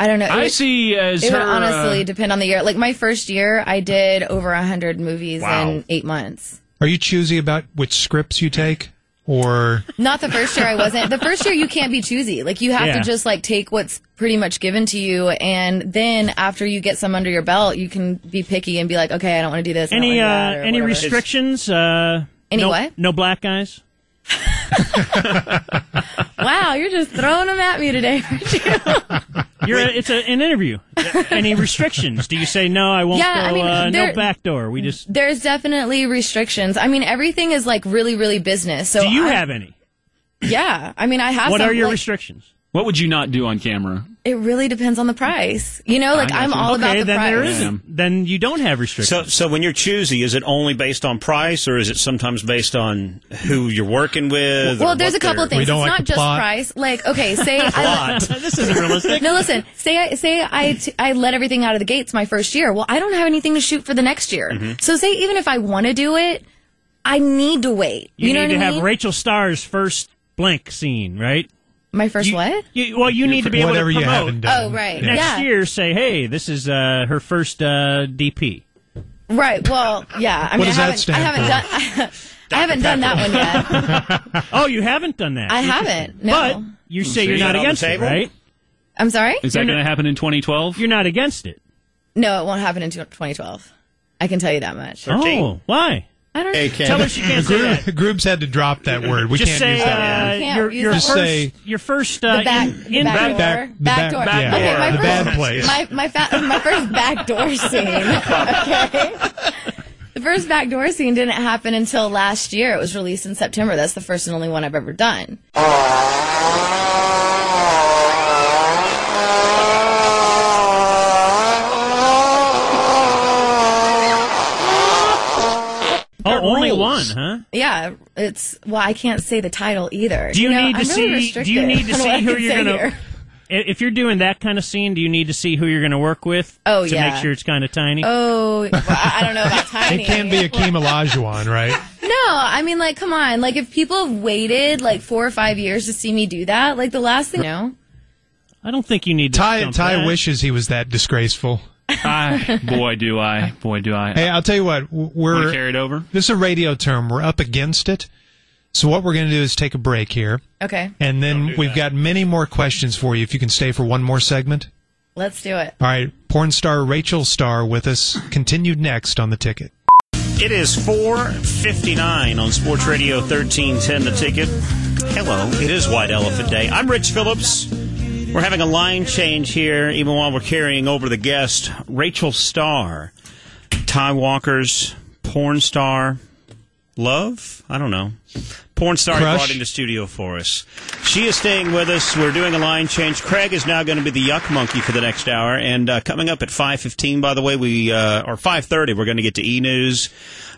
[SPEAKER 11] I don't know. It
[SPEAKER 3] I
[SPEAKER 11] was-
[SPEAKER 3] see as
[SPEAKER 11] It
[SPEAKER 3] her.
[SPEAKER 11] would honestly
[SPEAKER 3] uh,
[SPEAKER 11] depend on the year. Like my first year, I did over a hundred movies in eight months.
[SPEAKER 1] Are you choosy about which scripts you take, or
[SPEAKER 11] Not the first year I wasn't. The first year you can't be choosy. Like you have
[SPEAKER 2] Yeah.
[SPEAKER 11] to just like take what's pretty much given to you, and then after you get some under your belt, you can be picky and be like, okay, I don't want to do this. I don't
[SPEAKER 2] Any uh,
[SPEAKER 11] wanna do that, or
[SPEAKER 2] any
[SPEAKER 11] whatever.
[SPEAKER 2] restrictions? Uh,
[SPEAKER 11] Any
[SPEAKER 2] no,
[SPEAKER 11] what?
[SPEAKER 2] No black guys.
[SPEAKER 11] Wow, you're just throwing them at me today. aren't you?
[SPEAKER 2] You're a, it's a, an interview. Any restrictions? Do you say no? I won't
[SPEAKER 11] Yeah,
[SPEAKER 2] go.
[SPEAKER 11] I mean,
[SPEAKER 2] uh, no
[SPEAKER 11] there-
[SPEAKER 2] back door. We just.
[SPEAKER 11] There's definitely restrictions. I mean, everything is like really, really business. So
[SPEAKER 2] Do you
[SPEAKER 11] I-
[SPEAKER 2] have any?
[SPEAKER 11] Yeah, I mean, I have.
[SPEAKER 2] What
[SPEAKER 11] some,
[SPEAKER 2] are your
[SPEAKER 11] like,
[SPEAKER 2] restrictions?
[SPEAKER 3] what would you not do on camera?
[SPEAKER 11] It really depends on the price. You know, like
[SPEAKER 3] I
[SPEAKER 11] I'm
[SPEAKER 3] gotcha.
[SPEAKER 11] all about
[SPEAKER 2] okay,
[SPEAKER 11] the
[SPEAKER 2] then
[SPEAKER 11] price.
[SPEAKER 2] there
[SPEAKER 3] Yeah.
[SPEAKER 2] isn't. Then you don't have
[SPEAKER 9] So,
[SPEAKER 2] restrictions.
[SPEAKER 9] so when you're choosy, is it only based on price, or is it sometimes based on who you're working with?
[SPEAKER 11] Well, there's a couple of
[SPEAKER 1] We
[SPEAKER 11] things. It's
[SPEAKER 1] don't like
[SPEAKER 11] not
[SPEAKER 1] the
[SPEAKER 11] just
[SPEAKER 1] plot.
[SPEAKER 11] price. Like, okay, say I
[SPEAKER 2] this isn't realistic.
[SPEAKER 11] no, listen. Say I say I t- I let everything out of the gates my first year. Well, I don't have anything to shoot for the next year.
[SPEAKER 2] Mm-hmm.
[SPEAKER 11] So say even if I want to do it, I need to wait. You,
[SPEAKER 2] You,
[SPEAKER 11] know
[SPEAKER 2] need
[SPEAKER 11] what
[SPEAKER 2] to
[SPEAKER 11] I mean?
[SPEAKER 2] have Rachel Starr's first blank scene, right?
[SPEAKER 11] my first what?
[SPEAKER 2] You, well, you need to be able to
[SPEAKER 1] whatever
[SPEAKER 2] promote.
[SPEAKER 1] you haven't
[SPEAKER 11] Oh,
[SPEAKER 1] done?
[SPEAKER 11] right.
[SPEAKER 2] Next
[SPEAKER 11] yeah.
[SPEAKER 2] year, say, hey, this is uh, her first uh, DP.
[SPEAKER 11] Right. Well, yeah. I mean,
[SPEAKER 1] does
[SPEAKER 11] I haven't,
[SPEAKER 1] that stand
[SPEAKER 11] I haven't
[SPEAKER 1] for?
[SPEAKER 11] done. I haven't done that one yet.
[SPEAKER 2] Oh, you haven't done that.
[SPEAKER 11] I
[SPEAKER 2] Interesting.
[SPEAKER 11] haven't. No.
[SPEAKER 2] But you say you're
[SPEAKER 9] is
[SPEAKER 2] not
[SPEAKER 9] that on the
[SPEAKER 2] against it,
[SPEAKER 9] table?
[SPEAKER 2] right?
[SPEAKER 11] I'm sorry.
[SPEAKER 3] Is that
[SPEAKER 2] You're
[SPEAKER 3] going to happen in 2012?
[SPEAKER 2] You're not against it.
[SPEAKER 11] No, it won't happen in 2012. I can tell you that much.
[SPEAKER 2] Oh, why?
[SPEAKER 11] I don't.
[SPEAKER 9] Hey, Ken.
[SPEAKER 2] Tell her she can't say that.
[SPEAKER 1] Gro- Groobs had to drop that word. We
[SPEAKER 2] Just
[SPEAKER 1] can't
[SPEAKER 2] say
[SPEAKER 1] use that
[SPEAKER 2] uh,
[SPEAKER 1] word.
[SPEAKER 11] You can't
[SPEAKER 2] your
[SPEAKER 11] use
[SPEAKER 2] your
[SPEAKER 11] that
[SPEAKER 2] first
[SPEAKER 1] word. Just say-
[SPEAKER 2] your first uh,
[SPEAKER 11] The back,
[SPEAKER 2] in,
[SPEAKER 11] the
[SPEAKER 2] in-
[SPEAKER 11] back, door.
[SPEAKER 1] back- the back-
[SPEAKER 11] door.
[SPEAKER 1] back
[SPEAKER 11] okay,
[SPEAKER 1] door.
[SPEAKER 11] My
[SPEAKER 1] The
[SPEAKER 11] first,
[SPEAKER 2] uh,
[SPEAKER 1] bad place.
[SPEAKER 11] My my, fa- my first back door scene. Okay. The first back door scene didn't happen until last year. It was released in September. That's the first and only one I've ever done.
[SPEAKER 2] Oh, Oh, only
[SPEAKER 9] rules.
[SPEAKER 2] one, huh?
[SPEAKER 11] Yeah, it's well, I can't say the title either.
[SPEAKER 2] Do you
[SPEAKER 11] know,
[SPEAKER 2] need to
[SPEAKER 11] I'm really
[SPEAKER 2] see? Do you
[SPEAKER 11] restricted
[SPEAKER 2] need to
[SPEAKER 11] on what I
[SPEAKER 2] see who
[SPEAKER 11] can
[SPEAKER 2] you're
[SPEAKER 11] say
[SPEAKER 2] gonna?
[SPEAKER 11] here.
[SPEAKER 2] I- If you're doing that kind of scene, do you need to see who you're going to work with?
[SPEAKER 11] Oh,
[SPEAKER 2] to
[SPEAKER 11] yeah.
[SPEAKER 2] make sure it's kind of tiny.
[SPEAKER 11] Oh, well, I I don't know about tiny.
[SPEAKER 1] It can be a Kim Olajuwon, right?
[SPEAKER 11] No, I mean, like, come on. Like, if people have waited like four or five years to see me do that, like, the last thing, you know,
[SPEAKER 2] I don't think you need to.
[SPEAKER 1] Ty
[SPEAKER 2] dump
[SPEAKER 1] Ty
[SPEAKER 2] that.
[SPEAKER 1] wishes he was that disgraceful.
[SPEAKER 3] I, boy, do I. Boy, do I.
[SPEAKER 1] Hey, I'll tell you what. w-
[SPEAKER 3] Wanna
[SPEAKER 1] We're
[SPEAKER 3] carry it over?
[SPEAKER 1] this is a radio term. We're up against it. So what we're going to do is take a break here,
[SPEAKER 11] okay,
[SPEAKER 1] and then we've got many more questions for you. If you can stay for one more segment.
[SPEAKER 11] let's do it.
[SPEAKER 1] All right, porn star Rachel Starr with us. Continued next on the ticket.
[SPEAKER 9] It is 4:59 on Sports Radio 1310 The Ticket. Hello, it is White Elephant Day. I'm Rich Phillips. We're having a line change here even while we're carrying over the guest, Rachel Starr. Ty Walker's porn star love? I don't know. Porn star he
[SPEAKER 1] Crush?
[SPEAKER 9] brought into studio for us. She is staying with us. We're doing a line change. Craig is now going to be the yuck monkey for the next hour. And uh, coming up at five fifteen, by the way, we uh, or five thirty, we're going to get to E News,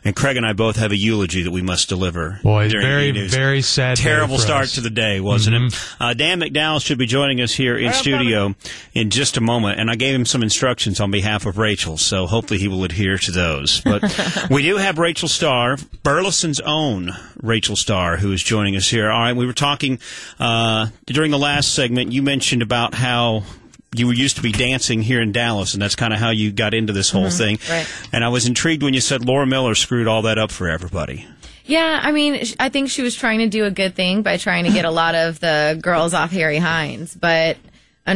[SPEAKER 9] and Craig and I both have a eulogy that we must deliver.
[SPEAKER 1] Boy,
[SPEAKER 9] during
[SPEAKER 1] very,
[SPEAKER 9] E-News.
[SPEAKER 1] very sad day
[SPEAKER 9] Terrible
[SPEAKER 1] for
[SPEAKER 9] start
[SPEAKER 1] us. Mm-hmm.
[SPEAKER 9] to the day, wasn't it? Uh, Dan McDowell should be joining us here in studio in just a moment, and I gave him some instructions on behalf of Rachel, so hopefully he will adhere to those. But we do have Rachel Starr, Burleson's own Rachel Starr, who is joining us here. All right, we were talking uh, during the last segment. You mentioned about how. You used to be dancing here in Dallas, and that's kind of how you got into this whole thing.
[SPEAKER 11] right.
[SPEAKER 9] And I was intrigued when you said Laura Miller screwed all that up for everybody.
[SPEAKER 11] Yeah, I mean, sh- I think she was trying to do a good thing by trying to get a lot of the girls off Harry Hines, but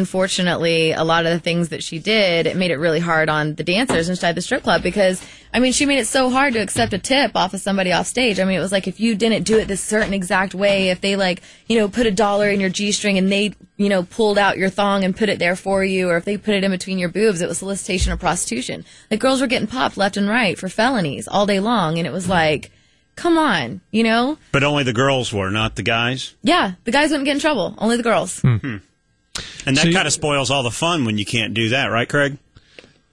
[SPEAKER 11] unfortunately, a lot of the things that she did it made it really hard on the dancers inside the strip club because I mean, she made it so hard to accept a tip off of somebody off stage. I mean, it was like if you didn't do it this certain exact way, if they like, you know, put a dollar in your G-string and they, you know, pulled out your thong and put it there for you or if they put it in between your boobs, it was solicitation of prostitution. Like girls were getting popped left and right for felonies all day long and it was like come on, you know?
[SPEAKER 9] But only the girls were, not the guys.
[SPEAKER 11] Yeah, the guys wouldn't get in trouble, only the
[SPEAKER 9] Hmm.
[SPEAKER 11] girls.
[SPEAKER 9] And that kind of spoils all the fun when you can't do that, right, Craig?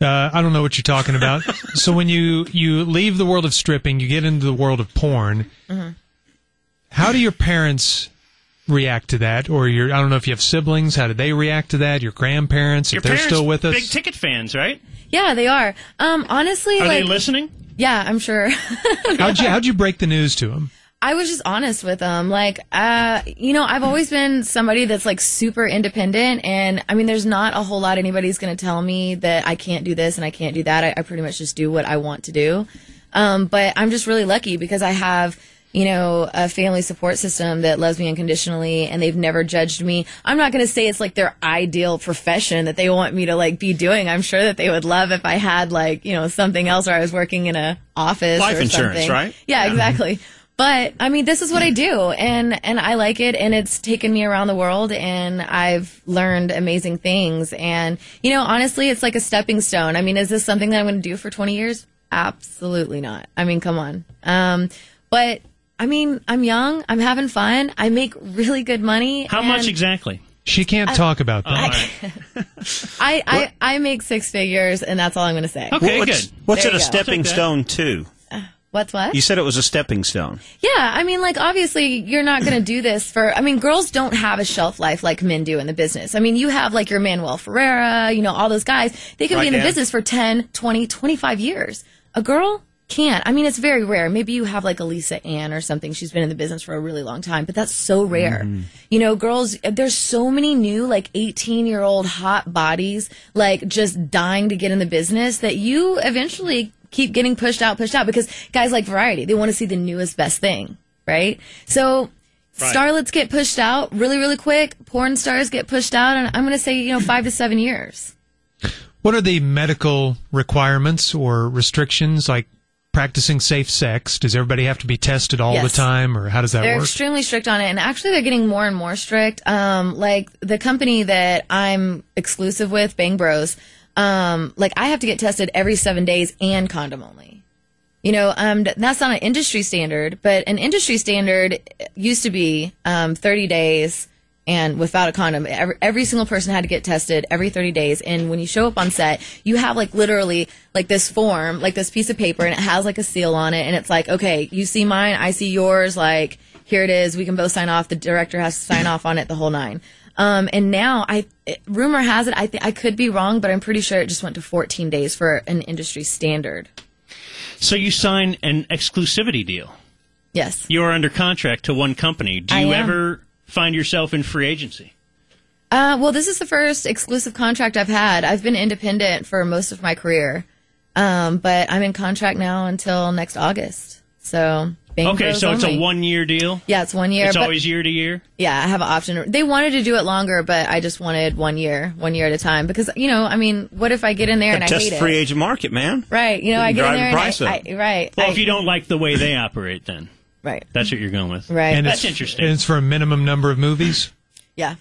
[SPEAKER 1] Uh, I don't know what you're talking about. so when you you leave the world of stripping, you get into the world of porn.
[SPEAKER 11] Mm-hmm.
[SPEAKER 1] How do your parents react to that? Or your I don't know if you have siblings. How did they react to that? Your grandparents,
[SPEAKER 12] Your
[SPEAKER 1] if they're
[SPEAKER 12] parents,
[SPEAKER 1] still with us.
[SPEAKER 12] Big ticket fans, right?
[SPEAKER 11] Yeah, they are. Um, honestly,
[SPEAKER 12] Are
[SPEAKER 11] like,
[SPEAKER 12] they listening?
[SPEAKER 11] yeah, I'm sure.
[SPEAKER 1] how'd you how'd you break the news to them?
[SPEAKER 11] I was just honest with them. Like, uh, you know, I've always been somebody that's like super independent. And I mean, there's not a whole lot anybody's going to tell me that I can't do this and I can't do that. I, I pretty much just do what I want to do. Um, but I'm just really lucky because I have, you know, a family support system that loves me unconditionally and they've never judged me. I'm not going to say it's like their ideal profession that they want me to like be doing. I'm sure that they would love if I had like, you know, something else or I was working in a office.
[SPEAKER 9] Life
[SPEAKER 11] or
[SPEAKER 9] insurance,
[SPEAKER 11] something.
[SPEAKER 9] right?
[SPEAKER 11] Yeah, exactly. But I mean, this is what I do, and and I like it, and it's taken me around the world, and I've learned amazing things. And you know, honestly, it's like a stepping stone. I mean, is this something that I'm going to do for 20 years? Absolutely not. I mean, come on. Um, but I mean, I'm young. I'm having fun. I make really good money.
[SPEAKER 12] How much
[SPEAKER 11] and-
[SPEAKER 12] exactly? Oh,
[SPEAKER 1] She can't
[SPEAKER 11] I-
[SPEAKER 1] talk about that.
[SPEAKER 11] I, I I make six figures, and that's all I'm going to say.
[SPEAKER 12] Okay,
[SPEAKER 9] what's,
[SPEAKER 12] good.
[SPEAKER 9] What's
[SPEAKER 11] There
[SPEAKER 9] it
[SPEAKER 11] you go.
[SPEAKER 9] a
[SPEAKER 11] Uh-huh.
[SPEAKER 12] Take
[SPEAKER 9] stepping
[SPEAKER 12] that.
[SPEAKER 9] stone to?
[SPEAKER 11] What's what?
[SPEAKER 9] You said it was a stepping stone.
[SPEAKER 11] Yeah, I mean, like, obviously, you're not going to do this for. I mean, girls don't have a shelf life like men do in the business. I mean, you have like your Manuel Ferreira, you know, all those guys. They can
[SPEAKER 9] Right,
[SPEAKER 11] be in the
[SPEAKER 9] Dan?
[SPEAKER 11] business for 10, 20, 25 years. A girl can't. I mean, it's very rare. Maybe you have like Elisa Ann or something. She's been in the business for a really long time, but that's so rare. You know, girls, there's so many new, like 18 year old hot bodies, like just dying to get in the business that you eventually keep getting pushed out, pushed out because guys like variety. They want to see the newest best thing, right? So starlets get pushed out really, really quick. Porn stars get pushed out, and I'm going to say, you know, five to seven years.
[SPEAKER 1] What are the medical requirements or restrictions like practicing safe sex? Does everybody have to be tested all
[SPEAKER 11] Yes.
[SPEAKER 1] the time or how does that
[SPEAKER 11] they're
[SPEAKER 1] work?
[SPEAKER 11] extremely strict on it, and actually, they're getting more and more strict. Um, like the company that I'm exclusive with, Bang Bros, um, like I have to get tested every seven days and condom only. You know, um, that's not an industry standard, but an industry standard used to be um, 30 days and without a condom. Every, every single person had to get tested every 30 days. And when you show up on set, you have like literally like this form, like this piece of paper, and it has like a seal on it. And it's like, okay, you see mine, I see yours. Like, here it is. We can both sign off. The director has to sign off on it, the whole nine. Um, and now I, it- rumor has it, I think I could be wrong, but I'm pretty sure it just went to 14 days for an industry standard.
[SPEAKER 12] So you sign an exclusivity deal.
[SPEAKER 11] Yes.
[SPEAKER 12] You are under contract to one company. Do
[SPEAKER 11] I
[SPEAKER 12] you
[SPEAKER 11] am.
[SPEAKER 12] ever find yourself in free agency?
[SPEAKER 11] Uh, well, this is the first exclusive contract I've had. I've been independent for most of my career, um, but I'm in contract now until next August. So Bang
[SPEAKER 2] okay,
[SPEAKER 11] Bros
[SPEAKER 2] so it's a
[SPEAKER 11] only.
[SPEAKER 2] one year deal.
[SPEAKER 11] Yeah, it's one year.
[SPEAKER 2] it's
[SPEAKER 11] but-
[SPEAKER 2] always year to year.
[SPEAKER 11] Yeah, I have an option. They wanted to do it longer, but I just wanted one year, one year at a time. Because you know, I mean, what if I get in there and I
[SPEAKER 9] Test
[SPEAKER 11] hate
[SPEAKER 9] free
[SPEAKER 11] it?
[SPEAKER 9] agent market, man.
[SPEAKER 11] Right, you know, I get in
[SPEAKER 9] Drive the
[SPEAKER 11] there and
[SPEAKER 9] price
[SPEAKER 11] I,
[SPEAKER 9] up.
[SPEAKER 11] I, right.
[SPEAKER 2] Well,
[SPEAKER 11] I-
[SPEAKER 2] if you don't like the way they operate, then
[SPEAKER 11] right,
[SPEAKER 2] that's what you're going with.
[SPEAKER 11] Right.
[SPEAKER 2] and
[SPEAKER 11] And
[SPEAKER 2] that's
[SPEAKER 11] it's-
[SPEAKER 2] interesting.
[SPEAKER 1] And it's for a minimum number of movies,
[SPEAKER 11] yeah.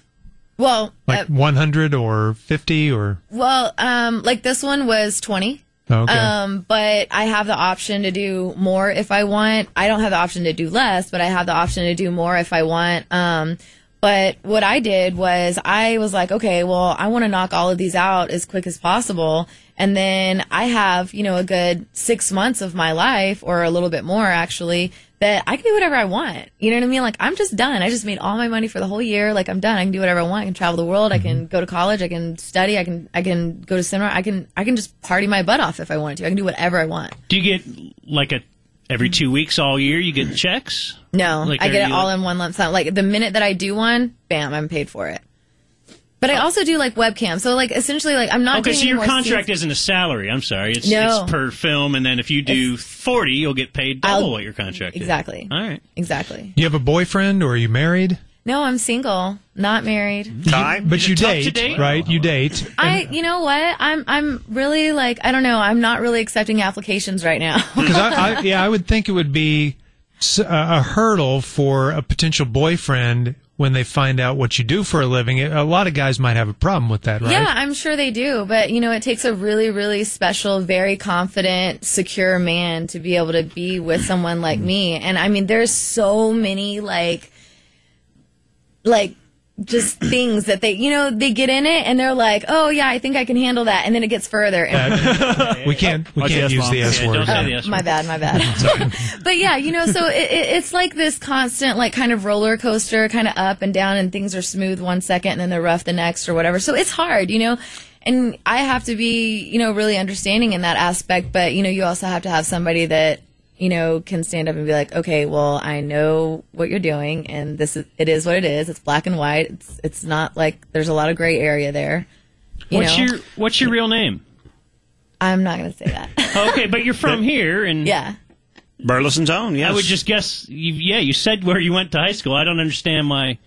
[SPEAKER 11] Well,
[SPEAKER 1] like
[SPEAKER 11] uh,
[SPEAKER 1] 100 or 50 or oh,
[SPEAKER 11] well, um, like this one was twenty.
[SPEAKER 1] Okay.
[SPEAKER 11] Um, but I have the option to do more if I want. I don't have the option to do less, but I have the option to do more if I want. Um, but what I did was I was like, okay, well, I want to knock all of these out as quick as possible. And then I have, you know, a good six months of my life or a little bit more actually that I can do whatever I want. You know what I mean? Like I'm just done. I just made all my money for the whole year. Like I'm done. I can do whatever I want. I can travel the world. I can go to college. I can study. I can, I can go to cinema. I can, I can just party my butt off if I wanted to. I can do whatever I want.
[SPEAKER 2] Do you get like a every two weeks all year? You get checks.
[SPEAKER 11] No,
[SPEAKER 2] Like,
[SPEAKER 11] I
[SPEAKER 2] are
[SPEAKER 11] get it
[SPEAKER 2] you,
[SPEAKER 11] all
[SPEAKER 2] like-
[SPEAKER 11] in one lump sum. Like the minute that I do one, bam, I'm paid for it. But I also do like webcam. So like essentially like I'm not
[SPEAKER 2] Oh. okay,
[SPEAKER 11] doing
[SPEAKER 2] so
[SPEAKER 11] any
[SPEAKER 2] your
[SPEAKER 11] more
[SPEAKER 2] contract
[SPEAKER 11] scenes.
[SPEAKER 2] isn't a salary. I'm sorry, it's,
[SPEAKER 11] No.
[SPEAKER 2] it's per film, and then if you do forty, you'll get paid double what your contract is.
[SPEAKER 11] Exactly.
[SPEAKER 2] All right.
[SPEAKER 11] Exactly.
[SPEAKER 1] you have a boyfriend or are you married?
[SPEAKER 11] No, I'm single, not
[SPEAKER 2] Mm-hmm.
[SPEAKER 11] married.
[SPEAKER 1] Time, but you date, right? You date.
[SPEAKER 11] I you know what? I'm I'm really like I don't know, I'm not really accepting applications right now.
[SPEAKER 1] Because I, I, yeah, I would think it would be s- a, a hurdle for a potential boyfriend when they find out what you do for a living. A lot of guys might have a problem with that, right?
[SPEAKER 11] Yeah, I'm sure they do. But, you know, it takes a really, really special, very confident, secure man to be able to be with someone like me. And I mean, there's so many, like, like, just things that they, you know, they get in it and they're like, oh, yeah, I think I can handle that. And then it gets further. And, oh,
[SPEAKER 1] we can't we
[SPEAKER 2] Watch
[SPEAKER 1] can't
[SPEAKER 2] the
[SPEAKER 1] use
[SPEAKER 2] S-bomb.
[SPEAKER 1] the S
[SPEAKER 2] Yeah,
[SPEAKER 1] word.
[SPEAKER 2] don't say the
[SPEAKER 1] Yeah.
[SPEAKER 2] S
[SPEAKER 11] my bad, my bad. but yeah, you know, so it, it, it's like this constant, like kind of roller coaster, kind of up and down, and things are smooth one second and then they're rough the next or whatever. So it's hard, you know. And I have to be, you know, really understanding in that aspect. But you know, you also have to have somebody that you know can stand up and be like, okay, well, I know what you're doing, and this is it is what it is. It's black and white. It's it's not like there's a lot of gray area there. You
[SPEAKER 2] What's
[SPEAKER 11] know?
[SPEAKER 2] your What's your real name? Oh,
[SPEAKER 11] I'm not gonna say that.
[SPEAKER 2] Okay, but you're from here, and
[SPEAKER 11] yeah.
[SPEAKER 9] Burleson's own. Yes.
[SPEAKER 2] I would just guess. You, yeah, you said where you went to high school. I don't understand why.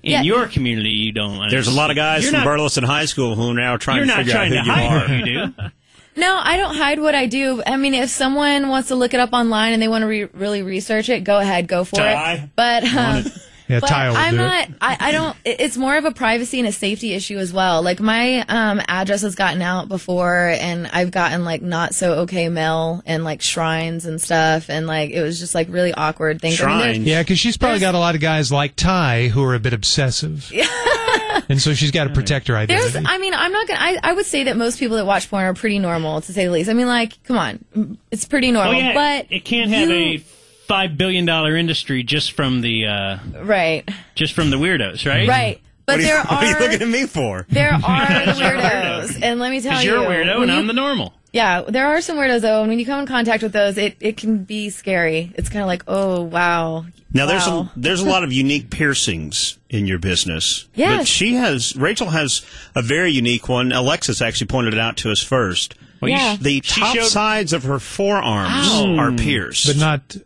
[SPEAKER 2] In
[SPEAKER 11] Yeah.
[SPEAKER 2] your community, you don't. Understand.
[SPEAKER 9] There's a lot of guys
[SPEAKER 2] you're
[SPEAKER 9] from
[SPEAKER 2] not,
[SPEAKER 9] Burleson High School who are now trying
[SPEAKER 2] You're
[SPEAKER 9] to
[SPEAKER 2] not
[SPEAKER 9] figure
[SPEAKER 2] trying to
[SPEAKER 9] out who
[SPEAKER 2] hide
[SPEAKER 9] you are.
[SPEAKER 2] what you do.
[SPEAKER 11] No, I don't hide what I do. I mean, if someone wants to look it up online and they want to re- really research it, go ahead, go for
[SPEAKER 9] Ty?
[SPEAKER 11] it. But um,
[SPEAKER 1] Yeah,
[SPEAKER 11] but
[SPEAKER 1] Ty will
[SPEAKER 11] I'm
[SPEAKER 1] do it.
[SPEAKER 11] not. I, I don't. it- It's more of a privacy and a safety issue as well. Like my um, address has gotten out before, and I've gotten like not so okay mail and like shrines and stuff, and like it was just like really awkward things. I mean, there's-
[SPEAKER 9] Shrines.
[SPEAKER 1] Yeah, because she's probably got a lot of guys like Ty who are a bit obsessive. and so she's got to protect her
[SPEAKER 11] There's,
[SPEAKER 1] identity.
[SPEAKER 11] I mean, I'm not gonna. I, I would say that most people that watch porn are pretty normal, to say the least. I mean, like, come on, it's pretty
[SPEAKER 2] Oh
[SPEAKER 11] normal.
[SPEAKER 2] yeah,
[SPEAKER 11] but
[SPEAKER 2] it can't have
[SPEAKER 11] you-
[SPEAKER 2] a five billion dollar industry just from the uh,
[SPEAKER 11] right.
[SPEAKER 2] just from the weirdos, right?
[SPEAKER 11] Right. But
[SPEAKER 9] What are, you,
[SPEAKER 11] there
[SPEAKER 9] what are you looking
[SPEAKER 11] are
[SPEAKER 9] at me for?
[SPEAKER 11] there are the weirdos, and let me tell
[SPEAKER 2] Because
[SPEAKER 11] you,
[SPEAKER 2] you're a weirdo,
[SPEAKER 11] when
[SPEAKER 2] and
[SPEAKER 11] you-
[SPEAKER 2] I'm the normal.
[SPEAKER 11] yeah, there are some weirdos though, and when you come in contact with those, it, it can be scary. It's kind of like, oh wow.
[SPEAKER 9] Now there's
[SPEAKER 11] wow.
[SPEAKER 9] a, there's a lot of unique piercings in your business.
[SPEAKER 11] Yes.
[SPEAKER 9] But she has Rachel has a very unique one. Alexis actually pointed it out to us first.
[SPEAKER 11] you Yeah. sh-
[SPEAKER 9] the
[SPEAKER 2] she
[SPEAKER 9] top
[SPEAKER 2] showed-
[SPEAKER 9] sides of her forearms are pierced,
[SPEAKER 1] but not.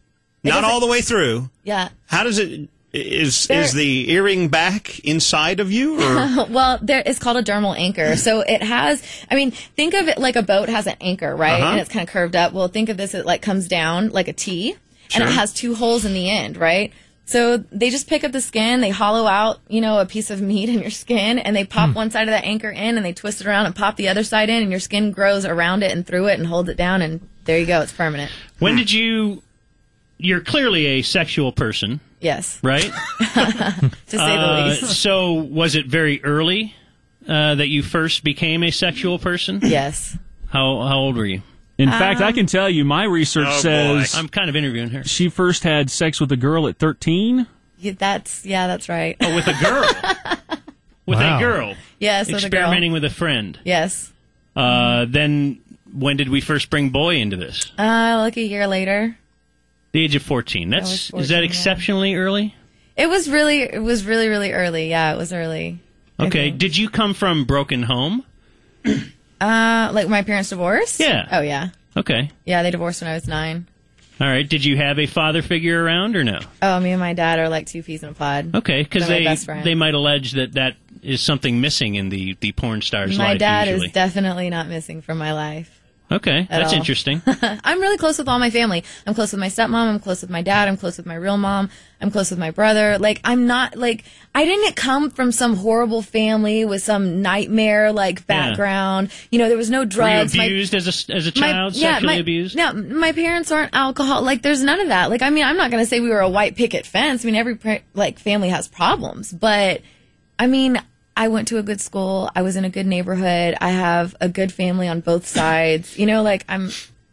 [SPEAKER 9] not all the way through.
[SPEAKER 11] yeah.
[SPEAKER 9] How does it is
[SPEAKER 11] There-
[SPEAKER 9] is the earring back inside of you? Or?
[SPEAKER 11] Well, there it's called a dermal anchor. So it has, I mean, think of it like a boat has an anchor, right?
[SPEAKER 9] Uh-huh.
[SPEAKER 11] And it's kind of curved up. Well, think of this, it like comes down like a T and it has two holes in the end, right? So they just pick up the skin, they hollow out, you know, a piece of meat in your skin and they
[SPEAKER 2] Hmm.
[SPEAKER 11] pop one side of that anchor in and they twist it around and pop the other side in and your skin grows around it and through it and holds it down and there you go. It's permanent.
[SPEAKER 2] When did you? You're clearly a sexual person,
[SPEAKER 11] Yes.
[SPEAKER 2] right?
[SPEAKER 11] To say the
[SPEAKER 2] Uh,
[SPEAKER 11] least.
[SPEAKER 2] so was it very early uh, that you first became a sexual person?
[SPEAKER 11] Yes.
[SPEAKER 2] How how old were you?
[SPEAKER 3] In fact,
[SPEAKER 11] Um,
[SPEAKER 3] I can tell you, my research
[SPEAKER 9] Oh,
[SPEAKER 3] says
[SPEAKER 9] boy.
[SPEAKER 2] I'm kind of interviewing her.
[SPEAKER 3] she first had sex with a girl at 13.
[SPEAKER 11] Yeah, That's, yeah, that's right.
[SPEAKER 2] Oh, with a girl. with
[SPEAKER 1] Wow.
[SPEAKER 2] a girl.
[SPEAKER 11] Yes. With a girl.
[SPEAKER 2] experimenting with a friend.
[SPEAKER 11] Yes.
[SPEAKER 2] Uh, then when did we first bring boy into this?
[SPEAKER 11] Uh, like a year later.
[SPEAKER 2] The age of 14. That's
[SPEAKER 11] I was
[SPEAKER 2] is that
[SPEAKER 11] 14, yeah.
[SPEAKER 2] exceptionally early?
[SPEAKER 11] It was really, it was really, really early. Yeah, it was early.
[SPEAKER 2] Okay. Did you come from broken home?
[SPEAKER 11] Uh, like my parents divorced.
[SPEAKER 2] Yeah.
[SPEAKER 11] Oh yeah,
[SPEAKER 2] Okay.
[SPEAKER 11] yeah. They divorced when I was nine.
[SPEAKER 2] All right. Did you have a father figure around or no?
[SPEAKER 11] Oh, me and my dad are like two peas in a pod.
[SPEAKER 2] Okay, because
[SPEAKER 11] They're my
[SPEAKER 2] they
[SPEAKER 11] best friends.
[SPEAKER 2] they might allege that that is something missing in the the porn star's
[SPEAKER 11] my
[SPEAKER 2] life.
[SPEAKER 11] dad
[SPEAKER 2] usually.
[SPEAKER 11] is definitely not missing from my life.
[SPEAKER 2] okay,
[SPEAKER 11] at
[SPEAKER 2] that's
[SPEAKER 11] all.
[SPEAKER 2] interesting.
[SPEAKER 11] I'm really close with all my family. I'm close with my stepmom. I'm close with my dad. I'm close with my real mom. I'm close with my brother. Like, I'm not, like, I didn't come from some horrible family with some nightmare, like,
[SPEAKER 2] Yeah.
[SPEAKER 11] background. You know, there was no drugs.
[SPEAKER 2] Were you
[SPEAKER 11] My-
[SPEAKER 2] abused as a as a
[SPEAKER 11] my-
[SPEAKER 2] child?
[SPEAKER 11] yeah,
[SPEAKER 2] sexually
[SPEAKER 11] my,
[SPEAKER 2] abused?
[SPEAKER 11] Yeah, my parents aren't alcohol. Like, there's none of that. Like, I mean, I'm not going to say we were a white picket fence. I mean, every par- like family has problems, but I mean, I went to a good school. I was in a good neighborhood. I have a good family on both sides. You know, like I'm.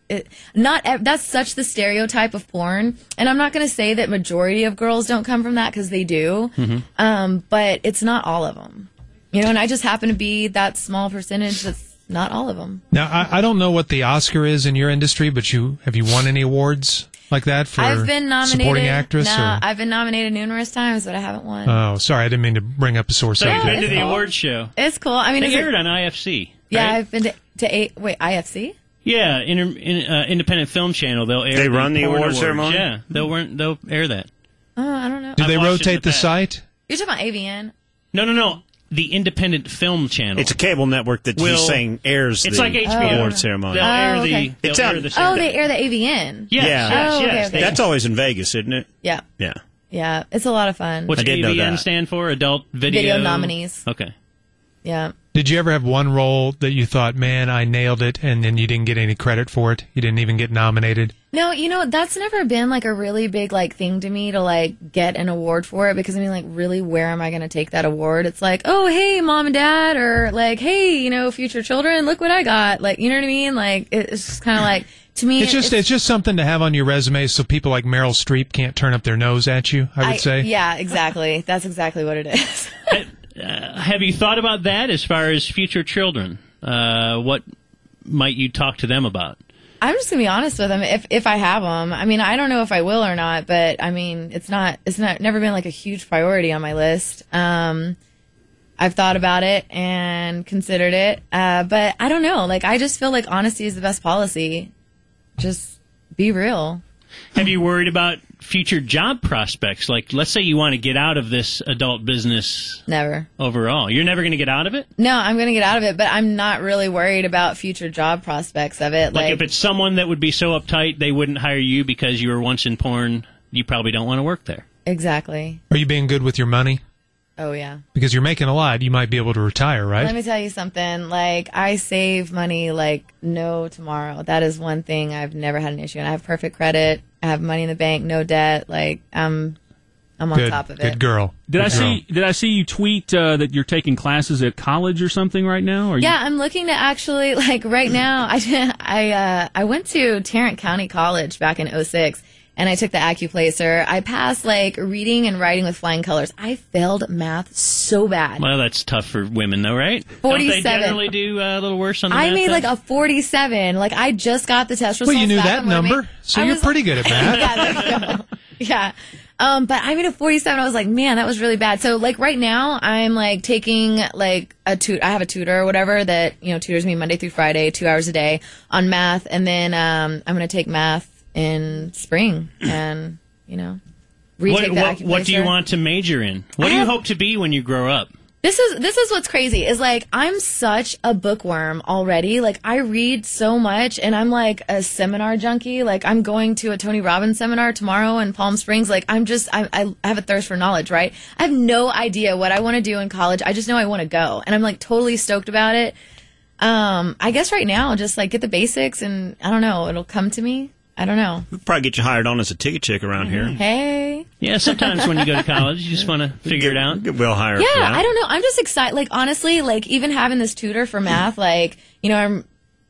[SPEAKER 11] It, not ev- that's such the stereotype of porn, and I'm not going to say that majority of girls don't come from that because they do, um, but it's not all of them, you know. And I just happen to be that small percentage that's not all of them.
[SPEAKER 1] Now, I, I don't know what the Oscar is in your industry, but you have you won any awards like that for
[SPEAKER 11] I've been nominated.
[SPEAKER 1] supporting actress?
[SPEAKER 11] Nah,
[SPEAKER 1] or-
[SPEAKER 11] I've been nominated numerous times, but I haven't won.
[SPEAKER 1] oh, sorry, I didn't mean to bring up a sore
[SPEAKER 2] So you've
[SPEAKER 1] subject.
[SPEAKER 2] been to the
[SPEAKER 11] cool.
[SPEAKER 2] award show.
[SPEAKER 11] it's cool. I mean,
[SPEAKER 2] they
[SPEAKER 11] is it-
[SPEAKER 2] aired on IFC.
[SPEAKER 11] yeah,
[SPEAKER 2] right?
[SPEAKER 11] I've been to, to eight. Wait, IFC.
[SPEAKER 2] yeah, inter, in, uh, Independent Film Channel. They'll air.
[SPEAKER 9] They run the
[SPEAKER 2] porn
[SPEAKER 9] award
[SPEAKER 2] awards.
[SPEAKER 9] ceremony?
[SPEAKER 2] Yeah, they'll run, they'll air that.
[SPEAKER 11] Oh, I don't know.
[SPEAKER 1] Do they
[SPEAKER 2] I've watched it in
[SPEAKER 1] rotate
[SPEAKER 2] the
[SPEAKER 1] the
[SPEAKER 2] past.
[SPEAKER 1] site?
[SPEAKER 11] You're talking about AVN.
[SPEAKER 2] No, no, no. The Independent Film Channel.
[SPEAKER 9] It's a cable network that
[SPEAKER 2] Will-
[SPEAKER 9] he's saying airs
[SPEAKER 2] It's
[SPEAKER 9] the
[SPEAKER 2] like HBO.
[SPEAKER 9] award ceremony.
[SPEAKER 2] They'll air
[SPEAKER 11] Oh,
[SPEAKER 2] the.
[SPEAKER 11] okay.
[SPEAKER 2] They'll
[SPEAKER 9] It's
[SPEAKER 2] air
[SPEAKER 9] on-
[SPEAKER 2] the
[SPEAKER 11] Oh,
[SPEAKER 2] ceremony.
[SPEAKER 11] they air the AVN.
[SPEAKER 2] Yes,
[SPEAKER 9] Yeah.
[SPEAKER 2] yes,
[SPEAKER 11] Oh, okay,
[SPEAKER 2] yes.
[SPEAKER 11] okay.
[SPEAKER 2] They-
[SPEAKER 9] That's always in Vegas, isn't it?
[SPEAKER 11] Yeah,
[SPEAKER 9] Yeah.
[SPEAKER 11] yeah. It's a lot of fun.
[SPEAKER 2] What's
[SPEAKER 9] I did know
[SPEAKER 2] AVN
[SPEAKER 9] that.
[SPEAKER 2] stand for? Adult Video,
[SPEAKER 11] Video nominees.
[SPEAKER 2] Okay.
[SPEAKER 11] Yeah.
[SPEAKER 1] Did you ever have one role that you thought, man, I nailed it, and then you didn't get any credit for it? You didn't even get nominated?
[SPEAKER 11] No, you know that's never been like a really big like thing to me to like get an award for it because I mean like really where am I going to take that award? It's like oh hey mom and dad or like hey you know future children look what I got like you know what I mean like it- it's just kind of like to me
[SPEAKER 1] It's just it's, just something to have on your resume so people like Meryl Streep can't turn up their nose at you, I would say.
[SPEAKER 11] yeah exactly that's exactly what it is.
[SPEAKER 2] Uh, have you thought about that as far as future children? Uh, what might you talk to them about?
[SPEAKER 11] I'm just gonna be honest with them if if I have them. I mean, I don't know if I will or not, but I mean, it's not it's not never been like a huge priority on my list. Um, I've thought about it and considered it, uh, but I don't know. Like, I just feel like honesty is the best policy. Just be real.
[SPEAKER 2] Have you worried about future job prospects? Like, let's say you want to get out of this adult business
[SPEAKER 11] Never.
[SPEAKER 2] overall. You're never going to get out of it?
[SPEAKER 11] No, I'm gonna get out of it, but I'm not really worried about future job prospects of it.
[SPEAKER 2] Like,
[SPEAKER 11] Like,
[SPEAKER 2] if it's someone that would be so uptight they wouldn't hire you because you were once in porn, you probably don't want to work there.
[SPEAKER 11] exactly.
[SPEAKER 1] Are you being good with your money?
[SPEAKER 11] Oh yeah.
[SPEAKER 1] Because you're making a lot, you might be able to retire, right?
[SPEAKER 11] Let me tell you something. Like I save money like no tomorrow. That is one thing I've never had an issue, and I have perfect credit. I have money in the bank, no debt. Like I'm, I'm on
[SPEAKER 1] good,
[SPEAKER 11] top of it.
[SPEAKER 1] good girl.
[SPEAKER 3] Did
[SPEAKER 1] Good girl.
[SPEAKER 3] I see? Did I see you tweet uh, that you're taking classes at college or something right now? Or you-
[SPEAKER 11] Yeah, I'm looking to actually like right now. I I uh, I went to Tarrant County College back in 06 and I took the acuplacer. I passed like reading and writing with flying colors. I failed math so bad.
[SPEAKER 2] Well, that's tough for women, though, right? Don't they
[SPEAKER 11] 47.
[SPEAKER 2] generally do uh, a little worse on the
[SPEAKER 11] I
[SPEAKER 2] math
[SPEAKER 11] made
[SPEAKER 2] test?
[SPEAKER 11] like a 47. Like I just got the test results.
[SPEAKER 1] Well, you knew
[SPEAKER 11] back
[SPEAKER 1] that
[SPEAKER 11] and when I made-
[SPEAKER 1] number, so
[SPEAKER 11] I
[SPEAKER 1] you're
[SPEAKER 11] was-
[SPEAKER 1] pretty good at math.
[SPEAKER 11] yeah, there you go. yeah. Um, but I made a 47. I was like, man, that was really bad. So like right now, I'm like taking like a tut. I have a tutor or whatever that you know tutors me Monday through Friday, two hours a day on math, and then um, I'm gonna take math in spring and you know retake
[SPEAKER 2] what, what,
[SPEAKER 11] the
[SPEAKER 2] what do you
[SPEAKER 11] acupuncture.
[SPEAKER 2] want to major in? What do you hope to be when you grow up?
[SPEAKER 11] This is this is what's crazy is like I'm such a bookworm already. Like I read so much and I'm like a seminar junkie. Like I'm going to a Tony Robbins seminar tomorrow in Palm Springs. Like I'm just I, I have a thirst for knowledge, right? I have no idea what I want to do in college. I just know I want to go and I'm like totally stoked about it. Um, I guess right now just like get the basics and I don't know, it'll come to me. I don't know.
[SPEAKER 9] We'll probably get you hired on as a ticket chick around here.
[SPEAKER 11] Mm-hmm. Hey.
[SPEAKER 2] Yeah, sometimes when you go to college, you just want to figure it out.
[SPEAKER 9] Get Will hired. for
[SPEAKER 11] Yeah,
[SPEAKER 9] that.
[SPEAKER 11] I don't know. I'm just excited. Like honestly, like even having this tutor for math, like you know, I'm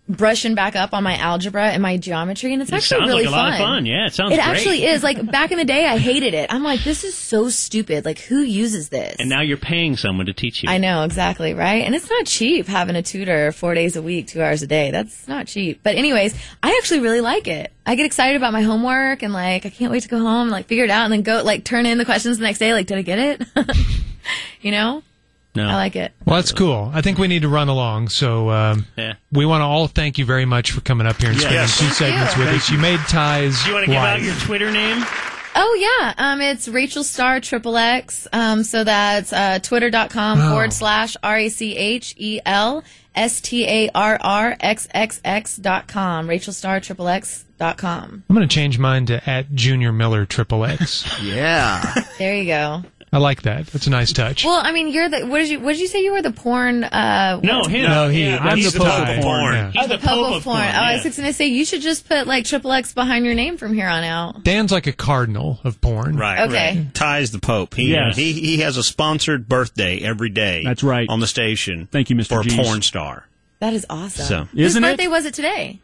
[SPEAKER 11] brushing back up on my algebra and my geometry, and it's actually
[SPEAKER 2] sounds
[SPEAKER 11] really
[SPEAKER 2] like a
[SPEAKER 11] fun.
[SPEAKER 2] lot of fun. Yeah, it sounds
[SPEAKER 11] It
[SPEAKER 2] great.
[SPEAKER 11] actually is. Like back in the day, I hated it. I'm like, this is so stupid. Like who uses this?
[SPEAKER 2] And now you're paying someone to teach you.
[SPEAKER 11] I know exactly right, and it's not cheap having a tutor four days a week, two hours a day. That's not cheap. But anyways, I actually really like it. I get excited about my homework, and like I can't wait to go home, and, like figure it out, and then go like turn in the questions the next day. Like, did I get it? you know?
[SPEAKER 2] No.
[SPEAKER 11] I like it.
[SPEAKER 1] Well, that's cool. I think we need to run along. So um,
[SPEAKER 2] Yeah.
[SPEAKER 1] we want to all thank you very much for coming up here and
[SPEAKER 2] Yes.
[SPEAKER 1] spending
[SPEAKER 2] Yes.
[SPEAKER 1] two
[SPEAKER 2] Thank
[SPEAKER 1] segments
[SPEAKER 2] you.
[SPEAKER 1] with
[SPEAKER 2] Thank
[SPEAKER 1] us. You made ties.
[SPEAKER 2] Do you want to give out your Twitter name?
[SPEAKER 11] Oh yeah, um, it's Rachel Star Triple X. Um, so that's uh, twitter.com
[SPEAKER 1] Oh.
[SPEAKER 11] forward slash r a c h e l s t a r r x x x dot com. Rachel Star Triple X dot com.
[SPEAKER 1] I'm going to change mine to at Junior Miller Triple X.
[SPEAKER 14] yeah.
[SPEAKER 11] There you go.
[SPEAKER 1] I like that. That's a nice touch.
[SPEAKER 11] Well, I mean, you're the. What did you? What did you say you were the porn? Uh,
[SPEAKER 2] No,
[SPEAKER 11] what-
[SPEAKER 2] him.
[SPEAKER 1] No, he-
[SPEAKER 2] Yeah,
[SPEAKER 1] I'm
[SPEAKER 2] he's
[SPEAKER 1] the
[SPEAKER 2] the
[SPEAKER 1] Pope
[SPEAKER 2] Pope
[SPEAKER 1] of
[SPEAKER 2] of
[SPEAKER 1] porn,
[SPEAKER 2] porn.
[SPEAKER 1] yeah.
[SPEAKER 11] Oh, the Pope, of, porn. Oh, I was just gonna say you should just put like triple X behind your name from here on out.
[SPEAKER 1] Dan's like a cardinal of porn.
[SPEAKER 9] Right.
[SPEAKER 11] Okay.
[SPEAKER 9] Right. Ty's the Pope. He,
[SPEAKER 1] Yes.
[SPEAKER 9] he he has a sponsored birthday every day.
[SPEAKER 3] That's right.
[SPEAKER 9] On the station.
[SPEAKER 3] Thank you, Mr.
[SPEAKER 9] For
[SPEAKER 3] G's.
[SPEAKER 9] a porn star.
[SPEAKER 11] That is awesome.
[SPEAKER 9] So-
[SPEAKER 11] Whose
[SPEAKER 3] Isn't it?
[SPEAKER 11] birthday was it today?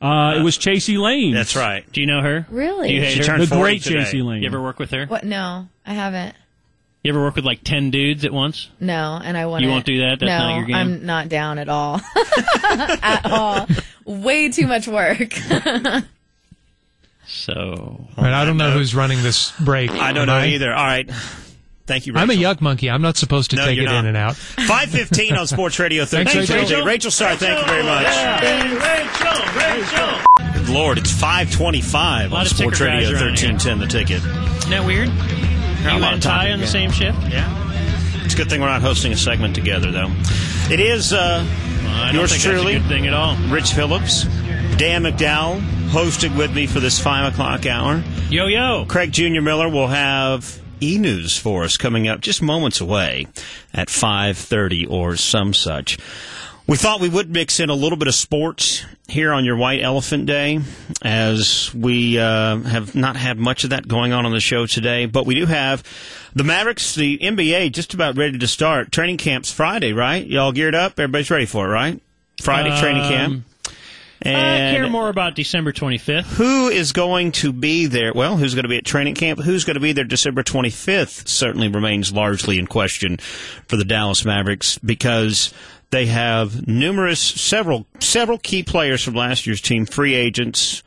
[SPEAKER 3] Uh, it was Chasey Lane.
[SPEAKER 9] That's right.
[SPEAKER 2] Do you know her?
[SPEAKER 11] Really?
[SPEAKER 2] Do you hate
[SPEAKER 9] She
[SPEAKER 2] her?
[SPEAKER 9] turned
[SPEAKER 3] The
[SPEAKER 9] 40
[SPEAKER 3] great
[SPEAKER 9] today.
[SPEAKER 3] Chasey Lane.
[SPEAKER 2] You ever work with her?
[SPEAKER 11] What? No, I haven't.
[SPEAKER 2] You ever work with like ten dudes at once?
[SPEAKER 11] No, and I want.
[SPEAKER 2] You won't do that? That's
[SPEAKER 11] no,
[SPEAKER 2] not your game?
[SPEAKER 11] I'm not down at all. at all. Way too much work.
[SPEAKER 2] So
[SPEAKER 1] All right, I don't know who's running this break.
[SPEAKER 9] I don't
[SPEAKER 1] Am
[SPEAKER 9] know either. All right. Thank you, Rachel.
[SPEAKER 1] I'm a yuck monkey. I'm not supposed to
[SPEAKER 9] No,
[SPEAKER 1] take
[SPEAKER 9] you're
[SPEAKER 1] it in
[SPEAKER 9] not.
[SPEAKER 1] and out.
[SPEAKER 9] 515 on Sports Radio 13.
[SPEAKER 1] Thanks, Rachel.
[SPEAKER 9] Rachel. Rachel Starr, thank you very much.
[SPEAKER 2] Rachel, Rachel.
[SPEAKER 9] Good Lord, it's 525
[SPEAKER 2] Lot
[SPEAKER 9] on
[SPEAKER 2] of
[SPEAKER 9] Sports
[SPEAKER 2] ticker
[SPEAKER 9] Radio
[SPEAKER 2] guys around
[SPEAKER 9] 1310, the ticket.
[SPEAKER 2] Isn't that weird?
[SPEAKER 9] I'm
[SPEAKER 2] you
[SPEAKER 9] on
[SPEAKER 2] and
[SPEAKER 9] top
[SPEAKER 2] Ty
[SPEAKER 9] of
[SPEAKER 2] on
[SPEAKER 9] it,
[SPEAKER 2] the
[SPEAKER 9] yeah.
[SPEAKER 2] same ship?
[SPEAKER 9] Yeah. It's a good thing we're not hosting a segment together, though. It is uh,
[SPEAKER 2] I don't
[SPEAKER 9] yours
[SPEAKER 2] think that's a
[SPEAKER 9] truly,
[SPEAKER 2] good thing at all.
[SPEAKER 9] Rich Phillips, Dan McDowell, hosting with me for this 5 o'clock hour.
[SPEAKER 2] Yo, yo.
[SPEAKER 9] Craig Jr. Miller will have e news for us coming up just moments away at 5.30 or some such. We thought we would mix in a little bit of sports here on your White Elephant Day, as we uh, have not had much of that going on on the show today. But we do have the Mavericks, the NBA, just about ready to start. Training camp's Friday, right? Y'all geared up? Everybody's ready for it, right? Friday training camp.
[SPEAKER 2] Um, I care
[SPEAKER 9] And-
[SPEAKER 2] more about December 25th.
[SPEAKER 9] who is going to be there? Well, who's going to be at training camp? Who's going to be there December 25th certainly remains largely in question for the Dallas Mavericks because they have numerous several several key players from last year's team free agents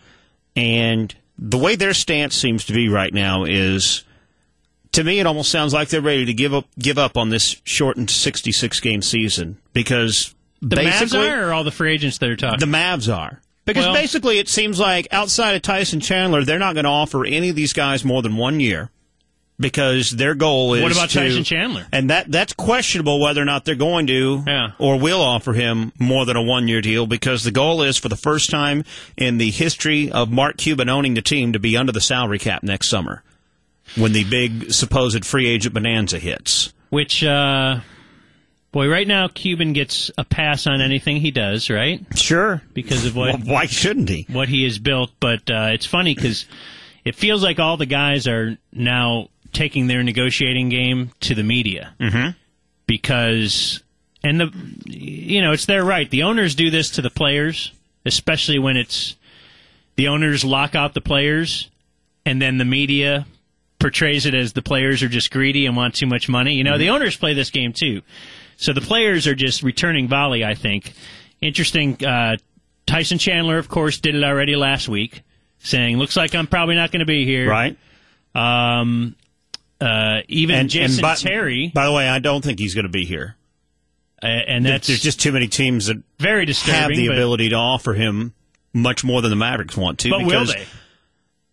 [SPEAKER 9] and the way their stance seems to be right now is to me, it almost sounds like they're ready to give up give up on this shortened 66 game season because
[SPEAKER 2] The
[SPEAKER 9] basically,
[SPEAKER 2] Mavs are or all the free agents that are talking?
[SPEAKER 9] the Mavs are. Because
[SPEAKER 2] Well-
[SPEAKER 9] basically, it seems like outside of Tyson Chandler, they're not going to offer any of these guys more than one year because their goal is
[SPEAKER 2] What about
[SPEAKER 9] to-
[SPEAKER 2] Tyson Chandler?
[SPEAKER 9] and that that's questionable whether or not they're going to
[SPEAKER 2] Yeah.
[SPEAKER 9] or will offer him more than a one year deal because the goal is for the first time in the history of Mark Cuban owning the team to be under the salary cap next summer when the big supposed free agent bonanza hits.
[SPEAKER 2] Which, uh, boy, right now Cuban gets a pass on anything he does, right?
[SPEAKER 9] Sure,
[SPEAKER 2] Because of what
[SPEAKER 9] why shouldn't he?
[SPEAKER 2] what he has built. But uh, it's funny because it feels like all the guys are now taking their negotiating game to the media mm-hmm. because, and the you know it's their right. The owners do this to the players, especially when it's the owners lock out the players, and then the media portrays it as the players are just greedy and want too much money. You know, the owners play this game too. So the players are just returning volley, I think. Interesting. Uh, Tyson Chandler, of course, did it already last week, saying, looks like I'm probably not going to be here.
[SPEAKER 9] Right.
[SPEAKER 2] Um, uh, even Jason
[SPEAKER 9] by,
[SPEAKER 2] Terry,
[SPEAKER 9] By the way, I don't think he's going to be here.
[SPEAKER 2] uh, and that's
[SPEAKER 9] There's just too many teams that
[SPEAKER 2] very disturbing.
[SPEAKER 9] have the
[SPEAKER 2] but,
[SPEAKER 9] ability to offer him much more than the Mavericks want to.
[SPEAKER 2] but will
[SPEAKER 9] because
[SPEAKER 2] they?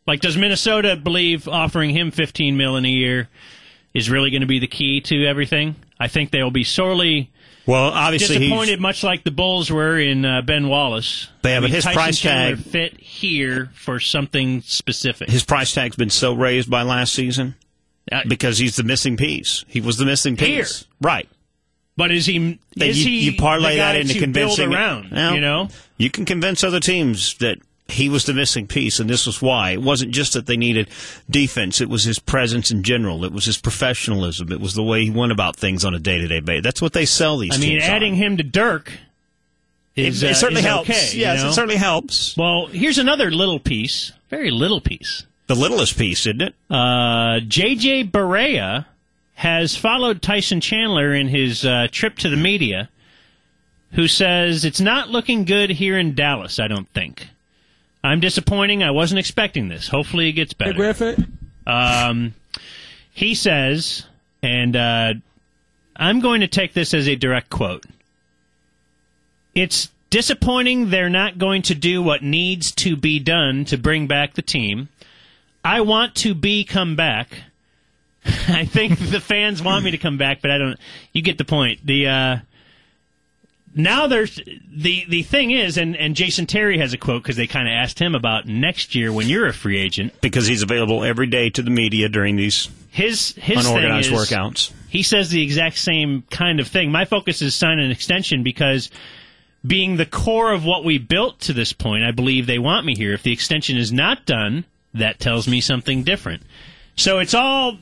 [SPEAKER 2] Like, does Minnesota believe offering him 15 mil in a year is really going to be the key to everything? I think they'll be sorely
[SPEAKER 9] Well, obviously, he's-
[SPEAKER 2] disappointed, much like the Bulls were in uh, Ben Wallace.
[SPEAKER 9] They have
[SPEAKER 2] I mean,
[SPEAKER 9] his
[SPEAKER 2] Tyson
[SPEAKER 9] price
[SPEAKER 2] Chandler
[SPEAKER 9] tag-
[SPEAKER 2] fit here for something specific.
[SPEAKER 9] his price tag's been so raised by last season
[SPEAKER 2] Uh,
[SPEAKER 9] because he's the missing piece. He was the missing piece,
[SPEAKER 2] Here.
[SPEAKER 9] right?
[SPEAKER 2] but is he?
[SPEAKER 9] That
[SPEAKER 2] Is
[SPEAKER 9] you,
[SPEAKER 2] he
[SPEAKER 9] you parlay
[SPEAKER 2] the guy
[SPEAKER 9] that into
[SPEAKER 2] to
[SPEAKER 9] convincing
[SPEAKER 2] build around?
[SPEAKER 9] Well,
[SPEAKER 2] you know,
[SPEAKER 9] you can convince other teams that he was the missing piece, and this was why. It wasn't just that they needed defense; it was his presence in general. It was his professionalism. It was the way he went about things on a day-to-day basis. That's what they sell these.
[SPEAKER 2] I mean,
[SPEAKER 9] teams on.
[SPEAKER 2] adding him to Dirk is
[SPEAKER 9] it,
[SPEAKER 2] uh,
[SPEAKER 9] it certainly
[SPEAKER 2] is
[SPEAKER 9] helps.
[SPEAKER 2] Okay, you
[SPEAKER 9] yes,
[SPEAKER 2] know?
[SPEAKER 9] it certainly helps.
[SPEAKER 2] Well, here's another little piece, very little piece.
[SPEAKER 9] The littlest piece, isn't it?
[SPEAKER 2] Uh, JJ Barea has followed Tyson Chandler in his uh, trip to the media, who says, It's not looking good here in Dallas, I don't think. I'm disappointing. I wasn't expecting this. Hopefully it gets better.
[SPEAKER 3] Griffith.
[SPEAKER 2] Um, he says, and uh, I'm going to take this as a direct quote. It's disappointing they're not going to do what needs to be done to bring back the team. I want to be come back. I think the fans want me to come back, but I don't. You get the point. The uh, now there's the the thing is, and and Jason Terry has a quote because they kind of asked him about next year when you're a free agent
[SPEAKER 15] because he's available every day to the media during these
[SPEAKER 2] his his
[SPEAKER 15] unorganized
[SPEAKER 2] thing is,
[SPEAKER 15] workouts.
[SPEAKER 2] He says the exact same kind of thing. My focus is sign an extension because being the core of what we built to this point, I believe they want me here. If the extension is not done, that tells me something different. So it's all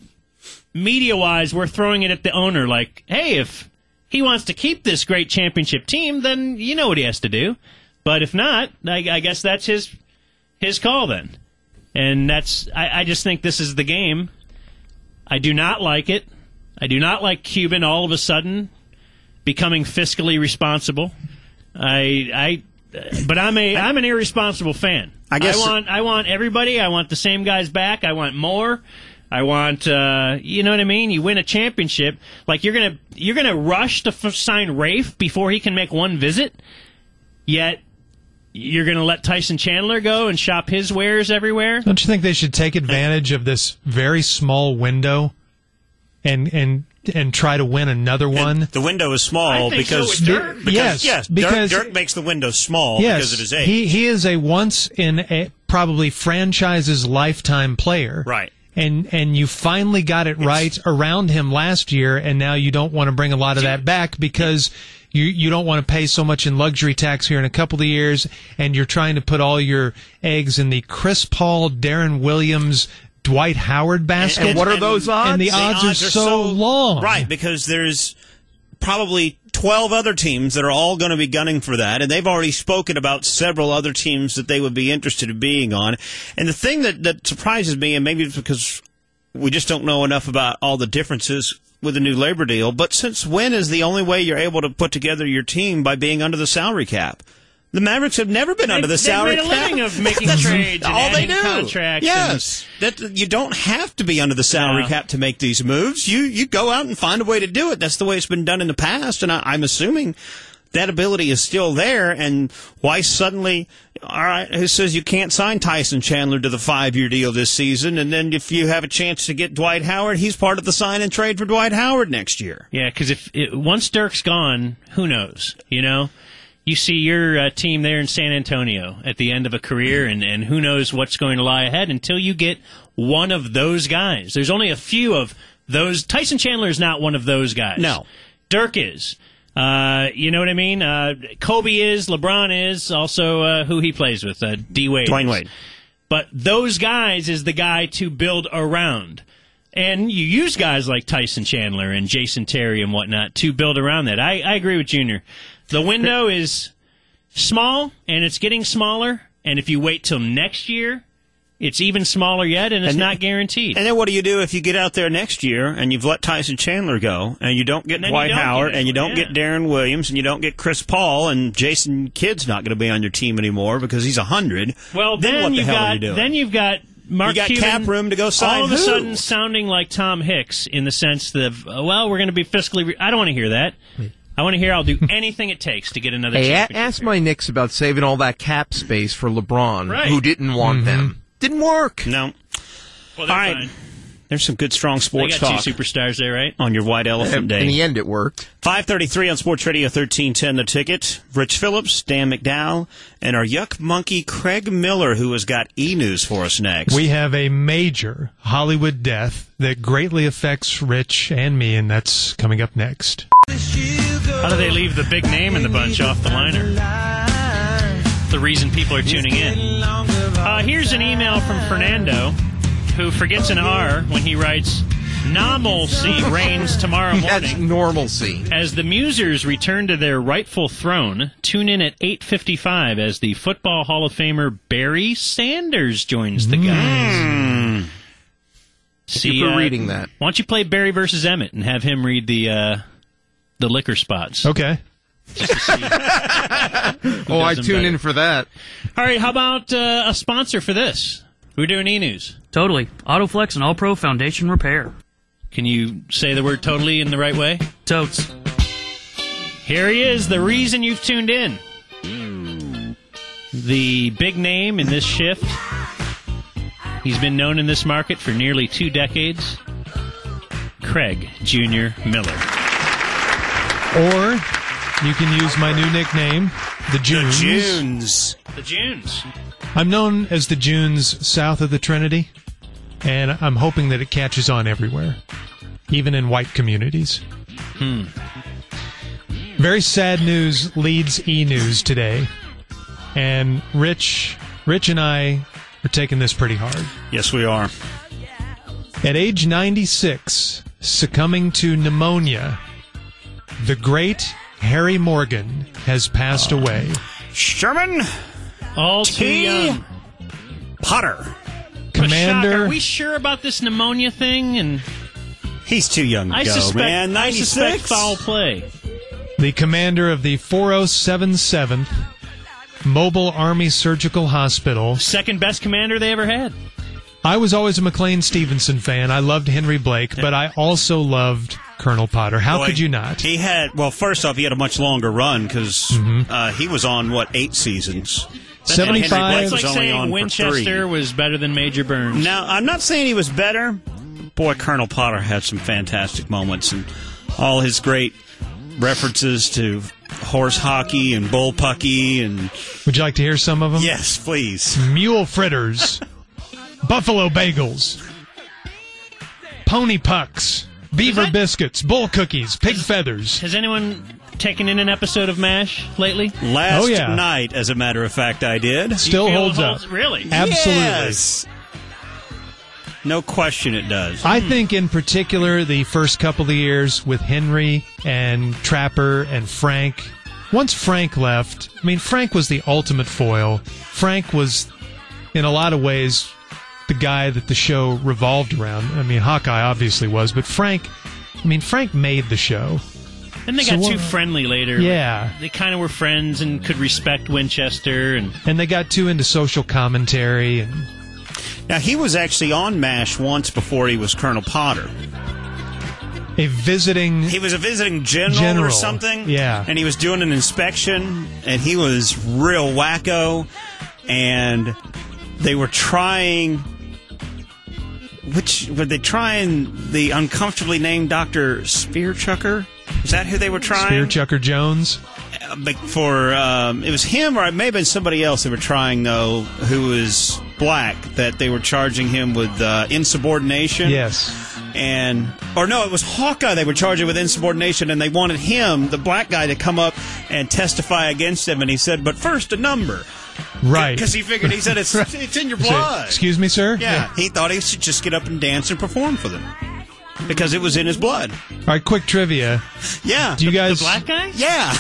[SPEAKER 2] media wise, we're throwing it at the owner like, hey, if he wants to keep this great championship team, then you know what he has to do. But if not, I, I guess that's his his call then. And that's I, I just think this is the game. I do not like it. I do not like Cuban all of a sudden becoming fiscally responsible. I I but I'm a I'm an irresponsible fan.
[SPEAKER 15] I guess-
[SPEAKER 2] want I want everybody. I want the same guys back. I want more. I want uh, you know what I mean. You win a championship, like you're gonna you're gonna rush to f- sign Rafe before he can make one visit. Yet you're gonna let Tyson Chandler go and shop his wares everywhere.
[SPEAKER 1] Don't you think they should take advantage of this very small window and and and try to win another one?
[SPEAKER 9] The window is small
[SPEAKER 1] I think so
[SPEAKER 9] because,
[SPEAKER 1] with Dirk.
[SPEAKER 9] because
[SPEAKER 1] Yes,
[SPEAKER 9] yes,
[SPEAKER 1] because-
[SPEAKER 9] Dirk, Dirk makes the window small
[SPEAKER 1] yes,
[SPEAKER 9] because of his age.
[SPEAKER 1] he he is a once in a probably franchise's lifetime player.
[SPEAKER 9] Right.
[SPEAKER 1] And and you finally got it right around him last year, and now you don't want to bring a lot of that back because. You, you don't want to pay so much in luxury tax here in a couple of years, and you're trying to put all your eggs in the Chris Paul, Darren Williams, Dwight Howard basket. And the odds, are, so, long.
[SPEAKER 9] Right, because there's probably 12 other teams that are all going to be gunning for that, and they've already spoken about several other teams that they would be interested in being on. And the thing that, that surprises me, and maybe it's because we just don't know enough about all the differences with the new labor deal, but since when is the only way you're able to put together your team by being under the salary cap? The Mavericks have never been under the
[SPEAKER 2] they've
[SPEAKER 9] salary
[SPEAKER 2] made a
[SPEAKER 9] cap.
[SPEAKER 2] living of making
[SPEAKER 9] That's
[SPEAKER 2] trades and
[SPEAKER 9] all they
[SPEAKER 2] adding
[SPEAKER 9] do.
[SPEAKER 2] contracts
[SPEAKER 9] Yes, that you don't have to be under the salary
[SPEAKER 2] Yeah.
[SPEAKER 9] cap to make these moves. You you go out and find a way to do it. That's the way it's been done in the past, and I, I'm assuming that ability is still there. And why suddenly? All right, who says you can't sign Tyson Chandler to the five-year deal this season? And then if you have a chance to get Dwight Howard, he's part of the sign and trade for Dwight Howard next year.
[SPEAKER 2] Yeah, because if it, once Dirk's gone, who knows? You know, you see your uh, team there in San Antonio at the end of a career, and and who knows what's going to lie ahead until you get one of those guys. There's only a few of those. Tyson Chandler is not one of those guys. No, Dirk is. Uh, you know what I mean? Uh, Kobe is, LeBron is, also uh, who he plays with, uh, D Wade.
[SPEAKER 9] Dwayne Wade.
[SPEAKER 2] But those guys is the guy to build around. And you use guys like Tyson Chandler and Jason Terry and whatnot to build around that. I, I agree with Junior. The window is small and it's getting smaller. And if you wait till next year, it's even smaller yet and it's not guaranteed.
[SPEAKER 9] And then what do you do if you get out there next year and you've let Tyson Chandler go and you don't get
[SPEAKER 2] And then you
[SPEAKER 9] Dwight
[SPEAKER 2] don't get
[SPEAKER 9] Howard and you don't
[SPEAKER 2] anyone,
[SPEAKER 9] get Darren Williams and you don't get Chris Paul and Jason Kidd's not going to be on your team anymore because he's 100?
[SPEAKER 2] Well,
[SPEAKER 9] then,
[SPEAKER 2] then,
[SPEAKER 9] what the
[SPEAKER 2] you've
[SPEAKER 9] hell
[SPEAKER 2] got
[SPEAKER 9] are you doing?
[SPEAKER 2] then you've got Mark
[SPEAKER 9] You got
[SPEAKER 2] Cuban
[SPEAKER 9] cap room to go sign
[SPEAKER 2] All of a
[SPEAKER 9] who?
[SPEAKER 2] sudden, sounding like Tom Hicks in the sense of, uh, well, we're going to be fiscally. Re- I don't want to hear that. I want to hear I'll do anything it takes to get another.
[SPEAKER 10] Hey, a-
[SPEAKER 2] championship.
[SPEAKER 10] ask my Knicks about saving all that cap space for LeBron,
[SPEAKER 2] Right.
[SPEAKER 10] who didn't want them. Didn't work.
[SPEAKER 9] No.
[SPEAKER 2] Well,
[SPEAKER 9] All right. There's some good, strong sports
[SPEAKER 2] they got
[SPEAKER 9] talk
[SPEAKER 2] two superstars there, right?
[SPEAKER 9] on your White Elephant Day.
[SPEAKER 10] In the end, it worked.
[SPEAKER 9] 533 on Sports Radio 1310, The Ticket. Rich Phillips, Dan McDowell, and our yuck monkey Craig Miller, who has got e-news for us next.
[SPEAKER 1] We have a major Hollywood death that greatly affects Rich and me, and that's coming up next.
[SPEAKER 2] How do they leave the big name in the bunch off the liner? The reason people are tuning in. Uh, here's an email from Fernando, who forgets an R when he writes, Normalcy reigns tomorrow morning.
[SPEAKER 10] That's normalcy.
[SPEAKER 2] As the Musers return to their rightful throne, tune in at 8.55 as the Football Hall of Famer Barry Sanders joins the guys.
[SPEAKER 10] Thank you for reading that.
[SPEAKER 2] uh, Why don't you play Barry versus Emmett and have him read the uh, the liquor spots?
[SPEAKER 1] Okay.
[SPEAKER 10] Oh, I
[SPEAKER 2] does them
[SPEAKER 10] tune
[SPEAKER 2] better.
[SPEAKER 10] in for that.
[SPEAKER 2] All right, how about uh, a sponsor for this? We're doing e news.
[SPEAKER 16] Totally. AutoFlex and All Pro Foundation Repair.
[SPEAKER 17] Can you say the word totally in the right way?
[SPEAKER 18] Totes.
[SPEAKER 2] Here he is, the reason you've tuned in. The big name in this shift. He's been known in this market for nearly two decades. Craig Jr. Miller.
[SPEAKER 1] Or you can use my new nickname, the Junes.
[SPEAKER 2] The Junes.
[SPEAKER 1] I'm known as the Junes south of the Trinity, and I'm hoping that it catches on everywhere, even in white communities.
[SPEAKER 17] Hmm.
[SPEAKER 1] Very sad news leads e news today, and Rich, Rich and I are taking this pretty hard.
[SPEAKER 9] Yes, we are.
[SPEAKER 1] At age 96, succumbing to pneumonia, the great Harry Morgan has passed away.
[SPEAKER 9] Sherman.
[SPEAKER 2] All
[SPEAKER 9] too young. Potter.
[SPEAKER 1] Commander-
[SPEAKER 2] Are we sure about this pneumonia thing? And
[SPEAKER 9] he's too young
[SPEAKER 2] I
[SPEAKER 1] go,
[SPEAKER 2] suspect,
[SPEAKER 1] man.
[SPEAKER 2] I
[SPEAKER 1] 96?
[SPEAKER 2] suspect foul play.
[SPEAKER 1] the commander of the 4077th Mobile Army Surgical Hospital.
[SPEAKER 2] Second best commander they ever had.
[SPEAKER 1] I was always a McLean Stevenson fan. I loved Henry Blake, but I also loved Colonel Potter. How
[SPEAKER 9] Boy,
[SPEAKER 1] could you not?
[SPEAKER 9] He had well. First off, he had a much longer run because
[SPEAKER 1] Mm-hmm.
[SPEAKER 9] uh, he was on what eight seasons. And Henry Blake
[SPEAKER 2] That's like
[SPEAKER 9] was only on for
[SPEAKER 2] saying
[SPEAKER 9] three.
[SPEAKER 2] Winchester was better than Major Burns.
[SPEAKER 9] Now, I'm not saying he was better. Boy, Colonel Potter had some fantastic moments and all his great references to horse hockey and bull pucky and
[SPEAKER 1] Would you like to hear some of them?
[SPEAKER 9] Yes, please.
[SPEAKER 1] Mule fritters, buffalo bagels, pony pucks, beaver biscuits, bull cookies, pig feathers.
[SPEAKER 2] Has anyone taken in an episode of MASH lately?
[SPEAKER 9] last
[SPEAKER 1] Oh, yeah.
[SPEAKER 9] night, as a matter of fact, I did.
[SPEAKER 1] Still
[SPEAKER 2] feel it
[SPEAKER 1] holds
[SPEAKER 2] holds-
[SPEAKER 1] up.
[SPEAKER 2] really?
[SPEAKER 1] Absolutely.
[SPEAKER 9] Yes. No question, it does.
[SPEAKER 2] Hmm.
[SPEAKER 1] I think, in particular, the first couple of years with Henry and Trapper and Frank. Once Frank left, I mean, Frank was the ultimate foil. Frank was, in a lot of ways, the guy that the show revolved around. I mean, Hawkeye obviously was, but Frank, I mean, Frank made the show.
[SPEAKER 2] And they
[SPEAKER 1] So
[SPEAKER 2] got
[SPEAKER 1] what-
[SPEAKER 2] too friendly later.
[SPEAKER 1] Yeah.
[SPEAKER 2] They kind of were friends and could respect Winchester and
[SPEAKER 1] And they got too into social commentary and
[SPEAKER 9] Now, he was actually on MASH once before he was Colonel Potter.
[SPEAKER 1] a visiting.
[SPEAKER 9] He was a visiting general, or
[SPEAKER 1] General,
[SPEAKER 9] something.
[SPEAKER 1] yeah.
[SPEAKER 9] And he was doing an inspection, and he was real wacko, and they were trying. Which were they trying? The uncomfortably named Doctor Spearchucker. Is that who they were trying?
[SPEAKER 1] Spearchucker Jones.
[SPEAKER 9] Uh, but for um, it was him, or it may have been somebody else they were trying though, who was black. That they were charging him with uh, insubordination.
[SPEAKER 1] Yes.
[SPEAKER 9] And or no, it was Hawkeye they were charging with insubordination, and they wanted him, the black guy, to come up and testify against him. And he said, "But first, a number."
[SPEAKER 1] Right.
[SPEAKER 9] Because he figured he said it's
[SPEAKER 1] Right.
[SPEAKER 9] it's in your
[SPEAKER 1] Say,
[SPEAKER 9] blood.
[SPEAKER 1] Excuse me, sir?
[SPEAKER 9] yeah, he thought he should just get up and dance and perform for them because it was in his blood.
[SPEAKER 1] All right, quick trivia.
[SPEAKER 9] Yeah.
[SPEAKER 1] Do you guys.
[SPEAKER 2] black guy?
[SPEAKER 9] Yeah.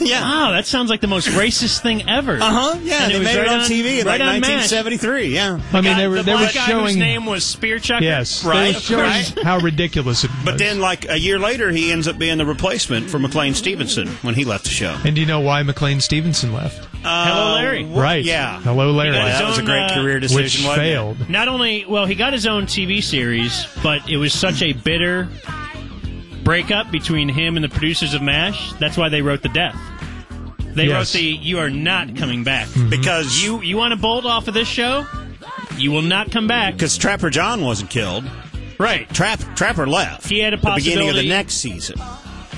[SPEAKER 9] yeah.
[SPEAKER 2] Wow, that sounds like the most racist thing ever.
[SPEAKER 9] Uh huh. Yeah,
[SPEAKER 2] And
[SPEAKER 9] they
[SPEAKER 2] was
[SPEAKER 9] made it
[SPEAKER 2] right
[SPEAKER 9] on, TV in like
[SPEAKER 2] right on MASH.
[SPEAKER 9] 1973. Yeah.
[SPEAKER 1] I mean, they were,
[SPEAKER 2] the
[SPEAKER 1] they were
[SPEAKER 2] black guy whose
[SPEAKER 1] showing.
[SPEAKER 2] name was Spearchucker.
[SPEAKER 1] Yes,
[SPEAKER 9] Right,
[SPEAKER 1] They were
[SPEAKER 9] right.
[SPEAKER 1] showing how ridiculous it was.
[SPEAKER 9] But then, like a year later, he ends up being the replacement for McLean Stevenson when he left the show.
[SPEAKER 1] and do you know why McLean Stevenson left?
[SPEAKER 2] Hello, Larry.
[SPEAKER 9] Wha-
[SPEAKER 1] right.
[SPEAKER 9] Uh, Yeah.
[SPEAKER 1] Hello, Larry.
[SPEAKER 9] Boy, that
[SPEAKER 2] His
[SPEAKER 9] was a
[SPEAKER 2] own,
[SPEAKER 9] great
[SPEAKER 2] uh,
[SPEAKER 9] career decision.
[SPEAKER 1] Which
[SPEAKER 9] wasn't it?
[SPEAKER 1] failed.
[SPEAKER 2] Not only, well, he got his own TV series, but it was such a bitter breakup between him and the producers of MASH. That's why they wrote the death. They
[SPEAKER 1] Yes. Hmm.
[SPEAKER 2] wrote the "You are not coming back."
[SPEAKER 9] Because you,
[SPEAKER 2] Mm-hmm. You you want to bolt off of this show? You will not come back.
[SPEAKER 9] because Trapper John wasn't killed.
[SPEAKER 2] Right.
[SPEAKER 9] Trap Trapper left.
[SPEAKER 2] He had a
[SPEAKER 9] the beginning of the
[SPEAKER 2] possibility-
[SPEAKER 9] next season,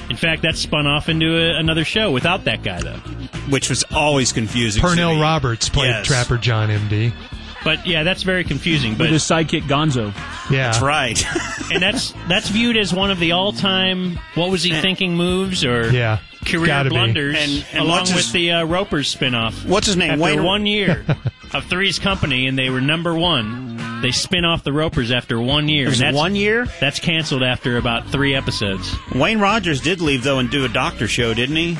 [SPEAKER 2] In fact, that spun off into a, another show without that guy though.
[SPEAKER 9] which was always confusing. to
[SPEAKER 1] Pernell
[SPEAKER 9] me.
[SPEAKER 1] Roberts played
[SPEAKER 9] Yes.
[SPEAKER 1] Trapper John MD.
[SPEAKER 2] But yeah, that's very confusing. But
[SPEAKER 3] With his sidekick Gonzo.
[SPEAKER 1] Yeah.
[SPEAKER 9] That's right.
[SPEAKER 2] and that's that's viewed as one of the all-time what was he thinking moves or
[SPEAKER 1] Yeah.
[SPEAKER 2] career
[SPEAKER 1] Gotta be.
[SPEAKER 2] blunders,
[SPEAKER 9] And- and
[SPEAKER 2] along
[SPEAKER 9] what's
[SPEAKER 2] with
[SPEAKER 9] his-
[SPEAKER 2] the uh, Ropers spinoff.
[SPEAKER 9] What's his name?
[SPEAKER 2] After
[SPEAKER 9] Wayne-
[SPEAKER 2] one year of Three's Company, and they were number one. They spin off the Ropers after one year.
[SPEAKER 9] It was
[SPEAKER 2] and that's,
[SPEAKER 9] one year.
[SPEAKER 2] That's canceled after about three episodes.
[SPEAKER 9] Wayne Rogers did leave though and do a doctor show, didn't he?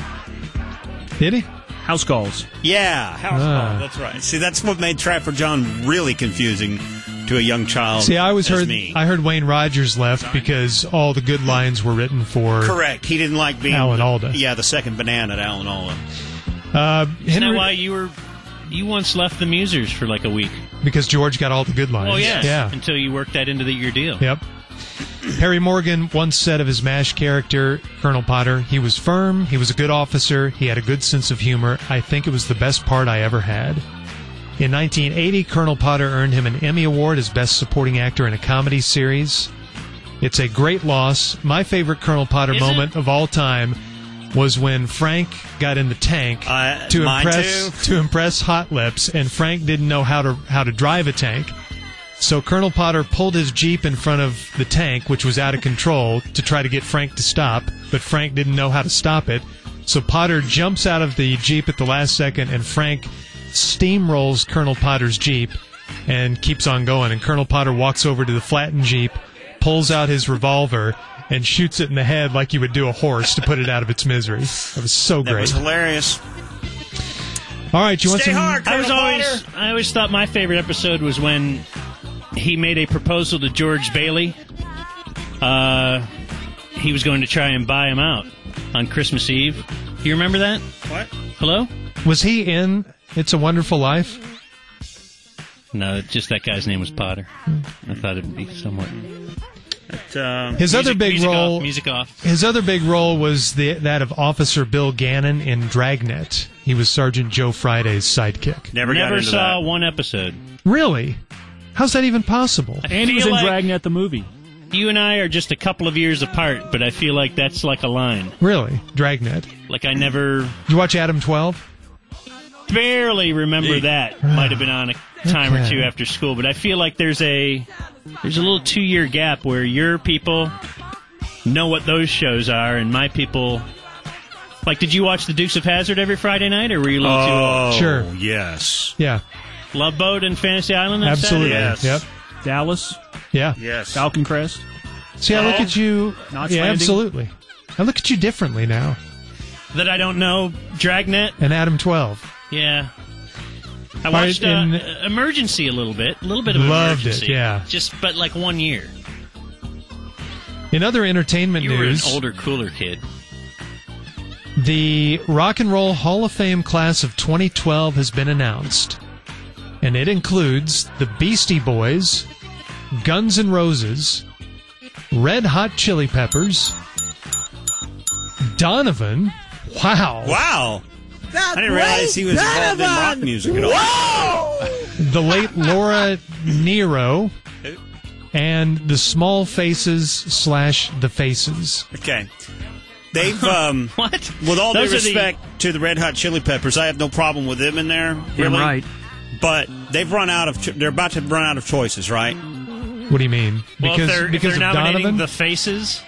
[SPEAKER 1] Did he?
[SPEAKER 3] House calls.
[SPEAKER 9] Yeah, House
[SPEAKER 1] Ah.
[SPEAKER 9] Call, That's right. See, that's what made Trapper John really confusing to a young child.
[SPEAKER 1] See, I always
[SPEAKER 9] as
[SPEAKER 1] heard
[SPEAKER 9] Oh, me.
[SPEAKER 1] I heard Wayne Rogers left because all the good lines were written for
[SPEAKER 9] Correct. He didn't like being
[SPEAKER 1] Alan Alda.
[SPEAKER 9] Yeah, the second banana at Alan Alda.
[SPEAKER 1] Uh,
[SPEAKER 2] Isn't
[SPEAKER 1] Henry-
[SPEAKER 2] that why you were you once left the Musers for like a week?
[SPEAKER 1] because George got all the good lines.
[SPEAKER 2] Oh yes.
[SPEAKER 1] Yeah.
[SPEAKER 2] Until you worked that into the, your deal.
[SPEAKER 1] Yep. Harry Morgan once said of his MASH character, Colonel Potter, he was firm, he was a good officer, he had a good sense of humor. I think it was the best part I ever had. In 1980, Colonel Potter earned him an Emmy Award as Best Supporting Actor in a Comedy Series. It's a great loss. My favorite Colonel Potter
[SPEAKER 9] Is
[SPEAKER 1] moment of all time was when Frank got in the tank to
[SPEAKER 9] Uh, mine
[SPEAKER 1] impress to impress Hot Lips, and Frank didn't know how to how to drive a tank. So Colonel Potter pulled his jeep in front of the tank, which was out of control, to try to get Frank to stop. But Frank didn't know how to stop it. So Potter jumps out of the jeep at the last second, and Frank steamrolls Colonel Potter's jeep and keeps on going. And Colonel Potter walks over to the flattened jeep, pulls out his revolver. And shoots it in the head like you would do a horse to put it out of its misery. That was so
[SPEAKER 9] That
[SPEAKER 1] great.
[SPEAKER 9] was hilarious.
[SPEAKER 1] All right, you want some?
[SPEAKER 2] I was always I always thought my favorite episode was when he made a proposal to George Bailey. Uh, he was going to try and buy him out on Christmas Eve. Do you remember that?
[SPEAKER 9] What?
[SPEAKER 2] Hello?
[SPEAKER 1] Was he in It's a Wonderful Life?
[SPEAKER 2] No, just that guy's name was Potter. I thought it'd be somewhat.
[SPEAKER 1] His other big
[SPEAKER 2] uh, music
[SPEAKER 1] role,
[SPEAKER 2] Off, music off.
[SPEAKER 1] His other big role was the, that of Officer Bill Gannon in Dragnet. He was Sergeant Joe Friday's sidekick.
[SPEAKER 2] Never, saw one episode.
[SPEAKER 1] Really? How's that even possible?
[SPEAKER 2] And he was in
[SPEAKER 19] Dragnet the movie.
[SPEAKER 2] You and I are just a couple of years apart, but I feel like that's like a line.
[SPEAKER 1] Really? Dragnet.
[SPEAKER 2] Like I never
[SPEAKER 1] Did you watch Adam Twelve?
[SPEAKER 2] barely remember that. Might have been on a time or
[SPEAKER 1] Okay.
[SPEAKER 2] two after school, but I feel like there's a there's a little two year gap where your people know what those shows are, and my people. Like, did you watch The Dukes of Hazard every Friday night, or were you a little too old?
[SPEAKER 1] Oh. Sure.
[SPEAKER 9] Oh, Yes.
[SPEAKER 1] Yeah.
[SPEAKER 2] Love Boat and Fantasy Island. on
[SPEAKER 1] Absolutely.
[SPEAKER 2] Saturday?
[SPEAKER 1] Yep.
[SPEAKER 19] Dallas.
[SPEAKER 1] Yeah.
[SPEAKER 9] Yes.
[SPEAKER 19] Falcon Crest.
[SPEAKER 1] See, I look at you.
[SPEAKER 19] Notch Landing.
[SPEAKER 1] yeah, absolutely. I look at you differently now.
[SPEAKER 2] That I don't know. Dragnet.
[SPEAKER 1] And Adam Twelve.
[SPEAKER 2] Yeah. I
[SPEAKER 1] All right,
[SPEAKER 2] watched uh,
[SPEAKER 1] in-
[SPEAKER 2] uh, Emergency a little bit, a little bit of
[SPEAKER 1] Loved it,
[SPEAKER 2] Emergency.
[SPEAKER 1] yeah.
[SPEAKER 2] Just, but like one year. uh,
[SPEAKER 1] In other entertainment
[SPEAKER 20] You were an
[SPEAKER 1] news,
[SPEAKER 20] older, cooler kid.
[SPEAKER 1] The Rock and Roll Hall of Fame class of 2012 has been announced, and it includes the Beastie Boys, Guns N' Roses, Red Hot Chili Peppers, Donovan. Wow.
[SPEAKER 9] Wow. I didn't realize he was involved in rock music at all.
[SPEAKER 1] The late Laura Nero
[SPEAKER 9] Who?
[SPEAKER 1] and the Small Faces slash the Faces.
[SPEAKER 9] Okay. They've um
[SPEAKER 2] what?
[SPEAKER 9] With all due
[SPEAKER 1] Those are the-
[SPEAKER 9] respect to the Red Hot Chili Peppers, I have no problem with them in there. Really.
[SPEAKER 1] right.
[SPEAKER 9] But they've run out of. Cho- they're about to run out of choices, right?
[SPEAKER 1] What do you mean?
[SPEAKER 2] Well,
[SPEAKER 1] Because
[SPEAKER 2] if they're,
[SPEAKER 1] because
[SPEAKER 2] if they're
[SPEAKER 1] of
[SPEAKER 2] nominating
[SPEAKER 1] Donovan.
[SPEAKER 2] the faces,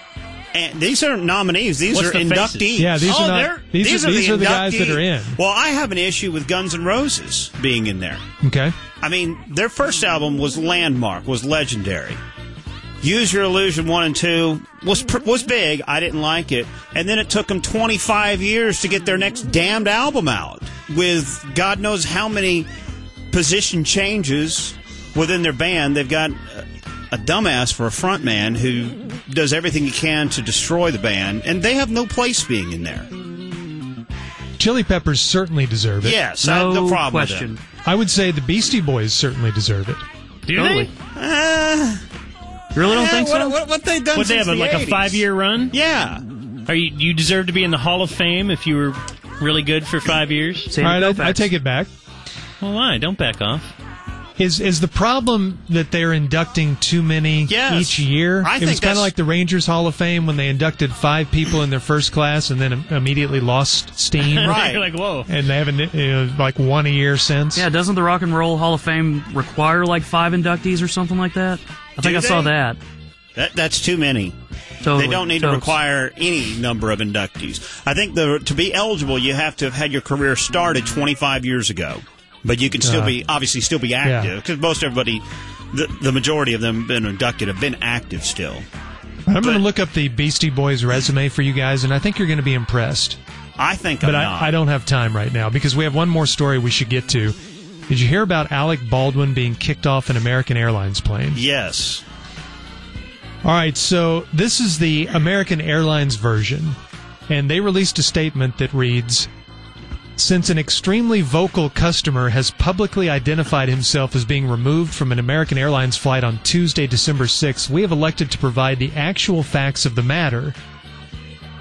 [SPEAKER 9] And these aren't nominees. These
[SPEAKER 2] What's
[SPEAKER 9] are
[SPEAKER 2] the faces?
[SPEAKER 9] inductees.
[SPEAKER 1] Yeah, these are not- Oh, these are- these are the guys that
[SPEAKER 9] inductee-
[SPEAKER 1] are in.
[SPEAKER 9] Well, I have an issue with Guns N' Roses being in there.
[SPEAKER 1] okay.
[SPEAKER 9] I mean, their first album was landmark, was legendary. Use Your Illusion one and two was pr- was big. I didn't like it, and then it took them 25 years to get their next damned album out, with God knows how many position changes within their band. They've got a- a dumbass for a frontman who does everything he can to destroy the band, and they have no place being in there.
[SPEAKER 1] Chili Peppers certainly deserve it.
[SPEAKER 9] Yes, I have no No problem with question.
[SPEAKER 1] I would say the Beastie Boys certainly deserve it.
[SPEAKER 2] do
[SPEAKER 1] Totally.
[SPEAKER 2] they?
[SPEAKER 9] Uh,
[SPEAKER 2] Really don't think
[SPEAKER 9] what,
[SPEAKER 2] so?
[SPEAKER 9] What, what they done?
[SPEAKER 2] What they
[SPEAKER 9] since
[SPEAKER 2] have
[SPEAKER 9] the
[SPEAKER 2] like a
[SPEAKER 9] 80s?
[SPEAKER 2] five-year run?
[SPEAKER 9] Yeah.
[SPEAKER 2] Are you you deserve to be in the Hall of Fame if you were really good for five years?
[SPEAKER 1] All right, I, I take it back.
[SPEAKER 2] Well, why? Don't back off.
[SPEAKER 1] Is is the problem that they're inducting too many
[SPEAKER 2] Yes.
[SPEAKER 1] each year?
[SPEAKER 2] I
[SPEAKER 1] it
[SPEAKER 2] think
[SPEAKER 1] was kind
[SPEAKER 2] that's-
[SPEAKER 1] of like the Rangers Hall of Fame when they inducted five people in their first class and then im- immediately lost steam.
[SPEAKER 2] You're like whoa.
[SPEAKER 1] And they haven't uh, like one a year since.
[SPEAKER 7] Yeah, doesn't the Rock and Roll Hall of Fame require like five inductees or something like that? I think
[SPEAKER 9] Do
[SPEAKER 7] I saw
[SPEAKER 9] they?
[SPEAKER 7] that.
[SPEAKER 9] That, that's too many.
[SPEAKER 7] Totally.
[SPEAKER 9] They don't need to
[SPEAKER 7] Totes.
[SPEAKER 9] require any number of inductees. I think the, to be eligible, you have to have had your career started 25 years ago, but you can still
[SPEAKER 1] Uh,
[SPEAKER 9] be obviously still be active because most everybody, the, the majority of them been inducted have been active still.
[SPEAKER 1] I'm going to look up the Beastie Boys resume for you guys, and I think you're going to be impressed.
[SPEAKER 9] I think,
[SPEAKER 1] but
[SPEAKER 9] I'm
[SPEAKER 1] I,
[SPEAKER 9] not.
[SPEAKER 1] I don't have time right now because we have one more story we should get to. Did you hear about Alec Baldwin being kicked off an American Airlines plane?
[SPEAKER 9] yes,
[SPEAKER 1] All right, so this is the American Airlines version, and they released a statement that reads Since an extremely vocal customer has publicly identified himself as being removed from an American Airlines flight on Tuesday, December 6th, we have elected to provide the actual facts of the matter.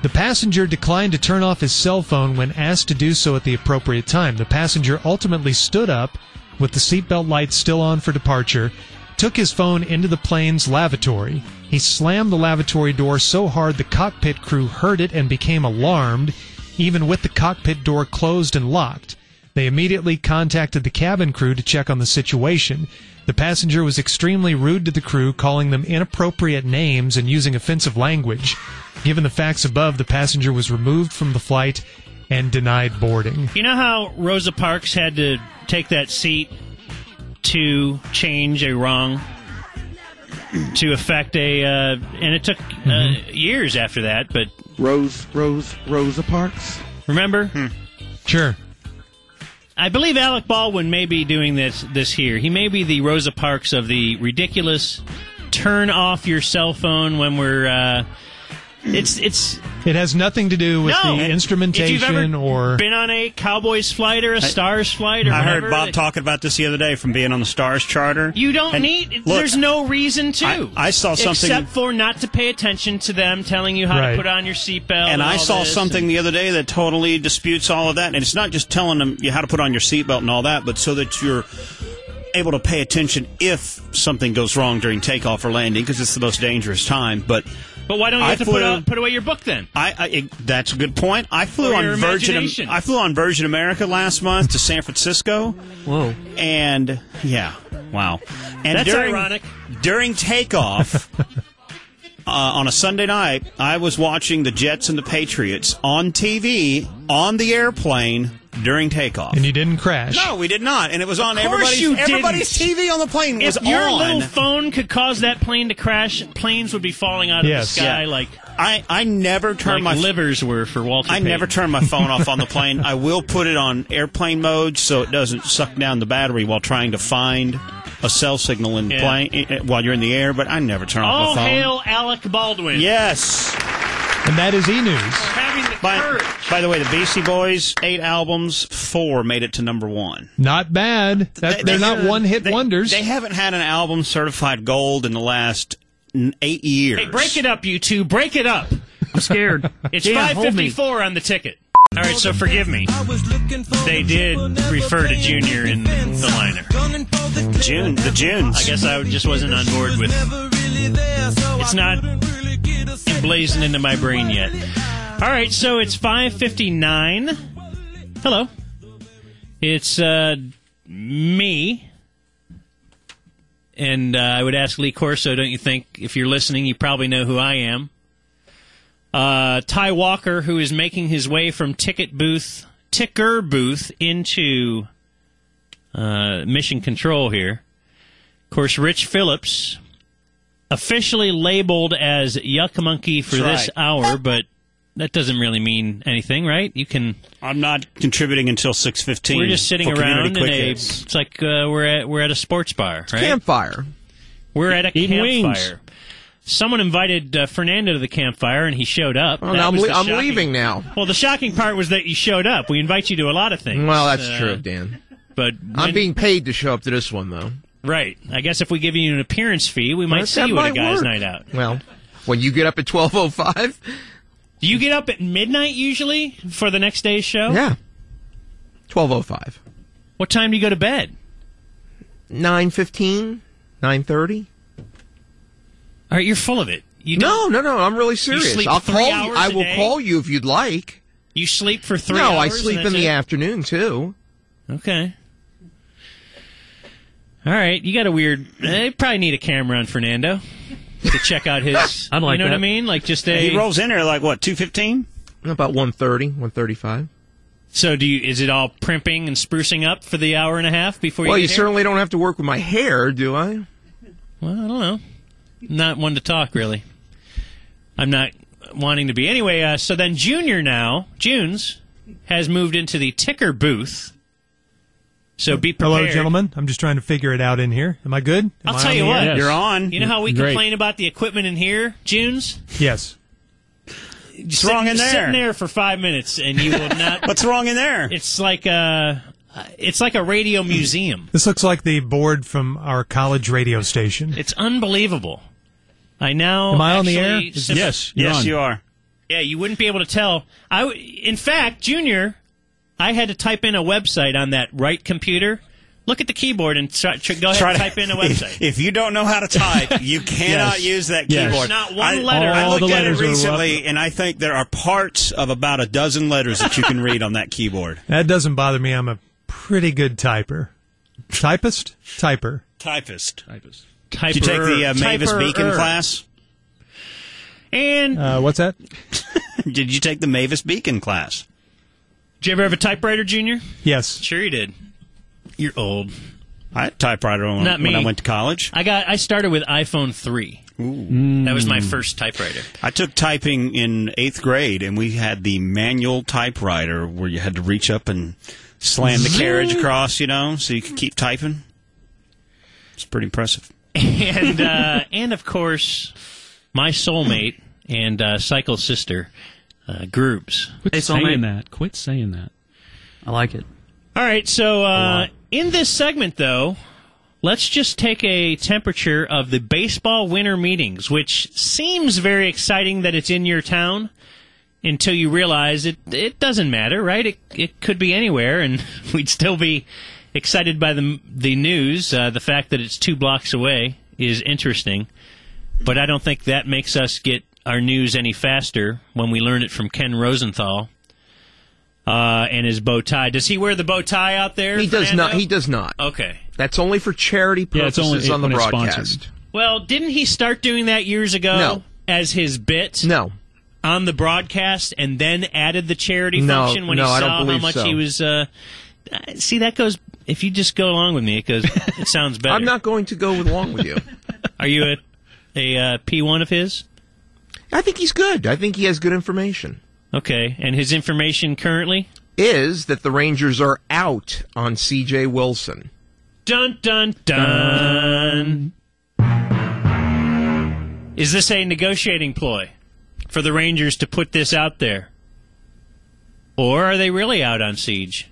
[SPEAKER 1] The passenger declined to turn off his cell phone when asked to do so at the appropriate time. The passenger ultimately stood up with the seatbelt lights still on for departure, took his phone into the plane's lavatory. He slammed the lavatory door so hard the cockpit crew heard it and became alarmed, even with the cockpit door closed and locked. They immediately contacted the cabin crew to check on the situation. The passenger was extremely rude to the crew, calling them inappropriate names and using offensive language. Given the facts above, the passenger was removed from the flight and denied boarding.
[SPEAKER 2] You know how Rosa Parks had to take that seat to change a wrong to affect a, uh, and it took uh,
[SPEAKER 1] Mhm.
[SPEAKER 2] years after that, but
[SPEAKER 10] Rose, Rose, Rosa Parks. Hmm.
[SPEAKER 2] Remember?
[SPEAKER 1] Sure.
[SPEAKER 2] I believe Alec Baldwin may be doing this this here. He may be the Rosa Parks of the ridiculous turn off your cell phone when we're. Uh, it's it's
[SPEAKER 1] It has nothing to do with
[SPEAKER 2] no.
[SPEAKER 1] the
[SPEAKER 2] if you've
[SPEAKER 1] instrumentation
[SPEAKER 2] ever
[SPEAKER 1] or
[SPEAKER 2] been on a Cowboys flight or a Stars flight or
[SPEAKER 9] I heard
[SPEAKER 2] whatever,
[SPEAKER 9] Bob talking about this the other day from being on the Stars charter.
[SPEAKER 2] You don't
[SPEAKER 9] And
[SPEAKER 2] need.
[SPEAKER 9] look,
[SPEAKER 2] there's no reason to.
[SPEAKER 9] I- I saw something-
[SPEAKER 2] except for not to pay attention to them telling you how
[SPEAKER 9] Right.
[SPEAKER 2] to put on your seatbelt.
[SPEAKER 9] And I
[SPEAKER 2] all
[SPEAKER 9] saw
[SPEAKER 2] this
[SPEAKER 9] something
[SPEAKER 2] and-
[SPEAKER 9] the other day that totally disputes all of that. And it's not just telling them you how to put on your seatbelt and all that, but so that you're able to pay attention if something goes wrong during takeoff or landing because it's the most dangerous time. But
[SPEAKER 2] but why don't you have to put, out, put away your book then?
[SPEAKER 9] I, I it- that's a good point. I flew
[SPEAKER 2] Or
[SPEAKER 9] on
[SPEAKER 2] your
[SPEAKER 9] Virgin.
[SPEAKER 2] imagination.
[SPEAKER 9] I flew on Virgin America last month to San Francisco.
[SPEAKER 21] Whoa!
[SPEAKER 9] And yeah, wow. And
[SPEAKER 2] That's
[SPEAKER 9] during,
[SPEAKER 2] ironic.
[SPEAKER 9] During takeoff. Uh, on a Sunday night, I was watching the Jets and the Patriots on TV on the airplane during takeoff.
[SPEAKER 1] and you didn't crash.
[SPEAKER 9] No, we did not, and it was on
[SPEAKER 2] Of course
[SPEAKER 9] everybody's
[SPEAKER 2] you didn't.
[SPEAKER 9] everybody's TV on the plane
[SPEAKER 2] If
[SPEAKER 9] was
[SPEAKER 2] your
[SPEAKER 9] on.
[SPEAKER 2] little phone could cause that plane to crash, planes would be falling out of the sky.
[SPEAKER 9] Yeah.
[SPEAKER 2] Like
[SPEAKER 9] I, I never turn
[SPEAKER 2] Like
[SPEAKER 9] my
[SPEAKER 2] livers were for Walter.
[SPEAKER 9] I never turn my phone off on the plane. I will put it on airplane mode so it doesn't suck down the battery while trying to find a cell signal in the
[SPEAKER 2] Yeah.
[SPEAKER 9] plane eh, eh, while you're in the air. But I never turn
[SPEAKER 2] all
[SPEAKER 9] off my phone.
[SPEAKER 2] hail Alec Baldwin.
[SPEAKER 9] Yes.
[SPEAKER 1] And that is e news.
[SPEAKER 2] having the
[SPEAKER 9] By,
[SPEAKER 2] courage.
[SPEAKER 9] by the way, the Beastie Boys eight albums, four made it to number one.
[SPEAKER 1] Not bad. That, they're not one hit wonders.
[SPEAKER 9] They haven't had an album certified gold in the last n- eight years.
[SPEAKER 2] Hey, break it up, you two. Break it up.
[SPEAKER 21] I'm scared.
[SPEAKER 2] It's
[SPEAKER 21] Damn, hold me.
[SPEAKER 2] 554 on the ticket. All right, so forgive me. They did refer to Junior in the liner.
[SPEAKER 9] June, the Junes.
[SPEAKER 2] I guess I just wasn't on board with. It's not emblazoned into my brain yet. All right, so it's 5:59. Hello. It's uh me. And uh, I would ask Lee Corso, don't you think if you're listening, you probably know who I am? uh, Ty Walker, who is making his way from ticket booth, ticker booth, into uh, mission control here. Of course, Rich Phillips, officially labeled as Yuck Monkey for
[SPEAKER 9] That's
[SPEAKER 2] this
[SPEAKER 9] right.
[SPEAKER 2] hour, but that doesn't really mean anything, right? You can.
[SPEAKER 9] I'm not contributing until six fifteen.
[SPEAKER 2] We're just sitting around in a. It's like uh, we're at we're at a sports bar, right?
[SPEAKER 10] Campfire.
[SPEAKER 2] We're at a
[SPEAKER 10] Eating
[SPEAKER 2] campfire.
[SPEAKER 10] wings.
[SPEAKER 2] Someone invited uh, Fernando to the campfire, and he showed up.
[SPEAKER 10] Oh,
[SPEAKER 2] That
[SPEAKER 10] no, I'm,
[SPEAKER 2] was
[SPEAKER 10] le-
[SPEAKER 2] the
[SPEAKER 10] I'm
[SPEAKER 2] shocking-
[SPEAKER 10] leaving now.
[SPEAKER 2] Well, the shocking part was that you showed up. We invite you to a lot of things.
[SPEAKER 10] Well, that's
[SPEAKER 2] Uh,
[SPEAKER 10] true, Dan.
[SPEAKER 2] But
[SPEAKER 10] I'm
[SPEAKER 2] when-
[SPEAKER 10] being paid to show up to this one, though.
[SPEAKER 2] right. I guess if we give you an appearance fee, we might
[SPEAKER 10] That-
[SPEAKER 2] see
[SPEAKER 10] that
[SPEAKER 2] you at
[SPEAKER 10] might
[SPEAKER 2] a guy's
[SPEAKER 10] work.
[SPEAKER 2] night out.
[SPEAKER 10] Well, when you get up at 12:05,
[SPEAKER 2] Do you get up at midnight usually for the next day's show?
[SPEAKER 10] yeah, 12:05,
[SPEAKER 2] What time do you go to bed?
[SPEAKER 10] 9:15, 9:30.
[SPEAKER 2] All right, you're full of it. You
[SPEAKER 10] no, no, no. I'm really serious.
[SPEAKER 2] sleep
[SPEAKER 10] I'll
[SPEAKER 2] three
[SPEAKER 10] call you.
[SPEAKER 2] hours
[SPEAKER 10] I
[SPEAKER 2] a
[SPEAKER 10] will
[SPEAKER 2] day?
[SPEAKER 10] call you if you'd like.
[SPEAKER 2] You sleep for three
[SPEAKER 10] No,
[SPEAKER 2] hours?
[SPEAKER 10] I
[SPEAKER 2] and
[SPEAKER 10] sleep in
[SPEAKER 2] that's
[SPEAKER 10] the
[SPEAKER 2] it?
[SPEAKER 10] afternoon too.
[SPEAKER 2] Okay. All right, you got a weird. They probably need a camera on Fernando to check out his.
[SPEAKER 9] I'd like
[SPEAKER 2] you know what I
[SPEAKER 9] that.
[SPEAKER 2] mean? Like just a.
[SPEAKER 9] He rolls in there like what two fifteen?
[SPEAKER 10] About 1:30, 1:35.
[SPEAKER 2] So do you? Is it all primping and sprucing up for the hour and a half before
[SPEAKER 10] Well,
[SPEAKER 2] you?
[SPEAKER 10] you
[SPEAKER 2] get here?
[SPEAKER 10] certainly don't have to work with my hair, do I?
[SPEAKER 2] Well, I don't know. Not one to talk really. I'm not wanting to be anyway. Uh, so then, Junior now, Junes has moved into the ticker booth. So be prepared.
[SPEAKER 1] Hello, gentlemen. I'm just trying to figure it out in here. Am I good? Am
[SPEAKER 2] I'll
[SPEAKER 1] I
[SPEAKER 2] tell
[SPEAKER 1] on
[SPEAKER 2] you
[SPEAKER 1] the
[SPEAKER 2] what.
[SPEAKER 1] air?
[SPEAKER 2] You know how we complain about the equipment in here, Junes?
[SPEAKER 1] Yes.
[SPEAKER 22] What's wrong in there?
[SPEAKER 2] Sitting there for five minutes and you will not.
[SPEAKER 22] What's wrong in there?
[SPEAKER 2] It's like a, it's like a radio museum.
[SPEAKER 1] This looks like the board from our college radio station.
[SPEAKER 2] It's unbelievable. I now
[SPEAKER 1] Am I on the
[SPEAKER 2] actually
[SPEAKER 1] air?
[SPEAKER 2] sim-
[SPEAKER 1] Yes, you're Yes, on. you are.
[SPEAKER 2] Yeah, you wouldn't be able to tell. I, w- in fact, Junior, I had to type in a website on that right computer. Look at the keyboard and try, tr- go ahead
[SPEAKER 22] Try
[SPEAKER 2] and
[SPEAKER 22] to-
[SPEAKER 2] type in a website.
[SPEAKER 22] If you don't know how to type, you cannot
[SPEAKER 2] Yes.
[SPEAKER 22] use that
[SPEAKER 2] Yes.
[SPEAKER 22] keyboard.
[SPEAKER 2] Not one letter.
[SPEAKER 22] I, I
[SPEAKER 2] All
[SPEAKER 22] looked
[SPEAKER 2] the
[SPEAKER 22] at it
[SPEAKER 2] letters are
[SPEAKER 22] recently, and I think there are parts of about a dozen letters that you can read on that keyboard.
[SPEAKER 1] That doesn't bother me. I'm a pretty good typer. Typist? Typer.
[SPEAKER 22] Typist.
[SPEAKER 23] Typist.
[SPEAKER 22] Did you take the uh, Mavis Beacon
[SPEAKER 2] Typer-er.
[SPEAKER 22] class?
[SPEAKER 2] And
[SPEAKER 1] Uh, what's that?
[SPEAKER 22] Did you take the Mavis Beacon class?
[SPEAKER 2] did you ever have a typewriter, Junior?
[SPEAKER 1] Yes.
[SPEAKER 2] Sure, you did. You're old.
[SPEAKER 22] I had a typewriter when,
[SPEAKER 2] Not
[SPEAKER 22] when
[SPEAKER 2] me.
[SPEAKER 22] I went to college.
[SPEAKER 2] I got. I started with iPhone three. That was my
[SPEAKER 1] Mm.
[SPEAKER 2] first typewriter.
[SPEAKER 22] I took typing in eighth grade, and we had the manual typewriter where you had to reach up and slam the carriage across, you know, so you could keep typing. It's pretty impressive.
[SPEAKER 2] and uh, and of course, my soulmate and uh, cycle sister, uh, Grooves.
[SPEAKER 23] Quit saying that. Quit saying that.
[SPEAKER 7] I like it.
[SPEAKER 2] All right, so uh, in this segment, though, let's just take a temperature of the baseball winter meetings, which seems very exciting that it's in your town until you realize it it doesn't matter, right? It it could be anywhere, and we'd still be excited by the the news. Uh, the fact that it's two blocks away is interesting, but I don't think that makes us get our news any faster when we learn it from Ken Rosenthal uh, and his bow tie. Does he wear the bow tie out there?
[SPEAKER 10] He does not.
[SPEAKER 2] Fernando?
[SPEAKER 10] He does not.
[SPEAKER 2] Okay.
[SPEAKER 10] That's only for charity
[SPEAKER 2] Yeah,
[SPEAKER 10] purposes
[SPEAKER 2] it's only
[SPEAKER 10] on the
[SPEAKER 2] when it's
[SPEAKER 10] broadcast.
[SPEAKER 2] Well, didn't he start doing that years ago
[SPEAKER 10] No.
[SPEAKER 2] as his bit?
[SPEAKER 10] No.
[SPEAKER 2] On the broadcast and then added the charity
[SPEAKER 10] No,
[SPEAKER 2] function when
[SPEAKER 10] no,
[SPEAKER 2] he
[SPEAKER 10] I
[SPEAKER 2] saw
[SPEAKER 10] don't
[SPEAKER 2] how
[SPEAKER 10] believe
[SPEAKER 2] much
[SPEAKER 10] so.
[SPEAKER 2] he was uh, see that goes if you just go along with me it goes it sounds better.
[SPEAKER 10] I'm not going to go along with you.
[SPEAKER 2] Are you a a uh, P1 of his?
[SPEAKER 10] I think he's good. I think he has good information.
[SPEAKER 2] Okay. And his information currently?
[SPEAKER 10] Is that the Rangers are out on C.J. Wilson?
[SPEAKER 2] Dun dun dun. Is this a negotiating ploy for the Rangers to put this out there? Or are they really out on siege?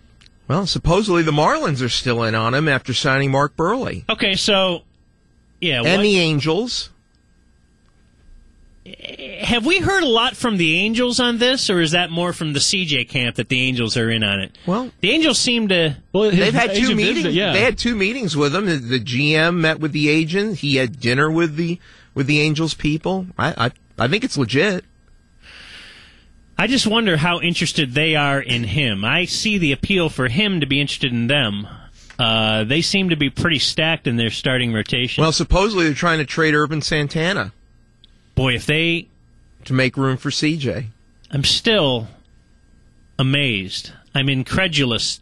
[SPEAKER 10] Well, supposedly the Marlins are still in on him after signing Mark Burley
[SPEAKER 2] Okay, so yeah,
[SPEAKER 10] and
[SPEAKER 2] what-
[SPEAKER 10] the Angels.
[SPEAKER 2] have we heard a lot from the Angels on this, or is that more from the CJ camp that the Angels are in on it?
[SPEAKER 10] Well,
[SPEAKER 2] the Angels seem to. Well,
[SPEAKER 10] They've had two meetings. They had two meetings with him. The GM met with the agent. He had dinner with the with the Angels people. I I, I think it's legit.
[SPEAKER 2] I just wonder how interested they are in him. I see the appeal for him to be interested in them. Uh, they seem to be pretty stacked in their starting rotation.
[SPEAKER 10] Well, supposedly they're trying to trade Urban Santana
[SPEAKER 2] boy, if they
[SPEAKER 10] to make room for CJ.
[SPEAKER 2] I'm still amazed. I'm incredulous.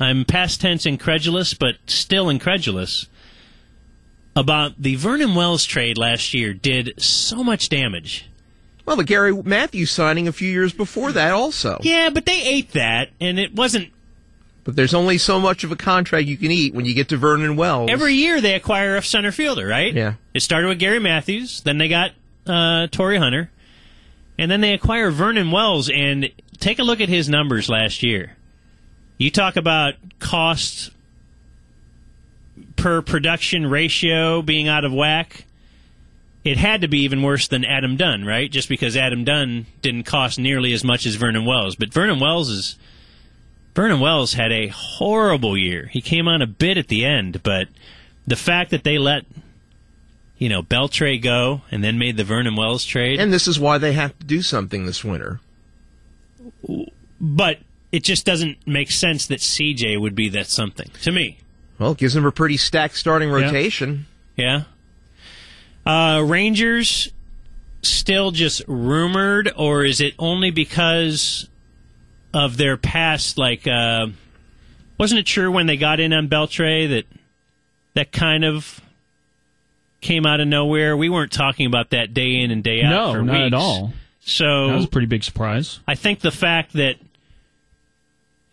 [SPEAKER 2] I'm past tense incredulous, but still incredulous about the Vernon Wells trade last year did so much damage.
[SPEAKER 10] Well, the Gary Matthews signing a few years before that also.
[SPEAKER 2] Yeah, but they ate that, and it wasn't.
[SPEAKER 10] But there's only so much of a contract you can eat when you get to Vernon Wells.
[SPEAKER 2] Every year they acquire a center fielder, right?
[SPEAKER 10] Yeah.
[SPEAKER 2] It started with Gary Matthews, then they got uh, Torrey Hunter, and then they acquire Vernon Wells. And take a look at his numbers last year. You talk about cost per production ratio being out of whack. It had to be even worse than Adam Dunn, right? Just because Adam Dunn didn't cost nearly as much as Vernon Wells, but Vernon Wells is Vernon Wells had a horrible year. He came on a bit at the end, but the fact that they let you know Beltray go and then made the Vernon Wells trade,
[SPEAKER 10] And this is why they have to do something this winter.
[SPEAKER 2] but it just doesn't make sense that CJ would be that something to me.
[SPEAKER 10] Well, it gives them a pretty stacked starting rotation.
[SPEAKER 2] Yeah. Uh, Rangers still just rumored, or is it only because of their past? Like, uh, wasn't it sure when they got in on Beltray that that kind of came out of nowhere? We weren't talking about that day in and day out.
[SPEAKER 23] No,
[SPEAKER 2] for
[SPEAKER 23] not at
[SPEAKER 2] weeks.
[SPEAKER 23] all.
[SPEAKER 2] So
[SPEAKER 23] That was a pretty big surprise.
[SPEAKER 2] I think the fact that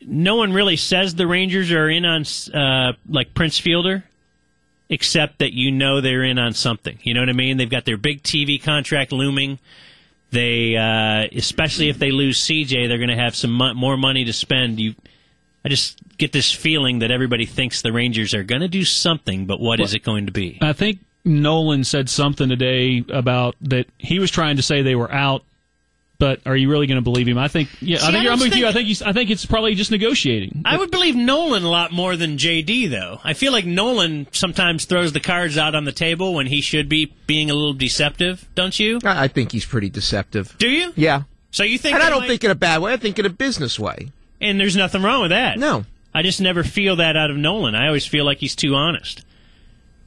[SPEAKER 2] no one really says the Rangers are in on uh, like Prince Fielder, except that you know they're in on something. You know what I mean? They've got their big TV contract looming. They, uh, especially if they lose CJ, they're going to have some mo- more money to spend. You, I just get this feeling that everybody thinks the Rangers are going to do something, but what is
[SPEAKER 23] Well-
[SPEAKER 2] it going to be?
[SPEAKER 23] I think Nolan said something today about that he was trying to say they were out, but are you really going to believe him? I think yeah,
[SPEAKER 2] See,
[SPEAKER 23] I think
[SPEAKER 2] I
[SPEAKER 23] you're, I'm
[SPEAKER 2] just
[SPEAKER 23] with you.
[SPEAKER 2] think-
[SPEAKER 23] I think he's, I think it's probably just negotiating.
[SPEAKER 2] I would believe Nolan a lot more than JD, though. I feel like Nolan sometimes throws the cards out on the table when he should be being a little deceptive, don't you?
[SPEAKER 10] I I think he's pretty deceptive.
[SPEAKER 2] Do you?
[SPEAKER 10] Yeah.
[SPEAKER 2] So you think?
[SPEAKER 10] and
[SPEAKER 2] they
[SPEAKER 10] I don't
[SPEAKER 2] might-
[SPEAKER 10] think in a bad way. I think in a business way.
[SPEAKER 2] And there's nothing wrong with that.
[SPEAKER 10] No.
[SPEAKER 2] I just never feel that out of Nolan. I always feel like he's too honest.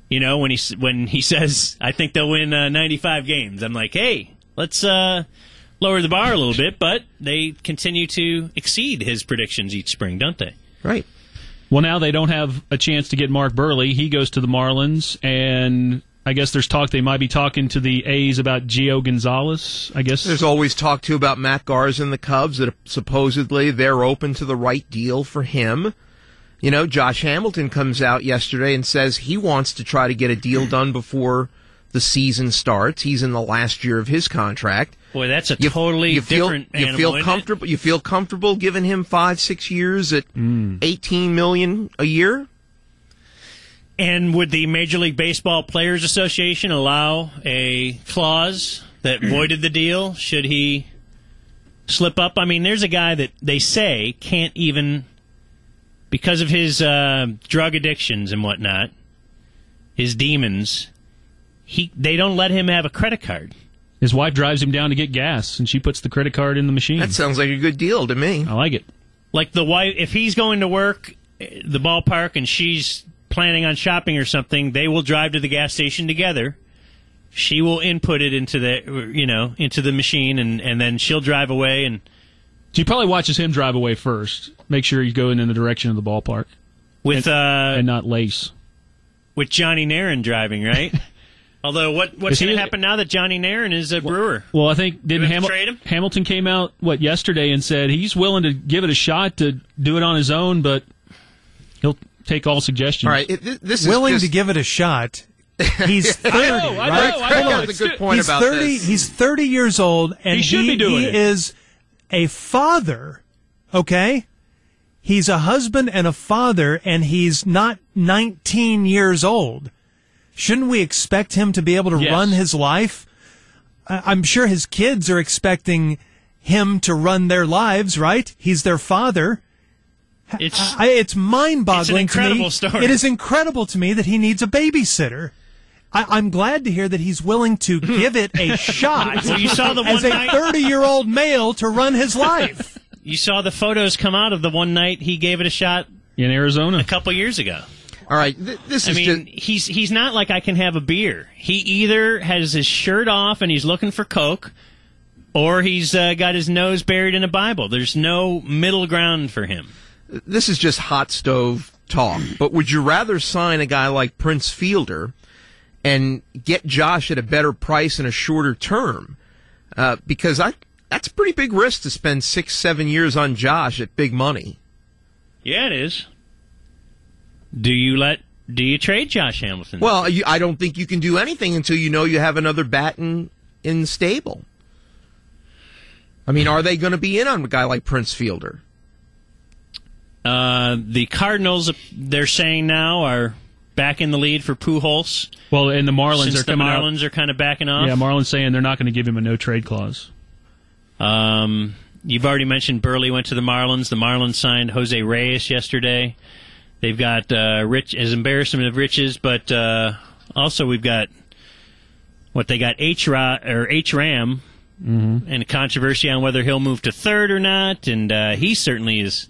[SPEAKER 2] You know, when he s- when he says, "I think they'll win uh, 95 games," I'm like, "Hey, let's uh, lower the bar a little bit." But they continue to exceed his predictions each spring, don't they?
[SPEAKER 10] Right.
[SPEAKER 23] Well, now they don't have a chance to get Mark Burley. He goes to the Marlins, and I guess there's talk they might be talking to the A's about Gio Gonzalez. I guess
[SPEAKER 10] There's always talk too about Matt Garza and the Cubs that supposedly they're open to the right deal for him. You know, Josh Hamilton comes out yesterday and says he wants to try to get a deal done before the season starts. He's in the last year of his contract.
[SPEAKER 2] Boy, that's a totally
[SPEAKER 10] you feel,
[SPEAKER 2] different
[SPEAKER 10] you
[SPEAKER 2] animal.
[SPEAKER 10] feel
[SPEAKER 2] isn't it?
[SPEAKER 10] comfortable you feel comfortable giving him 5 6 years at 18 million a year?
[SPEAKER 2] And would the Major League Baseball Players Association allow a clause that voided the deal should he slip up? I mean, there's a guy that they say can't even, because of his uh, drug addictions and whatnot, his demons. He they don't let him have a credit card.
[SPEAKER 23] his wife drives him down to get gas, and she puts the credit card in the machine. That
[SPEAKER 10] sounds like a good deal to me.
[SPEAKER 23] I like it.
[SPEAKER 2] Like the wife, if he's going to work eh, the ballpark and she's planning on shopping or something, they will drive to the gas station together. She will input it into the er, you know into the machine, and and then she'll drive away. And
[SPEAKER 23] She probably watches him drive away first. Make sure he's going in the direction of the ballpark
[SPEAKER 2] with uh
[SPEAKER 23] and not Lace.
[SPEAKER 2] with Johnny Naron driving, right? Although what
[SPEAKER 23] Is
[SPEAKER 2] what's
[SPEAKER 23] he-
[SPEAKER 2] going to happen now that Johnny Naron is a brewer?
[SPEAKER 23] Well, I think didn't
[SPEAKER 2] have to
[SPEAKER 23] Hamil-
[SPEAKER 2] trade him?
[SPEAKER 23] Hamilton came out what yesterday and said he's willing to give it a shot to do it on his own, but he'll take all suggestions.
[SPEAKER 1] All right,
[SPEAKER 10] it- thi- this
[SPEAKER 1] willing to give it a shot. He's
[SPEAKER 23] I know,
[SPEAKER 1] thirty.
[SPEAKER 23] I know, I
[SPEAKER 1] right?
[SPEAKER 23] know.
[SPEAKER 1] Hold on.
[SPEAKER 23] That's a good point
[SPEAKER 1] he's
[SPEAKER 23] about
[SPEAKER 1] thirty.
[SPEAKER 23] this.
[SPEAKER 1] He's thirty years old, and
[SPEAKER 23] He should be doing
[SPEAKER 1] he
[SPEAKER 23] it.
[SPEAKER 1] is a father. Okay, he's a husband and a father, and he's not nineteen years old. Shouldn't we expect him to be able to
[SPEAKER 23] Yes.
[SPEAKER 1] run his life? I- I'm sure his kids are expecting him to run their lives. Right? He's their father.
[SPEAKER 2] It's
[SPEAKER 1] I, it's mind-boggling
[SPEAKER 2] It's an
[SPEAKER 1] to me.
[SPEAKER 2] incredible story.
[SPEAKER 1] It is incredible to me that he needs a babysitter. I, I'm glad to hear that he's willing to give it a shot.
[SPEAKER 2] Hmm. Well, you saw the
[SPEAKER 1] as
[SPEAKER 2] one
[SPEAKER 1] a
[SPEAKER 2] night-
[SPEAKER 1] 30-year-old male to run his life.
[SPEAKER 2] you saw the photos come out of the one night he gave it a shot
[SPEAKER 23] in Arizona
[SPEAKER 2] a couple years ago.
[SPEAKER 10] All right, th- this
[SPEAKER 2] I
[SPEAKER 10] is
[SPEAKER 2] mean, he's he's not like I can have a beer. He either has his shirt off and he's looking for coke, or he's uh, got his nose buried in a Bible. There's no middle ground for him.
[SPEAKER 10] this is just hot stove talk, but would you rather sign a guy like Prince Fielder and get Josh at a better price and a shorter term? Uh, because I, that's a pretty big risk to spend six, seven years on Josh at big money.
[SPEAKER 2] Yeah, it is. Do you let? Do you trade Josh Hamilton?
[SPEAKER 10] Well, you, I don't think you can do anything until you know you have another bat in, in the stable. I mean, are they going to be in on a guy like Prince Fielder?
[SPEAKER 2] Uh, the Cardinals, they're saying now, are back in the lead for Pujols.
[SPEAKER 23] Well, and the Marlins
[SPEAKER 2] Since
[SPEAKER 23] are
[SPEAKER 2] the
[SPEAKER 23] coming out-
[SPEAKER 2] Marlins are kind of backing off.
[SPEAKER 23] Yeah, Marlon's saying they're not going to give him a no trade clause.
[SPEAKER 2] Um, you've already mentioned Burley went to the Marlins. The Marlins signed Jose Reyes yesterday. They've got uh, Rich as embarrassment of riches, but uh, also we've got what they got H Ra- or H Ram,
[SPEAKER 22] Mm-hmm.
[SPEAKER 2] and controversy on whether he'll move to third or not. And uh, he certainly is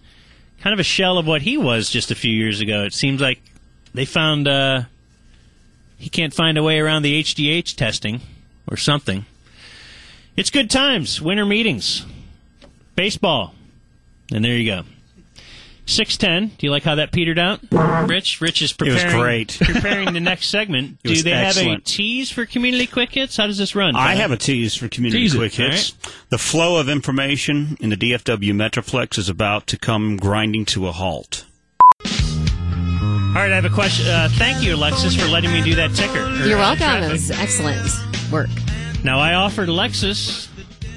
[SPEAKER 2] kind of a shell of what he was just a few years ago. It seems like they found uh, he can't find a way around the HDH testing or something. It's good times, winter meetings, baseball, and there you go. Six ten. Do you like how that petered out, Rich? Rich
[SPEAKER 22] was
[SPEAKER 2] is preparing.
[SPEAKER 22] great.
[SPEAKER 2] preparing the next segment.
[SPEAKER 22] It
[SPEAKER 2] Do
[SPEAKER 22] was
[SPEAKER 2] they have a
[SPEAKER 22] excellent.
[SPEAKER 2] tease for community quick hits? How does this run?
[SPEAKER 22] I
[SPEAKER 2] Brian?
[SPEAKER 22] have a tease for community
[SPEAKER 2] uh, Tease it,
[SPEAKER 22] quick
[SPEAKER 2] all
[SPEAKER 22] hits. The flow of information in the DFW Metroplex is about to come grinding to a halt.
[SPEAKER 2] All right, I have a question. Uh, thank you, Alexis, for letting me do that ticker.
[SPEAKER 24] You're
[SPEAKER 2] Uh,
[SPEAKER 24] welcome.
[SPEAKER 2] traffic.
[SPEAKER 24] It's excellent work.
[SPEAKER 2] Now I offered Alexis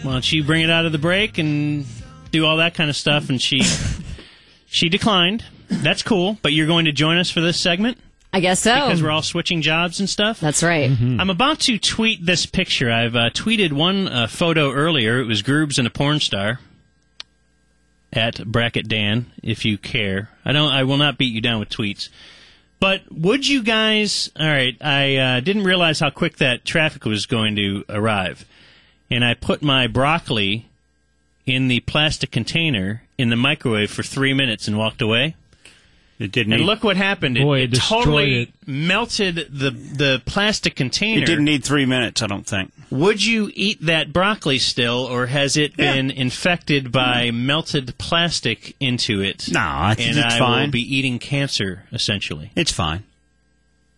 [SPEAKER 2] why don't you bring it out of the break and do all that kind of stuff? And she she declined. That's cool, but you're going to join us for this segment?
[SPEAKER 24] I guess so.
[SPEAKER 2] Because we're all switching jobs and stuff?
[SPEAKER 24] That's right.
[SPEAKER 2] I'm about to tweet this picture. I've uh, tweeted one uh, photo earlier. It was Groobs and a porn star at bracket Dan, if you care. I don't. I will not beat you down with tweets. But would you guys? All right, I uh, didn't realize how quick that traffic was going to arrive, and I put my broccoli in the plastic container in the microwave for three minutes and walked away.
[SPEAKER 9] It didn't.
[SPEAKER 2] And
[SPEAKER 9] eat-
[SPEAKER 2] look what happened. It,
[SPEAKER 9] Boy, it
[SPEAKER 2] it
[SPEAKER 9] destroyed
[SPEAKER 2] totally
[SPEAKER 9] it.
[SPEAKER 2] melted the the plastic container.
[SPEAKER 9] It didn't need three minutes, I don't think.
[SPEAKER 2] Would you eat that broccoli still, or has it been infected by melted plastic into it? No,
[SPEAKER 9] I think
[SPEAKER 2] and
[SPEAKER 9] it's
[SPEAKER 2] I
[SPEAKER 9] fine.
[SPEAKER 2] will be eating cancer essentially.
[SPEAKER 9] It's fine.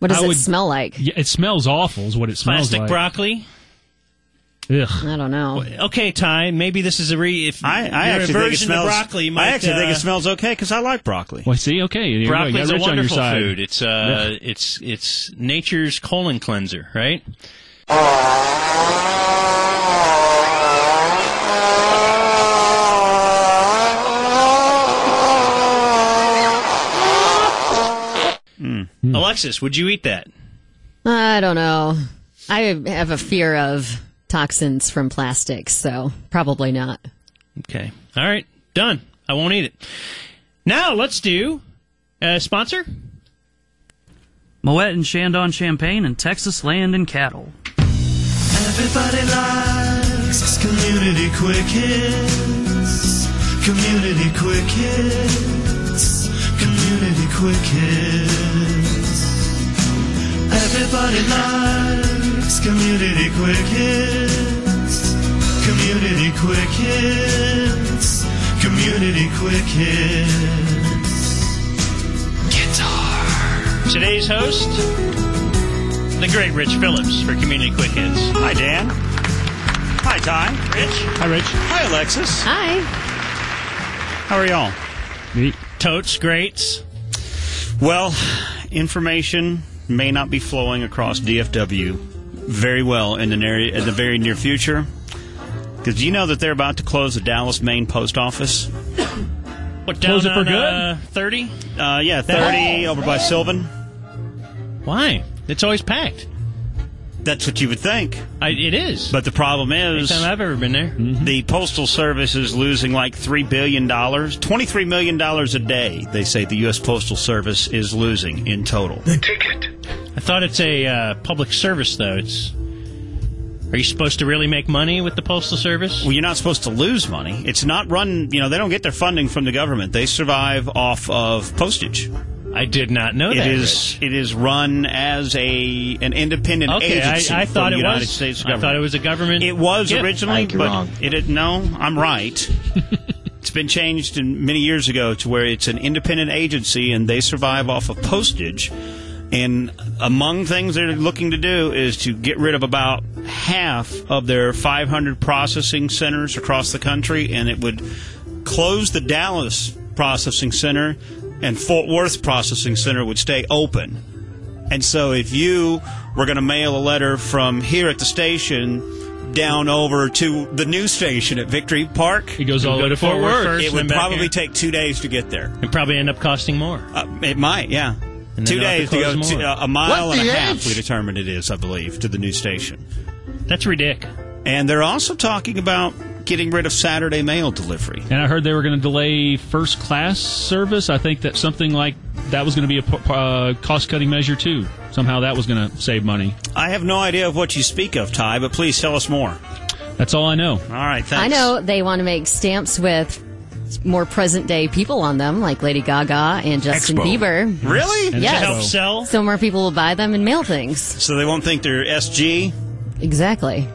[SPEAKER 24] What does
[SPEAKER 3] I
[SPEAKER 24] it
[SPEAKER 3] would-
[SPEAKER 24] smell like?
[SPEAKER 3] Yeah, it smells awful. Is what it smells
[SPEAKER 2] Plastic
[SPEAKER 3] like.
[SPEAKER 2] broccoli.
[SPEAKER 3] Ugh.
[SPEAKER 24] I don't know.
[SPEAKER 2] Okay, Ty. Maybe this is a re. If
[SPEAKER 3] I- I
[SPEAKER 2] your
[SPEAKER 3] actually think it
[SPEAKER 2] aversion
[SPEAKER 3] smells-
[SPEAKER 2] to broccoli,
[SPEAKER 3] I
[SPEAKER 2] might,
[SPEAKER 3] actually think
[SPEAKER 2] uh,
[SPEAKER 3] it
[SPEAKER 9] smells okay because I like broccoli.
[SPEAKER 3] Well, see, okay, there you go. You got
[SPEAKER 2] Broccoli's a
[SPEAKER 3] Rich on your
[SPEAKER 2] wonderful
[SPEAKER 3] side.
[SPEAKER 2] food. It's uh, it's it's nature's colon cleanser, right?
[SPEAKER 3] Hmm.
[SPEAKER 2] Alexis, would you eat that?
[SPEAKER 24] I don't know. I have a fear of toxins from plastics, so probably not.
[SPEAKER 2] Okay. All right. Done. I won't eat it. Now let's do uh, sponsor.
[SPEAKER 7] Moet and Chandon Champagne and Texas Land and Cattle.
[SPEAKER 25] Everybody likes community quick hits. Community quick hits. Community quick hits. Everybody likes community quick hits. Community quick hits. Community quick hits. Guitar.
[SPEAKER 2] Today's host, the great Rich Phillips for Community Quick Hits.
[SPEAKER 9] Hi, Dan. Hi, Ty. Rich.
[SPEAKER 3] Hi, Rich.
[SPEAKER 9] Hi, Alexis.
[SPEAKER 24] Hi.
[SPEAKER 9] How are y'all?
[SPEAKER 2] Totes, greats.
[SPEAKER 9] Well, information may not be flowing across DFW very well in the near, in the very near future. Because you know that they're about to close the Dallas main post office.
[SPEAKER 2] What
[SPEAKER 9] Close
[SPEAKER 2] down
[SPEAKER 9] it for
[SPEAKER 2] on,
[SPEAKER 9] good?
[SPEAKER 2] Uh, Thirty.
[SPEAKER 9] Uh, yeah, thirty over by Sylvan.
[SPEAKER 2] Why? It's always packed.
[SPEAKER 9] That's what you would think.
[SPEAKER 2] I, it is.
[SPEAKER 9] But the problem is, Mm-hmm.
[SPEAKER 2] Anytime I've ever been there,
[SPEAKER 9] the postal service is losing like three billion dollars, twenty-three million dollars a day. They say the U.S. Postal Service is losing in total.
[SPEAKER 2] I thought it's a uh, public service though. It's are you supposed to really make money with the postal service?
[SPEAKER 9] Well, you're not supposed to lose money. It's not run, you know, they don't get their funding from the government. They survive off of postage.
[SPEAKER 2] I did not know that,
[SPEAKER 9] It is it is run as a an independent
[SPEAKER 2] Okay, I,
[SPEAKER 9] agency
[SPEAKER 2] I
[SPEAKER 9] from
[SPEAKER 2] thought
[SPEAKER 9] the
[SPEAKER 2] it
[SPEAKER 9] United
[SPEAKER 2] was.
[SPEAKER 9] States
[SPEAKER 2] I
[SPEAKER 9] government.
[SPEAKER 2] thought it was a government.
[SPEAKER 9] It was
[SPEAKER 2] gift.
[SPEAKER 9] originally, but it is- no. I'm right. it's been changed in many years ago to where it's an independent agency and they survive off of postage. And among things they're looking to do is to get rid of about half of their 500 processing centers across the country, and it would close the Dallas processing center, and Fort Worth processing center would stay open. And so if you were going to mail a letter from here at the station down over to the new station at Victory Park, it
[SPEAKER 3] goes all the way to Fort Worth first,
[SPEAKER 9] It
[SPEAKER 3] and
[SPEAKER 9] would
[SPEAKER 3] then back
[SPEAKER 9] probably
[SPEAKER 3] here.
[SPEAKER 9] take two days to get there.
[SPEAKER 2] It probably end up costing more.
[SPEAKER 9] Uh, it might, yeah.
[SPEAKER 2] And then
[SPEAKER 9] Two
[SPEAKER 2] they'll have to
[SPEAKER 9] days to go
[SPEAKER 2] close
[SPEAKER 9] to,
[SPEAKER 2] more.
[SPEAKER 9] uh, a mile
[SPEAKER 2] What
[SPEAKER 9] and
[SPEAKER 2] the
[SPEAKER 9] a half.
[SPEAKER 2] H?
[SPEAKER 9] We determined it is, I believe, to the new station.
[SPEAKER 2] That's ridiculous.
[SPEAKER 9] And they're also talking about getting rid of Saturday mail delivery.
[SPEAKER 3] And I heard they were going to delay first class service. I think that something like that was going to be a p- p- uh, cost cutting measure too. Somehow that was going to save money.
[SPEAKER 9] I have no idea of what you speak of, Ty, but please tell us more.
[SPEAKER 3] That's all I
[SPEAKER 2] Oh.
[SPEAKER 3] know. All
[SPEAKER 9] right, thanks.
[SPEAKER 24] I know they want to make stamps with more present day people on them, like Lady Gaga and Justin
[SPEAKER 9] Expo.
[SPEAKER 24] Bieber.
[SPEAKER 9] Really? And
[SPEAKER 24] yes.
[SPEAKER 9] to help sell?
[SPEAKER 24] So more people will buy them and mail things.
[SPEAKER 9] So they won't think they're SG.
[SPEAKER 24] Exactly.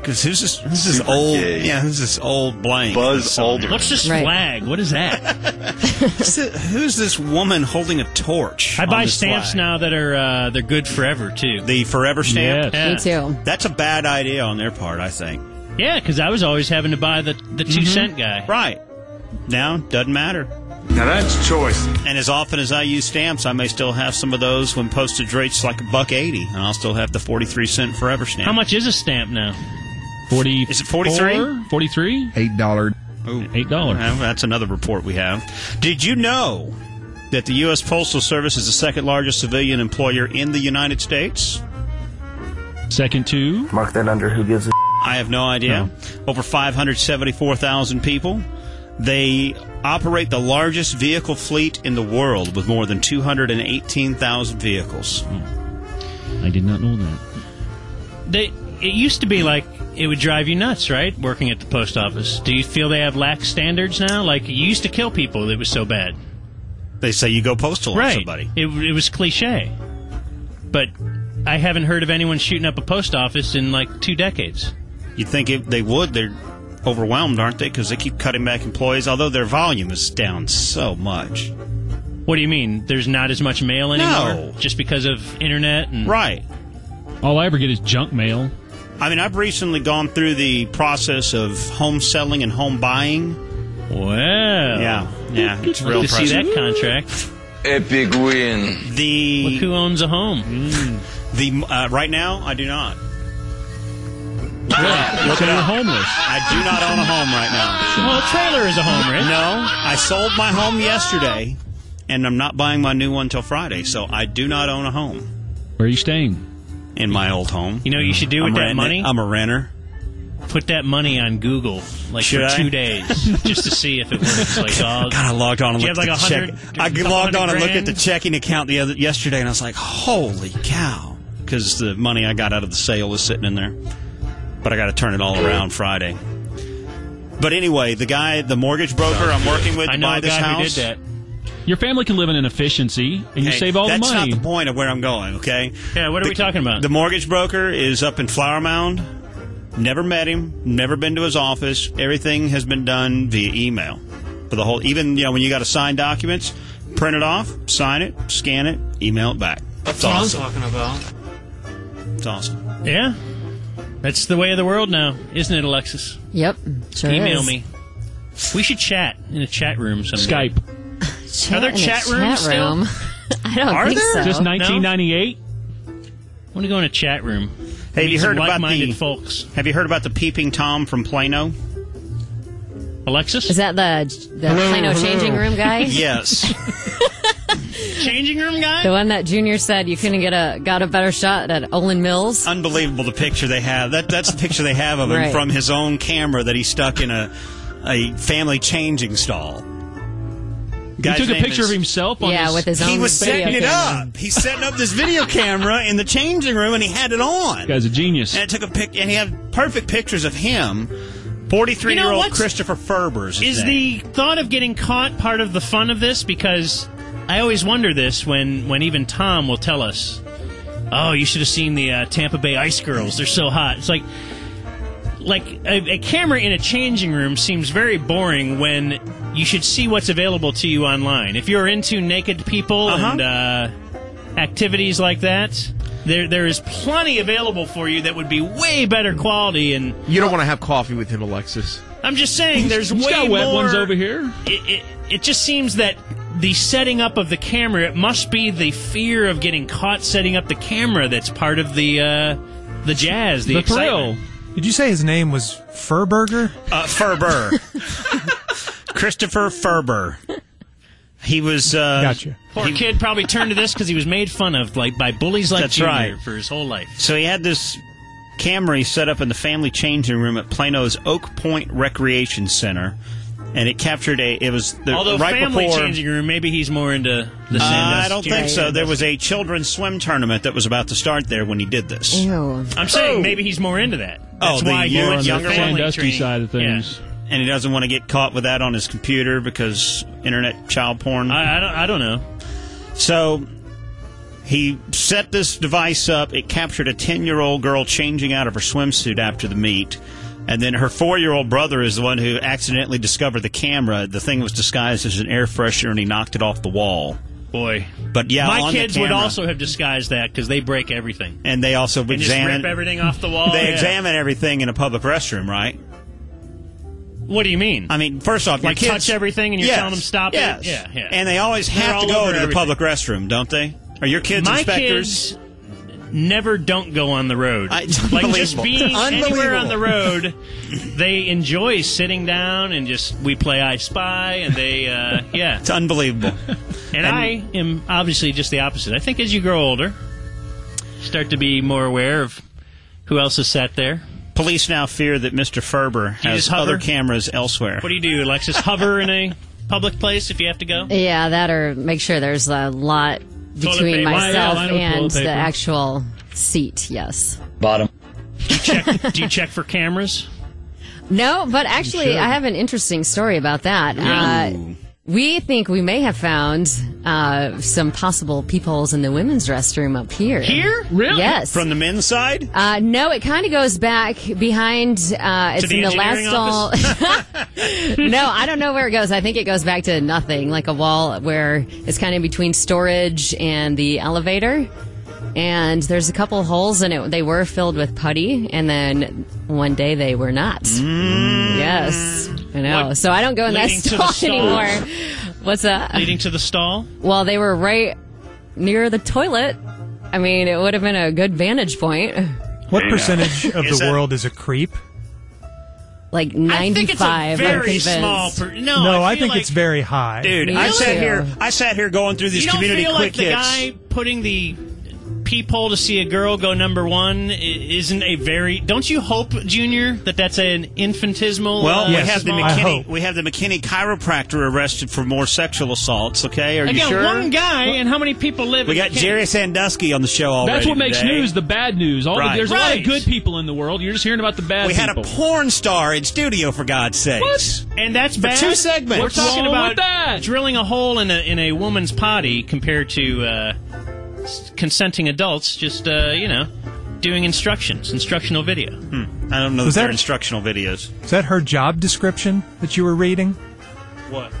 [SPEAKER 9] Because who's this? This is old. Yeah, who's this old blank? Buzz Aldrin.
[SPEAKER 2] What's this
[SPEAKER 24] Right.
[SPEAKER 2] flag? What is that?
[SPEAKER 9] who's this woman holding a torch?
[SPEAKER 2] I
[SPEAKER 9] on
[SPEAKER 2] buy
[SPEAKER 9] this
[SPEAKER 2] stamps
[SPEAKER 9] flag?
[SPEAKER 2] now that are uh, they're good forever too.
[SPEAKER 9] The forever stamp.
[SPEAKER 2] Yeah.
[SPEAKER 24] Me too.
[SPEAKER 9] That's a bad idea on their part, I think.
[SPEAKER 2] Yeah, because I was always having to buy the the 2
[SPEAKER 9] Mm-hmm.
[SPEAKER 2] cent guy.
[SPEAKER 9] Right. Now doesn't matter.
[SPEAKER 26] Now that's choice.
[SPEAKER 9] And as often as I use stamps, I may still have some of those when postage rates like a buck eighty, and I'll still have the forty-three cent forever stamp.
[SPEAKER 2] How much is a stamp now?
[SPEAKER 3] Forty.
[SPEAKER 9] Is it 43?
[SPEAKER 3] Forty-three.
[SPEAKER 9] Eight dollar.
[SPEAKER 3] Eight dollars.
[SPEAKER 9] That's another report we have. Did you know that the U.S. Postal Service is the second largest civilian employer in the United States?
[SPEAKER 3] Second to
[SPEAKER 9] mark that under who gives a. I have no idea. Over five hundred seventy-four thousand people. They operate the largest vehicle fleet in the world with more than two hundred and eighteen thousand vehicles.
[SPEAKER 2] Hmm.
[SPEAKER 3] I did not know that.
[SPEAKER 2] They it used to be like it would drive you nuts, right? Working at the post office. Do you feel they have lax standards now? Like you used to kill people, it was so bad.
[SPEAKER 9] They say you go postal
[SPEAKER 2] right.
[SPEAKER 9] on somebody.
[SPEAKER 2] It, it was cliche, but I haven't heard of anyone shooting up a post office in like two decades.
[SPEAKER 9] You'd think if they would, they're overwhelmed, aren't they? Because they keep cutting back employees, although their volume is down so much.
[SPEAKER 2] What do you mean? There's not as much mail anymore,
[SPEAKER 9] No.
[SPEAKER 2] just because of internet and
[SPEAKER 9] right.
[SPEAKER 3] All I ever get is junk mail.
[SPEAKER 9] I mean, I've recently gone through the process of home selling and home buying.
[SPEAKER 2] Wow.
[SPEAKER 9] Yeah, yeah, it's real.
[SPEAKER 2] to see
[SPEAKER 9] impressive.
[SPEAKER 2] that contract.
[SPEAKER 9] Epic win. The
[SPEAKER 2] Look who owns a home.
[SPEAKER 9] The uh, right now, I do not.
[SPEAKER 3] Look
[SPEAKER 9] it
[SPEAKER 3] at
[SPEAKER 9] up.
[SPEAKER 3] homeless.
[SPEAKER 9] I do not own a home right now.
[SPEAKER 2] Well, a trailer is a home, right?
[SPEAKER 9] No, I sold my home yesterday, and I'm not buying my new one till Friday. So I do not own a home
[SPEAKER 3] Where are you staying?
[SPEAKER 9] in my old home.
[SPEAKER 2] You know what you should do with
[SPEAKER 9] I'm
[SPEAKER 2] that
[SPEAKER 9] renting-
[SPEAKER 2] money?
[SPEAKER 9] I'm a renter.
[SPEAKER 2] Put that money on Google, like
[SPEAKER 9] Should
[SPEAKER 2] for
[SPEAKER 9] I?
[SPEAKER 2] two days, just to see if it works. Like, oh,
[SPEAKER 9] God, I logged on and
[SPEAKER 2] do you
[SPEAKER 9] looked
[SPEAKER 2] have
[SPEAKER 9] at
[SPEAKER 2] like
[SPEAKER 9] the check-
[SPEAKER 2] 100
[SPEAKER 9] I
[SPEAKER 2] couple
[SPEAKER 9] logged
[SPEAKER 2] hundred
[SPEAKER 9] on and looked at
[SPEAKER 2] grand?
[SPEAKER 9] the checking account the other yesterday, and I was like, "Holy cow!" Because the money I got out of the sale was sitting in there, but I got to turn it all around Friday. But anyway, the guy, the mortgage broker I'm working with
[SPEAKER 3] I
[SPEAKER 9] to
[SPEAKER 3] know
[SPEAKER 9] buy
[SPEAKER 3] a
[SPEAKER 9] this
[SPEAKER 3] guy who
[SPEAKER 9] house,
[SPEAKER 3] did that. Your family can live in an efficiency, and you
[SPEAKER 9] Hey,
[SPEAKER 3] save all the
[SPEAKER 9] that's
[SPEAKER 3] money.
[SPEAKER 9] not the point of where I'm going, okay?
[SPEAKER 2] Yeah, what are we talking about?
[SPEAKER 9] The mortgage broker is up in Flower Mound. Never met him, never been to his office. Everything has been done via email. For the whole even you know, when you gotta sign documents, print it off, sign it, scan it, email it back. That's awesome.
[SPEAKER 27] talking about.
[SPEAKER 9] It's awesome.
[SPEAKER 2] Yeah, that's the way of the world now, isn't it, Alexis?
[SPEAKER 24] Yep. Sure
[SPEAKER 2] Email
[SPEAKER 24] is.
[SPEAKER 2] me. We should chat in a chat room. Someday.
[SPEAKER 3] Skype.
[SPEAKER 24] Chat
[SPEAKER 2] Are there
[SPEAKER 24] in a
[SPEAKER 2] chat rooms
[SPEAKER 24] chat
[SPEAKER 2] still?
[SPEAKER 24] room. I don't
[SPEAKER 2] Are
[SPEAKER 24] think
[SPEAKER 2] there?
[SPEAKER 24] so.
[SPEAKER 2] Just
[SPEAKER 24] No?
[SPEAKER 3] 1998.
[SPEAKER 2] I want to go in a chat room.
[SPEAKER 9] Hey, have
[SPEAKER 2] Meet
[SPEAKER 9] you
[SPEAKER 2] some
[SPEAKER 9] heard about the
[SPEAKER 2] like-minded folks?
[SPEAKER 9] Have you heard about the peeping Tom from Plano?
[SPEAKER 2] Alexis?
[SPEAKER 24] Is that the the Plano changing room guy?
[SPEAKER 9] yes.
[SPEAKER 2] Changing room guy?
[SPEAKER 24] The one that Junior said you couldn't get a got a better shot at Olin Mills.
[SPEAKER 9] Unbelievable the picture they have. That that's the picture they have of him
[SPEAKER 24] Right.
[SPEAKER 9] from his own camera that he stuck in a a family changing stall. Guy's
[SPEAKER 3] he took a
[SPEAKER 9] name
[SPEAKER 3] picture
[SPEAKER 9] is-
[SPEAKER 3] of himself on
[SPEAKER 24] Yeah,
[SPEAKER 3] his
[SPEAKER 24] with his
[SPEAKER 9] He
[SPEAKER 24] own
[SPEAKER 9] was
[SPEAKER 24] video
[SPEAKER 9] setting it
[SPEAKER 24] camera.
[SPEAKER 9] up. He's setting up this video camera in the changing room, and he had it on.
[SPEAKER 3] guy's a genius.
[SPEAKER 9] And it took a pic, and he had perfect pictures of him. Forty-three-year-old
[SPEAKER 2] what's-
[SPEAKER 9] Christopher Ferber's his
[SPEAKER 2] Is
[SPEAKER 9] name.
[SPEAKER 2] the thought of getting caught part of the fun of this? Because I always wonder this when, when even Tom will tell us, "Oh, you should have seen the uh, Tampa Bay Ice Girls. They're so hot." It's like like a, a camera in a changing room seems very boring when you should see what's available to you online. If you're into naked people and uh, activities like that. There, there is plenty available for you that would be way better quality, and
[SPEAKER 10] You don't want to have coffee with him, Alexis.
[SPEAKER 2] I'm just saying, there's
[SPEAKER 3] He's
[SPEAKER 2] way
[SPEAKER 3] got wet
[SPEAKER 2] more.
[SPEAKER 3] ones over here.
[SPEAKER 2] It, it, it just seems that the setting up of the camera, it must be the fear of getting caught setting up the camera that's part of the uh, the jazz, the, excitement.
[SPEAKER 1] Did you say his name was Furburger?
[SPEAKER 9] uh, Ferber, Christopher Ferber. He was uh,
[SPEAKER 1] Gotcha.
[SPEAKER 2] Poor kid probably turned to this because he was made fun of like by bullies like
[SPEAKER 9] That's
[SPEAKER 2] Junior
[SPEAKER 9] right.
[SPEAKER 2] for his whole life.
[SPEAKER 9] So he had this Camry set up in the family changing room at Plano's Oak Point Recreation Center, and it captured a. It was the,
[SPEAKER 2] Although
[SPEAKER 9] right
[SPEAKER 2] family
[SPEAKER 9] before,
[SPEAKER 2] changing room, maybe he's more into the
[SPEAKER 9] Uh,
[SPEAKER 2] Sandusky
[SPEAKER 9] I don't think so. There was a children's swim tournament that was about to start there when he did this.
[SPEAKER 24] Ew.
[SPEAKER 2] I'm saying maybe he's more into that.
[SPEAKER 9] Oh,
[SPEAKER 2] That's
[SPEAKER 9] the
[SPEAKER 2] why he
[SPEAKER 9] younger-
[SPEAKER 2] went to
[SPEAKER 9] younger one?
[SPEAKER 2] family
[SPEAKER 3] Sandusky
[SPEAKER 2] training.
[SPEAKER 3] side of things.
[SPEAKER 9] And he doesn't want to get caught with that on his computer because internet child porn.
[SPEAKER 2] I, I, don't, I don't know.
[SPEAKER 9] So he set this device up. It captured a 10 year old girl changing out of her swimsuit after the meet. And then her four year old brother is the one who accidentally discovered the camera. The thing was disguised as an air freshener and he knocked it off the wall.
[SPEAKER 2] Boy,
[SPEAKER 9] But yeah,
[SPEAKER 2] my
[SPEAKER 9] on the
[SPEAKER 2] kids would
[SPEAKER 9] camera-
[SPEAKER 2] also have disguised that because they break everything.
[SPEAKER 9] And they also
[SPEAKER 2] and just rip
[SPEAKER 9] examine.
[SPEAKER 2] everything off the wall.
[SPEAKER 9] they
[SPEAKER 2] yeah.
[SPEAKER 9] examine everything in a public restroom, right?
[SPEAKER 2] What do you mean?
[SPEAKER 9] I mean, first off, your
[SPEAKER 2] Like,
[SPEAKER 9] kids-
[SPEAKER 2] touch everything and you're
[SPEAKER 9] Yes,
[SPEAKER 2] telling them stop it?
[SPEAKER 9] yes.
[SPEAKER 2] Yeah, yeah.
[SPEAKER 9] And they always
[SPEAKER 2] They're
[SPEAKER 9] have to
[SPEAKER 2] all
[SPEAKER 9] go
[SPEAKER 2] over
[SPEAKER 9] to the
[SPEAKER 2] everything.
[SPEAKER 9] public restroom, don't they? Are your kids
[SPEAKER 2] my
[SPEAKER 9] inspectors?
[SPEAKER 2] kids never don't go on the road. like just
[SPEAKER 28] unbelievable.
[SPEAKER 2] being anywhere
[SPEAKER 28] Unbelievable.
[SPEAKER 2] on the road, they enjoy sitting down and just we play I Spy and they uh, yeah.
[SPEAKER 9] It's unbelievable.
[SPEAKER 2] And, I am obviously just the opposite. I think as you grow older, you start to be more aware of who else has sat there.
[SPEAKER 9] Police now fear that Mr. Ferber
[SPEAKER 2] just
[SPEAKER 9] has
[SPEAKER 2] hover?
[SPEAKER 9] other cameras elsewhere.
[SPEAKER 2] What do you do, Alexis? Hover in a public place if you have to go?
[SPEAKER 24] Yeah, that or make sure there's a lot between
[SPEAKER 2] paper. Line- yeah,
[SPEAKER 24] myself
[SPEAKER 2] line up with
[SPEAKER 24] and
[SPEAKER 2] toilet
[SPEAKER 24] the
[SPEAKER 2] paper.
[SPEAKER 24] actual seat. Yes.
[SPEAKER 2] Bottom. Do you check, do you check for cameras?
[SPEAKER 24] No, but
[SPEAKER 2] should.
[SPEAKER 24] actually, I have an interesting story about that. Uh, we think we may have found uh, some possible peepholes in the women's restroom up here.
[SPEAKER 9] Here?
[SPEAKER 24] Really? Yes.
[SPEAKER 9] From the men's side?
[SPEAKER 24] Uh, no, it kind of goes back behind. Uh, it's
[SPEAKER 9] the
[SPEAKER 24] in the last
[SPEAKER 9] engineering
[SPEAKER 24] stall. no, I don't know where it goes. I think it goes back to nothing, like a wall where it's kind of between storage and the elevator. And there's a couple holes in it. They were filled with putty, and then one day they were not. Yes, I know.
[SPEAKER 2] Mm. What-
[SPEAKER 24] so I don't go in that
[SPEAKER 2] leading to the
[SPEAKER 24] stall
[SPEAKER 2] stall?
[SPEAKER 24] anymore. What's that?
[SPEAKER 2] Leading to the stall?
[SPEAKER 24] Well, they were right near the toilet. I mean, it would have been a good vantage point.
[SPEAKER 1] What percentage of
[SPEAKER 24] Is
[SPEAKER 1] the
[SPEAKER 24] that-
[SPEAKER 1] world is a creep?
[SPEAKER 24] Like 95. I'm convinced.
[SPEAKER 1] no, I, think it's very high.
[SPEAKER 9] Dude, I sat here. I sat here going through this
[SPEAKER 2] you don't
[SPEAKER 9] community
[SPEAKER 2] feel
[SPEAKER 9] quick
[SPEAKER 2] like
[SPEAKER 9] hits.
[SPEAKER 2] the guy putting the peephole to see a girl go number one i- isn't a very. Don't you hope, Junior, that that's an infinitesimal?
[SPEAKER 9] Well,
[SPEAKER 2] uh,
[SPEAKER 9] we have the
[SPEAKER 2] small-
[SPEAKER 9] McKinney. We have the McKinney chiropractor arrested for more sexual assaults. Okay, are you
[SPEAKER 2] Again,
[SPEAKER 9] sure?
[SPEAKER 2] one guy, and how many people live?
[SPEAKER 9] we
[SPEAKER 2] in
[SPEAKER 9] got
[SPEAKER 2] McKinney?
[SPEAKER 9] Jerry Sandusky on the show already.
[SPEAKER 3] That's what makes
[SPEAKER 9] today.
[SPEAKER 3] news, the bad news. All the-
[SPEAKER 9] Right.
[SPEAKER 3] there's a lot
[SPEAKER 9] Right.
[SPEAKER 3] of good people in the world. You're just hearing about the bad
[SPEAKER 9] We had a
[SPEAKER 3] people.
[SPEAKER 9] porn star in studio for God's sake.
[SPEAKER 3] What?
[SPEAKER 2] And that's
[SPEAKER 9] For
[SPEAKER 2] bad.
[SPEAKER 9] two segments.
[SPEAKER 2] We're
[SPEAKER 9] What's
[SPEAKER 2] talking
[SPEAKER 9] wrong
[SPEAKER 2] about
[SPEAKER 9] with
[SPEAKER 2] drilling a hole in a in a woman's potty compared to uh, s- consenting adults. Just uh, you know, doing instructions, instructional video.
[SPEAKER 9] Hmm. I don't know
[SPEAKER 1] Was
[SPEAKER 9] that they're
[SPEAKER 1] that-
[SPEAKER 9] instructional videos.
[SPEAKER 1] Is that her job description that you were reading,
[SPEAKER 2] What?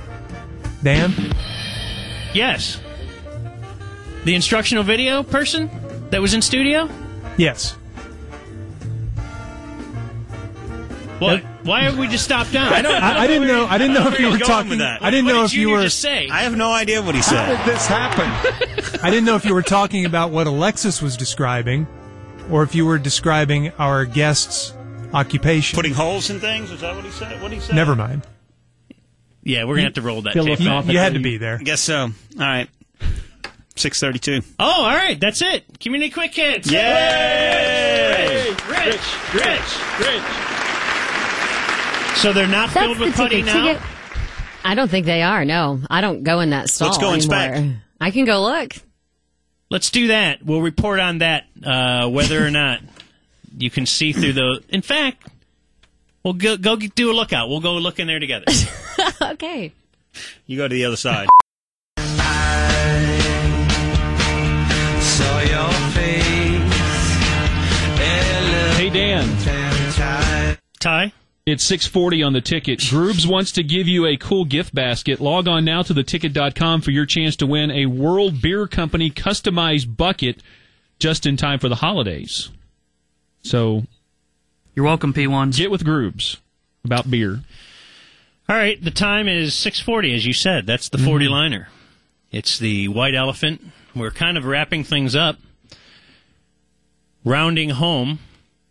[SPEAKER 1] Dan?
[SPEAKER 2] Yes. The instructional video person that was in studio.
[SPEAKER 1] Yes.
[SPEAKER 2] What? Why have we just stopped down?
[SPEAKER 1] I don't- I- I didn't know- I didn't know if you were talking- I didn't
[SPEAKER 2] What
[SPEAKER 1] know
[SPEAKER 2] did
[SPEAKER 1] if you
[SPEAKER 2] Junior
[SPEAKER 1] were-
[SPEAKER 2] Just say?
[SPEAKER 9] I have no idea what he
[SPEAKER 1] How
[SPEAKER 9] said.
[SPEAKER 1] did this happen? I didn't know if you were talking about what Alexis was describing, or if you were describing our guest's occupation.
[SPEAKER 9] Putting holes in things. Is that what he said? What did he say?
[SPEAKER 1] Never mind.
[SPEAKER 2] Yeah, we're gonna have to roll that
[SPEAKER 1] Philip
[SPEAKER 2] tape.
[SPEAKER 1] You-
[SPEAKER 2] off.
[SPEAKER 1] you had to be there.
[SPEAKER 9] Guess so. All right. Six thirty-two.
[SPEAKER 2] Oh, all right. That's it. Community quick hits.
[SPEAKER 9] Yay!
[SPEAKER 2] Rich, rich, rich, rich. So they're not filled with putty now.
[SPEAKER 24] I don't think they are. No, I don't go in that stall.
[SPEAKER 2] Let's go inspect.
[SPEAKER 24] anymore. I can go look.
[SPEAKER 2] Let's do that. We'll report on that uh, whether or not you can see through the. In fact, we'll go go get- do a lookout. We'll go look in there together.
[SPEAKER 24] okay.
[SPEAKER 9] You go to the other side.
[SPEAKER 29] Saw your face.
[SPEAKER 3] Hey Dan.
[SPEAKER 2] Ty?
[SPEAKER 3] It's 640 on the ticket. Groobs wants to give you a cool gift basket. Log on now to theticket.com for your chance to win a World Beer Company customized bucket just in time for the holidays. So
[SPEAKER 30] You're welcome, P1s.
[SPEAKER 3] Get with Groobs about beer.
[SPEAKER 2] All right, the time is 6:40 as you said. That's the 40 liner. It's the White Elephant. We're kind of wrapping things up. Rounding home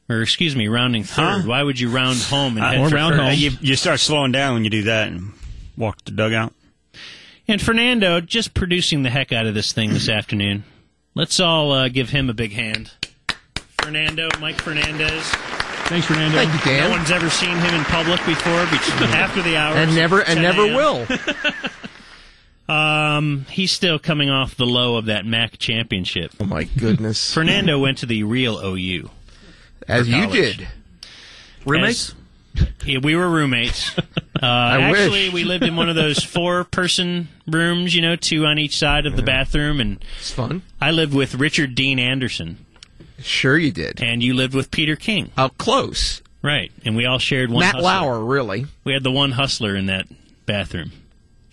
[SPEAKER 2] or excuse me, rounding third. Why would you Uh, round home and head for first?
[SPEAKER 9] You, you start slowing down when you do that and walk the dugout.
[SPEAKER 2] And Fernando just producing the heck out of this thing this afternoon. Let's all uh, give him a big hand. Fernando, Mike Fernandez.
[SPEAKER 3] Thanks, Fernando.
[SPEAKER 10] Thank you, Dan.
[SPEAKER 2] No one's ever seen him in public before, be- after the hours.
[SPEAKER 10] And never- and
[SPEAKER 2] 10
[SPEAKER 10] never
[SPEAKER 2] a.m..
[SPEAKER 10] will.
[SPEAKER 2] Um, he's still coming off the low of that MAC championship. Oh
[SPEAKER 10] my goodness!
[SPEAKER 2] Fernando went to the real OU,
[SPEAKER 10] As
[SPEAKER 2] for
[SPEAKER 10] you
[SPEAKER 2] college.
[SPEAKER 10] did. Roommates?
[SPEAKER 2] As- yeah, we were roommates. Uh, actually,
[SPEAKER 10] wish.
[SPEAKER 2] we lived in one of those four-person rooms, you know, two on each side of the bathroom, and it's
[SPEAKER 10] fun.
[SPEAKER 2] I lived with Richard Dean Anderson.
[SPEAKER 10] Sure, you did.
[SPEAKER 2] And you lived with Peter King.
[SPEAKER 10] Out close.
[SPEAKER 2] Right, and we all shared one.
[SPEAKER 10] Matt
[SPEAKER 2] hustler.
[SPEAKER 10] Lauer, really.
[SPEAKER 2] We had the one hustler in that bathroom.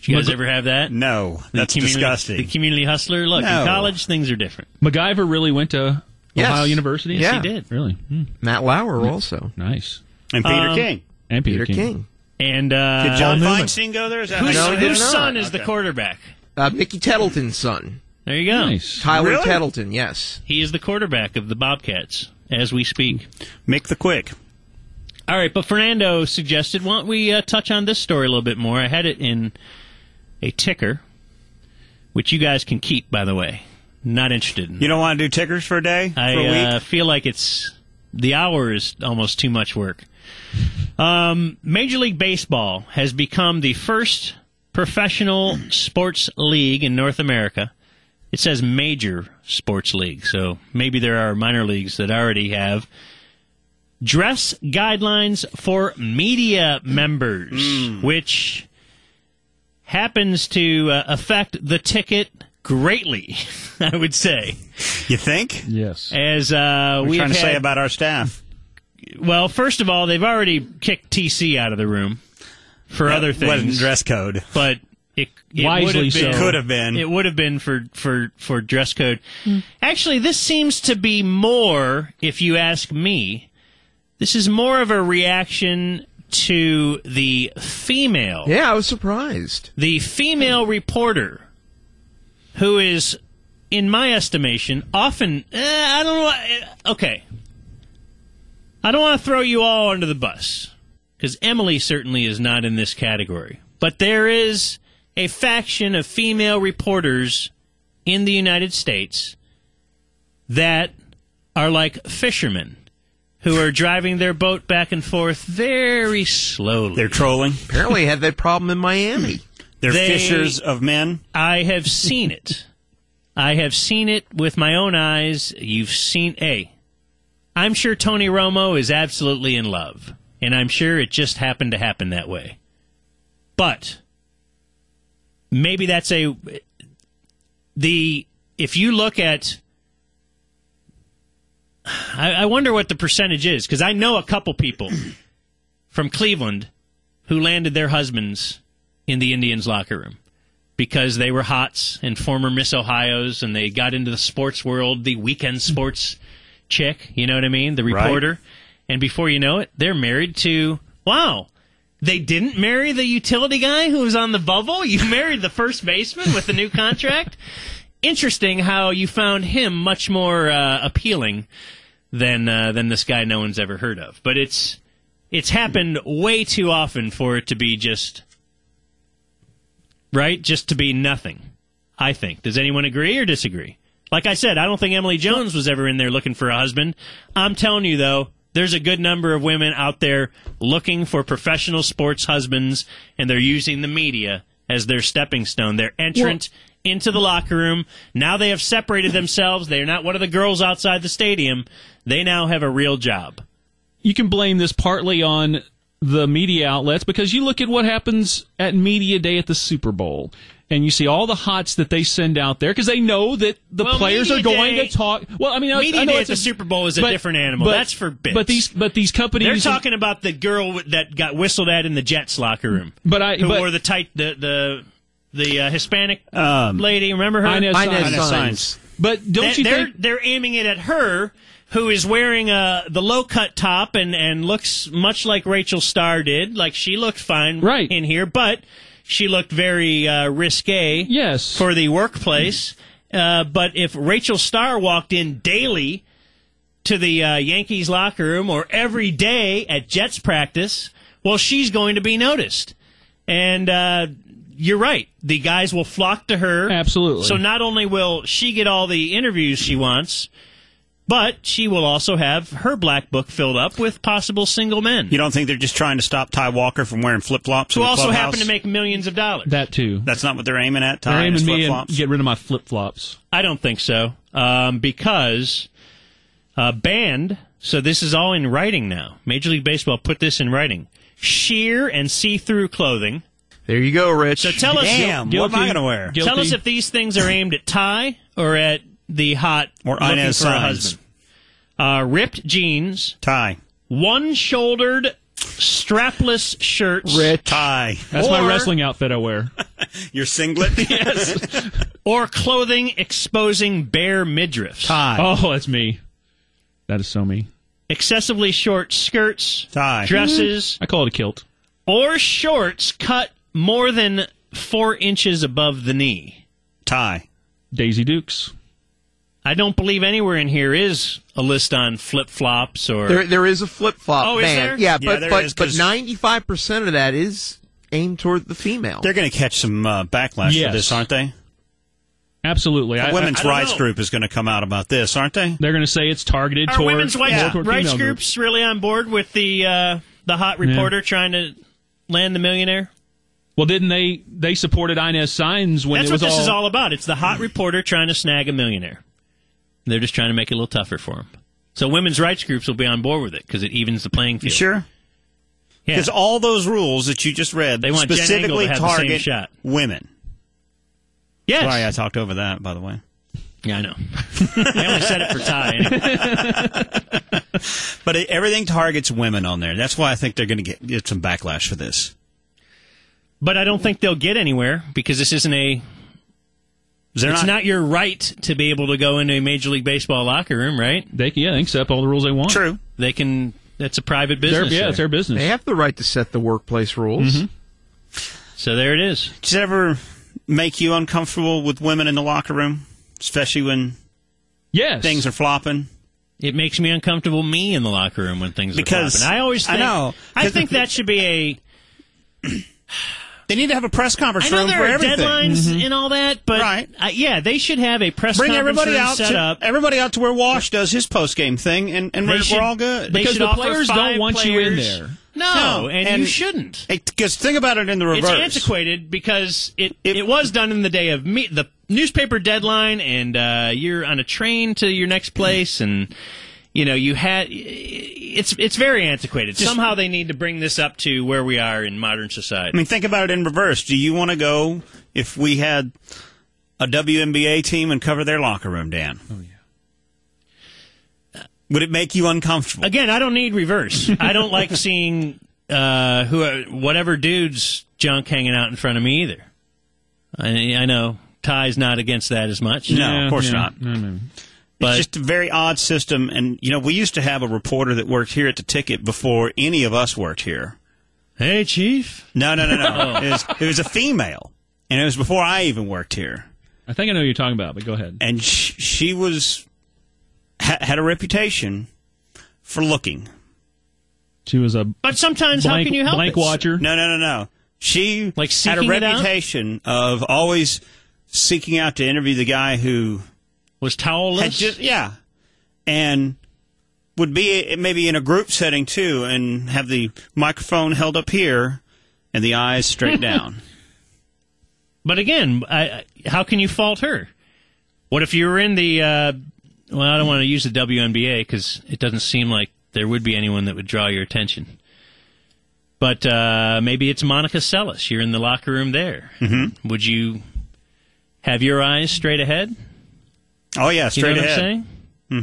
[SPEAKER 2] Did you guys
[SPEAKER 3] Mag-
[SPEAKER 2] ever have that?
[SPEAKER 9] No,
[SPEAKER 3] that's disgusting.
[SPEAKER 2] The community hustler. Look,
[SPEAKER 3] No.
[SPEAKER 2] in college things are different.
[SPEAKER 3] MacGyver really went to
[SPEAKER 2] Yes.
[SPEAKER 3] Ohio University?
[SPEAKER 2] Yes, he Yeah. did.
[SPEAKER 3] Really?
[SPEAKER 23] Hmm.
[SPEAKER 10] Matt Lauer also.
[SPEAKER 3] Nice.
[SPEAKER 9] And
[SPEAKER 23] Um,
[SPEAKER 9] Peter King.
[SPEAKER 3] And Peter,
[SPEAKER 10] Peter King.
[SPEAKER 2] And uh,
[SPEAKER 9] Did John Feinstein go there? Is that
[SPEAKER 2] Whose,
[SPEAKER 10] No, he did
[SPEAKER 2] whose
[SPEAKER 10] not.
[SPEAKER 2] son is
[SPEAKER 10] Okay.
[SPEAKER 2] the quarterback?
[SPEAKER 10] Uh, Mickey Tettleton's son.
[SPEAKER 2] There you go.
[SPEAKER 10] Tyler Really? Tettleton, yes.
[SPEAKER 2] He is the quarterback of the Bobcats as we speak.
[SPEAKER 22] Make the quick.
[SPEAKER 2] All right, but Fernando suggested, why don't we uh, touch on this story a little bit more? I had it in a ticker, which you guys can keep, by the way. Not interested in
[SPEAKER 22] You don't want to do tickers for a day?
[SPEAKER 2] I
[SPEAKER 22] for a week?
[SPEAKER 2] Uh, feel like it's the hour is almost too much work. Um, Major League Baseball has become the first professional sports league in North America. It says major sports league, so maybe there are minor leagues that already have dress guidelines for media members,
[SPEAKER 22] Mm.
[SPEAKER 2] which happens to uh, affect the ticket greatly, I would say.
[SPEAKER 22] You think?
[SPEAKER 23] Yes.
[SPEAKER 2] As uh,
[SPEAKER 22] What are
[SPEAKER 2] we
[SPEAKER 22] you
[SPEAKER 2] have
[SPEAKER 22] trying to say
[SPEAKER 2] had-
[SPEAKER 22] about our staff?
[SPEAKER 2] Well, first of all, they've already kicked TC out of the room for
[SPEAKER 22] That
[SPEAKER 2] other things.
[SPEAKER 22] wasn't dress code,
[SPEAKER 2] but it, it
[SPEAKER 22] Wisely
[SPEAKER 2] would have been,
[SPEAKER 22] so. Could have been.
[SPEAKER 2] It would have been for for for dress code. Actually, this seems to be more, if you ask me, this is more of a reaction to the female.
[SPEAKER 10] Yeah, I was surprised.
[SPEAKER 2] The female reporter who is, in my estimation, often eh, I don't know. eh, Okay, I don't want to throw you all under the bus because Emily certainly is not in this category, but there is a faction of female reporters in the United States that are like fishermen who are driving their boat back and forth very slowly. They're
[SPEAKER 22] trolling.
[SPEAKER 10] Apparently, had that problem in Miami.
[SPEAKER 22] They're
[SPEAKER 2] They-
[SPEAKER 22] fishers of men.
[SPEAKER 2] I have seen it. I have seen it with my own eyes. You've seen a. I'm sure Tony Romo is absolutely in love, and I'm sure it just happened to happen that way. But maybe that's a the if you look at I, I wonder what the percentage is because I know a couple people from Cleveland who landed their husbands in the Indians locker room because they were hots and former Miss Ohio's and they got into the sports world, the weekend sports chick, you know what I mean? The
[SPEAKER 12] Right.
[SPEAKER 2] reporter. And before you know it, they're married to wow. They didn't marry the utility guy who was on the bubble. You married the first baseman with the new contract. Interesting how you found him much more uh, appealing than uh, than this guy no one's ever heard of. But it's it's happened way too often for it to be just right, just to be nothing. I think. Does anyone agree or disagree? Like I said, I don't think Emily Jones was ever in there looking for a husband. I'm telling you though, there's a good number of women out there looking for professional sports husbands, and they're using the media as their stepping stone, their entrant into the locker room. Now they have separated themselves. They are not one of the girls outside the stadium. They now have a real job.
[SPEAKER 23] you can blame this partly on the media outlets because you look at what happens at media day at the Super Bowl and you see all the hots that they send out there because they know that the
[SPEAKER 2] Well,
[SPEAKER 23] players are
[SPEAKER 2] media
[SPEAKER 23] going
[SPEAKER 2] day-
[SPEAKER 23] to talk. Well, I mean, I-
[SPEAKER 2] media
[SPEAKER 23] I know
[SPEAKER 2] day
[SPEAKER 23] it's
[SPEAKER 2] at the Super Bowl is a
[SPEAKER 23] but-
[SPEAKER 2] different animal.
[SPEAKER 23] but-
[SPEAKER 2] That's for bits.
[SPEAKER 23] But these, but these companies,
[SPEAKER 2] They're talking about the girl with- that got whistled at in the Jets locker room.
[SPEAKER 23] But I-
[SPEAKER 2] who
[SPEAKER 23] but-
[SPEAKER 2] wore the tight the the the uh, Hispanic lady. Remember her?
[SPEAKER 23] Inez Inez Saenz. Saenz. But don't
[SPEAKER 2] They-
[SPEAKER 23] you
[SPEAKER 2] they're,
[SPEAKER 23] think-
[SPEAKER 2] they're aiming it at her? Who is wearing uh, the low cut top and, and looks much like Rachel Starr did? Like she looked fine right. in here, but she looked very uh, risque.
[SPEAKER 23] Yes,
[SPEAKER 2] for the workplace. Uh, but if Rachel Starr walked in daily to the uh, Yankees locker room or every day at Jets practice, well, she's going to be noticed. And uh, you're right. The guys will flock to her.
[SPEAKER 23] Absolutely.
[SPEAKER 2] So not only will she get all the interviews she wants, but she will also have her black book filled up with possible single men.
[SPEAKER 22] You don't think they're just trying to stop Ty Walker from wearing flip flops?
[SPEAKER 2] Who also happen to make millions of dollars.
[SPEAKER 23] that too.
[SPEAKER 22] That's not what they're aiming at.
[SPEAKER 23] They're
[SPEAKER 22] Ty
[SPEAKER 23] aiming me and
[SPEAKER 22] flip-flops.
[SPEAKER 23] get rid of my flip flops.
[SPEAKER 2] I don't think so, um, because uh, banned. So this is all in writing now. Major League Baseball put this in writing: sheer and see-through clothing.
[SPEAKER 10] There you go, Rich.
[SPEAKER 2] So tell us,
[SPEAKER 22] Damn, what am I Guilty. gonna wear?
[SPEAKER 2] Tell
[SPEAKER 22] Guilty.
[SPEAKER 2] us if these things are aimed at Ty or at the hot
[SPEAKER 22] Or
[SPEAKER 2] looking
[SPEAKER 22] Inez
[SPEAKER 2] for a
[SPEAKER 22] Saenz.
[SPEAKER 2] husband. Uh, ripped jeans,
[SPEAKER 22] tie,
[SPEAKER 2] one-shouldered strapless shirts,
[SPEAKER 23] Rich.
[SPEAKER 22] tie.
[SPEAKER 23] That's my
[SPEAKER 2] Or-
[SPEAKER 23] wrestling outfit I wear.
[SPEAKER 22] Your singlet?
[SPEAKER 2] yes, or clothing exposing bare midriffs.
[SPEAKER 22] Tie.
[SPEAKER 23] Oh, that's me. That is so me.
[SPEAKER 2] excessively short skirts, dresses,
[SPEAKER 23] Mm-hmm. I call it a kilt.
[SPEAKER 2] or shorts cut more than four inches above the knee.
[SPEAKER 22] Tie.
[SPEAKER 3] Daisy Dukes.
[SPEAKER 2] I don't believe anywhere in here is a list on flip flops or
[SPEAKER 10] There, there is a flip flop
[SPEAKER 2] Oh, is
[SPEAKER 10] ban.
[SPEAKER 2] there?
[SPEAKER 10] Yeah,
[SPEAKER 2] Yeah,
[SPEAKER 10] but
[SPEAKER 2] there
[SPEAKER 10] but
[SPEAKER 2] is,
[SPEAKER 10] but
[SPEAKER 2] 'cause-
[SPEAKER 10] ninety five percent of that is aimed toward the female.
[SPEAKER 9] They're going to catch some uh, backlash
[SPEAKER 10] Yes.
[SPEAKER 9] for this, aren't they?
[SPEAKER 3] Absolutely.
[SPEAKER 9] The
[SPEAKER 3] I-
[SPEAKER 9] women's
[SPEAKER 3] I- I don't
[SPEAKER 9] rights
[SPEAKER 3] know.
[SPEAKER 9] group is going to come out about this, aren't they?
[SPEAKER 3] They're going to say it's targeted
[SPEAKER 2] Are
[SPEAKER 3] toward
[SPEAKER 2] women's rights,
[SPEAKER 3] more toward
[SPEAKER 2] rights
[SPEAKER 3] female groups.
[SPEAKER 2] groups really on board with the uh, the hot reporter trying to land the millionaire?
[SPEAKER 3] Well, didn't they? They supported Inez Signs when
[SPEAKER 2] That's
[SPEAKER 3] it was
[SPEAKER 2] what this
[SPEAKER 3] all. Hmm.
[SPEAKER 2] is all about. It's the hot reporter trying to snag a millionaire. They're just trying to make it a little tougher for him. So women's rights groups will be on board with it because it evens the playing field.
[SPEAKER 9] sure?
[SPEAKER 2] Yeah.
[SPEAKER 9] Because all those rules that you just read
[SPEAKER 2] They want Jen
[SPEAKER 9] specifically
[SPEAKER 2] Engel to have the same
[SPEAKER 9] target
[SPEAKER 2] shot.
[SPEAKER 9] women.
[SPEAKER 2] Yes.
[SPEAKER 9] Sorry, I talked over that. By the way.
[SPEAKER 2] Yeah, I know. they only said it for Ty. Anyway.
[SPEAKER 9] But it, everything targets women on there. That's why I think they're going to get, get some backlash for this.
[SPEAKER 2] But I don't think they'll get anywhere because this isn't a.
[SPEAKER 9] They're
[SPEAKER 2] it's
[SPEAKER 9] not-
[SPEAKER 2] not, your right to be able to go into a Major League Baseball locker room, right?
[SPEAKER 3] They can, yeah, they can set up all the rules they want.
[SPEAKER 9] True.
[SPEAKER 2] They can. That's a private business. Mm-hmm. there.
[SPEAKER 3] business.
[SPEAKER 10] They have the right to set the workplace rules.
[SPEAKER 2] So there it is.
[SPEAKER 9] Does it ever make you uncomfortable with women in the locker room, especially when
[SPEAKER 3] yes
[SPEAKER 9] things are flopping?
[SPEAKER 2] It makes me uncomfortable. Me in the locker room when things
[SPEAKER 9] Because
[SPEAKER 2] are flopping. I always
[SPEAKER 9] I
[SPEAKER 2] think,
[SPEAKER 9] know.
[SPEAKER 2] I think that should be a.
[SPEAKER 9] They need to have a press
[SPEAKER 2] I
[SPEAKER 9] conference
[SPEAKER 2] know
[SPEAKER 9] room
[SPEAKER 2] there
[SPEAKER 9] for
[SPEAKER 2] are
[SPEAKER 9] everything. Mm-hmm.
[SPEAKER 2] deadlines and all that, but I- yeah, they should have a press
[SPEAKER 9] Bring
[SPEAKER 2] conference
[SPEAKER 9] everybody
[SPEAKER 2] room
[SPEAKER 9] out,
[SPEAKER 2] set
[SPEAKER 9] to,
[SPEAKER 2] up.
[SPEAKER 9] everybody out to where Wash does his post game thing, and, and
[SPEAKER 2] They
[SPEAKER 9] we're,
[SPEAKER 2] should-
[SPEAKER 9] we're all good.
[SPEAKER 2] they Because should the offer players don't five
[SPEAKER 3] want you in players- there.
[SPEAKER 2] No, and you shouldn't.
[SPEAKER 9] Because think about it in the reverse.
[SPEAKER 2] It's antiquated because it, it was done in the day of me the newspaper deadline, and uh, you're on a train to your next
[SPEAKER 9] Mm-hmm.
[SPEAKER 2] place, and you know you had it's it's very antiquated. Somehow they need to bring this up to where we are in modern
[SPEAKER 9] I
[SPEAKER 2] society.
[SPEAKER 9] mean, think about it in reverse. Do you want to go if we had a WNBA team and cover their locker room, Dan? Oh yeah. Would it make you uncomfortable?
[SPEAKER 2] Again, I don't need reverse. I don't like seeing uh, who whatever dudes junk hanging out in front of me either. I, I know Ty's not against that as much.
[SPEAKER 9] No, of course not.
[SPEAKER 2] But-
[SPEAKER 9] it's just a very odd system, and you know, we used to have a reporter that worked here at the ticket before any of us worked here.
[SPEAKER 2] Hey, Chief.
[SPEAKER 9] No, no, no,
[SPEAKER 3] Oh.
[SPEAKER 9] no. it, was, it was a female, and it was before I even worked here.
[SPEAKER 3] I think I know what you're talking about, but go ahead.
[SPEAKER 9] and sh- she was ha- had a reputation for looking.
[SPEAKER 3] She was a
[SPEAKER 2] But sometimes, how can you help? it?
[SPEAKER 9] No, no, no, no. She like had a
[SPEAKER 2] seeking it out?
[SPEAKER 9] reputation of always seeking out to interview the guy who
[SPEAKER 2] was towelless.
[SPEAKER 9] Had just, yeah, and would be maybe in a group setting too, and have the microphone held up here and the eyes straight down.
[SPEAKER 2] But again, I, I- how can you fault her? What if you were in the? Uh, well, I don't want to use the WNBA because it doesn't seem like there would be anyone that would draw your attention. But uh, maybe it's Monica Seles. You're in the locker room there. Mm-hmm. Would you have your eyes straight ahead?
[SPEAKER 9] Oh yeah,
[SPEAKER 2] you
[SPEAKER 9] straight
[SPEAKER 2] know what
[SPEAKER 9] ahead.
[SPEAKER 2] I'm saying?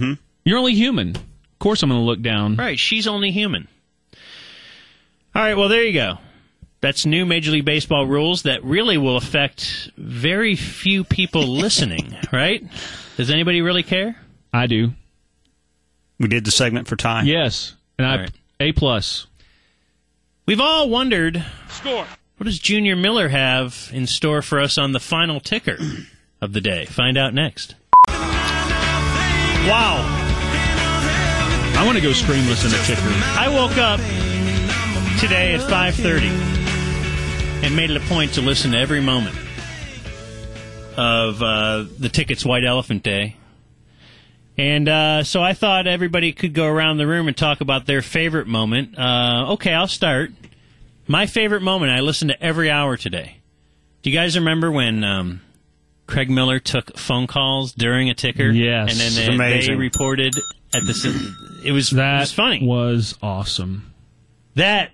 [SPEAKER 9] Mm-hmm.
[SPEAKER 3] You're only human. Of course, I'm going to look down.
[SPEAKER 2] Right. She's only human. All right. Well, there you go. That's new Major League Baseball rules that really will affect very few people listening, right? Does anybody really care?
[SPEAKER 3] I do.
[SPEAKER 9] We did the segment for time.
[SPEAKER 3] Yes, and I a plus.
[SPEAKER 2] We've all wondered
[SPEAKER 3] Score.
[SPEAKER 2] what does Junior Miller have in store for us on the final ticker of the day? Find out next. Wow.
[SPEAKER 3] I want to go scream listen to ticker.
[SPEAKER 2] I woke up today at 5:30 and made it a point to listen to every moment of uh, the tickets White Elephant Day. And uh, so I thought everybody could go around the room and talk about their favorite moment. Uh, okay, I'll start. My favorite moment. I listened to every hour today. Do you guys remember when um, Craig Miller took phone calls during a ticker?
[SPEAKER 3] Yes.
[SPEAKER 2] and
[SPEAKER 3] It's
[SPEAKER 2] then they, they
[SPEAKER 3] amazing.
[SPEAKER 2] reported at the. It was
[SPEAKER 3] That
[SPEAKER 2] it was funny.
[SPEAKER 3] was awesome.
[SPEAKER 2] That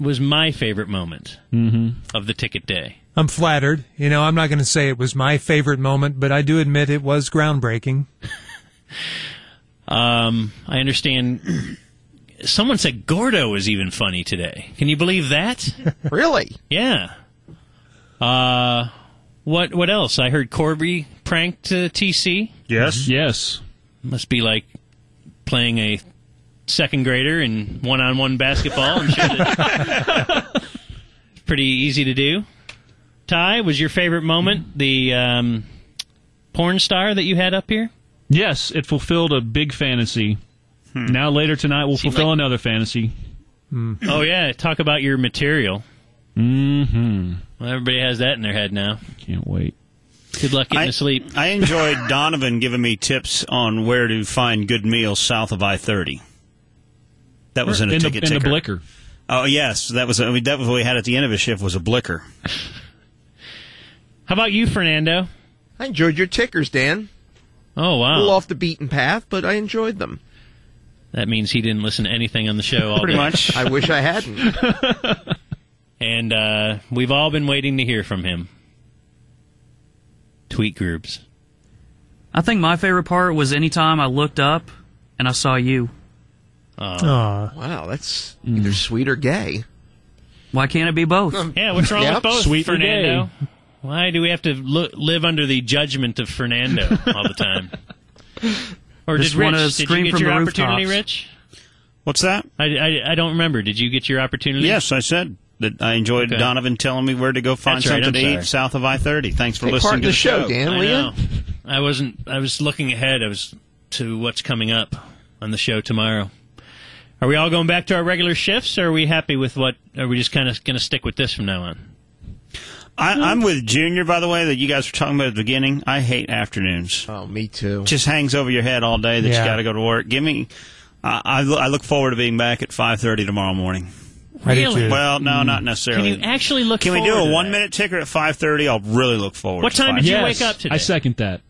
[SPEAKER 2] was my favorite moment
[SPEAKER 1] Mhm.
[SPEAKER 3] Mm-hmm.
[SPEAKER 2] of the ticket day.
[SPEAKER 1] I'm flattered. You know, I'm not going to say it was my favorite moment, but I do admit it was groundbreaking.
[SPEAKER 2] Um, I understand. Someone said Gordo was even funny today. Can you believe that?
[SPEAKER 10] really?
[SPEAKER 2] Yeah. Uh, what what else? I heard Corby pranked uh, TC.
[SPEAKER 3] Yes. Yes.
[SPEAKER 2] Must be like playing a second grader in one on one basketball. I'm sure that- pretty easy to do. Ty, was your favorite moment the um, porn star that you had up here?
[SPEAKER 3] Yes, it fulfilled a big fantasy.
[SPEAKER 10] Hmm.
[SPEAKER 3] Now later tonight we'll fulfill Hmm. another fantasy.
[SPEAKER 2] Oh yeah, talk about your material.
[SPEAKER 3] Mm-hmm.
[SPEAKER 2] Well, everybody has that in their head now.
[SPEAKER 3] Can't wait.
[SPEAKER 2] Good luck getting to sleep.
[SPEAKER 9] I enjoyed Donovan giving me tips on where to find good meals south of I thirty. That was in a
[SPEAKER 3] In the-
[SPEAKER 9] ticket
[SPEAKER 3] in the
[SPEAKER 9] ticker.
[SPEAKER 3] blicker.
[SPEAKER 9] Oh yes, that was. I mean, that was what we had at the end of his shift was a blicker.
[SPEAKER 2] How about you, Fernando?
[SPEAKER 10] I enjoyed your tickers, Dan.
[SPEAKER 2] Oh wow,
[SPEAKER 10] a little off the beaten path, but I enjoyed them.
[SPEAKER 2] That means he didn't listen to anything on the show. All
[SPEAKER 10] Pretty
[SPEAKER 2] day.
[SPEAKER 10] much. I wish I hadn't.
[SPEAKER 2] And uh, we've all been waiting to hear from him. Tweet groups.
[SPEAKER 7] I think my favorite part was anytime I looked up and I saw you. Mm.
[SPEAKER 10] Aw. Wow, that's either sweet or gay.
[SPEAKER 7] Why can't it be both?
[SPEAKER 2] Yeah, what's wrong with both,
[SPEAKER 7] Sweet or
[SPEAKER 2] Fernando?
[SPEAKER 7] gay.
[SPEAKER 2] Why do we have to lo- live under the judgment of Fernando all the time? Or
[SPEAKER 7] Just
[SPEAKER 2] did Rich?
[SPEAKER 7] wanna
[SPEAKER 2] Did you
[SPEAKER 7] scream
[SPEAKER 2] get
[SPEAKER 7] from
[SPEAKER 2] your
[SPEAKER 7] the
[SPEAKER 2] opportunity,
[SPEAKER 7] rooftops.
[SPEAKER 2] Rich?
[SPEAKER 9] What's that?
[SPEAKER 2] I, I, I don't remember. Did you get your opportunity?
[SPEAKER 9] Yes, I said that I enjoyed
[SPEAKER 2] Okay.
[SPEAKER 9] Donovan telling me where to go find
[SPEAKER 2] That's right,
[SPEAKER 9] something
[SPEAKER 2] I'm
[SPEAKER 9] to
[SPEAKER 2] sorry.
[SPEAKER 9] eat south of I thirty. Thanks for listening to the
[SPEAKER 2] I know. I wasn't. I was looking ahead. I was to what's coming up on the show tomorrow. Are we all going back to our regular shifts? Or are we happy with what? Are we just kind of going to stick with this from now on?
[SPEAKER 1] Hmm.
[SPEAKER 9] I, I'm with Junior, by the way, that you guys were talking about at the beginning. I hate afternoons.
[SPEAKER 10] Oh, me too.
[SPEAKER 9] Just hangs over your head all day that
[SPEAKER 1] Yeah.
[SPEAKER 9] you got to go to work. Give me. I I, lo- I look forward to being back at five thirty tomorrow morning.
[SPEAKER 1] I do Really? too.
[SPEAKER 9] Well, no,
[SPEAKER 1] Mm.
[SPEAKER 9] not necessarily.
[SPEAKER 2] Can you actually look
[SPEAKER 9] Can we do
[SPEAKER 2] forward
[SPEAKER 9] a
[SPEAKER 2] to that?
[SPEAKER 9] one minute ticker at five thirty? I'll really look forward.
[SPEAKER 2] What
[SPEAKER 9] to
[SPEAKER 2] time
[SPEAKER 9] five-
[SPEAKER 2] did you wake up today?
[SPEAKER 3] I second that.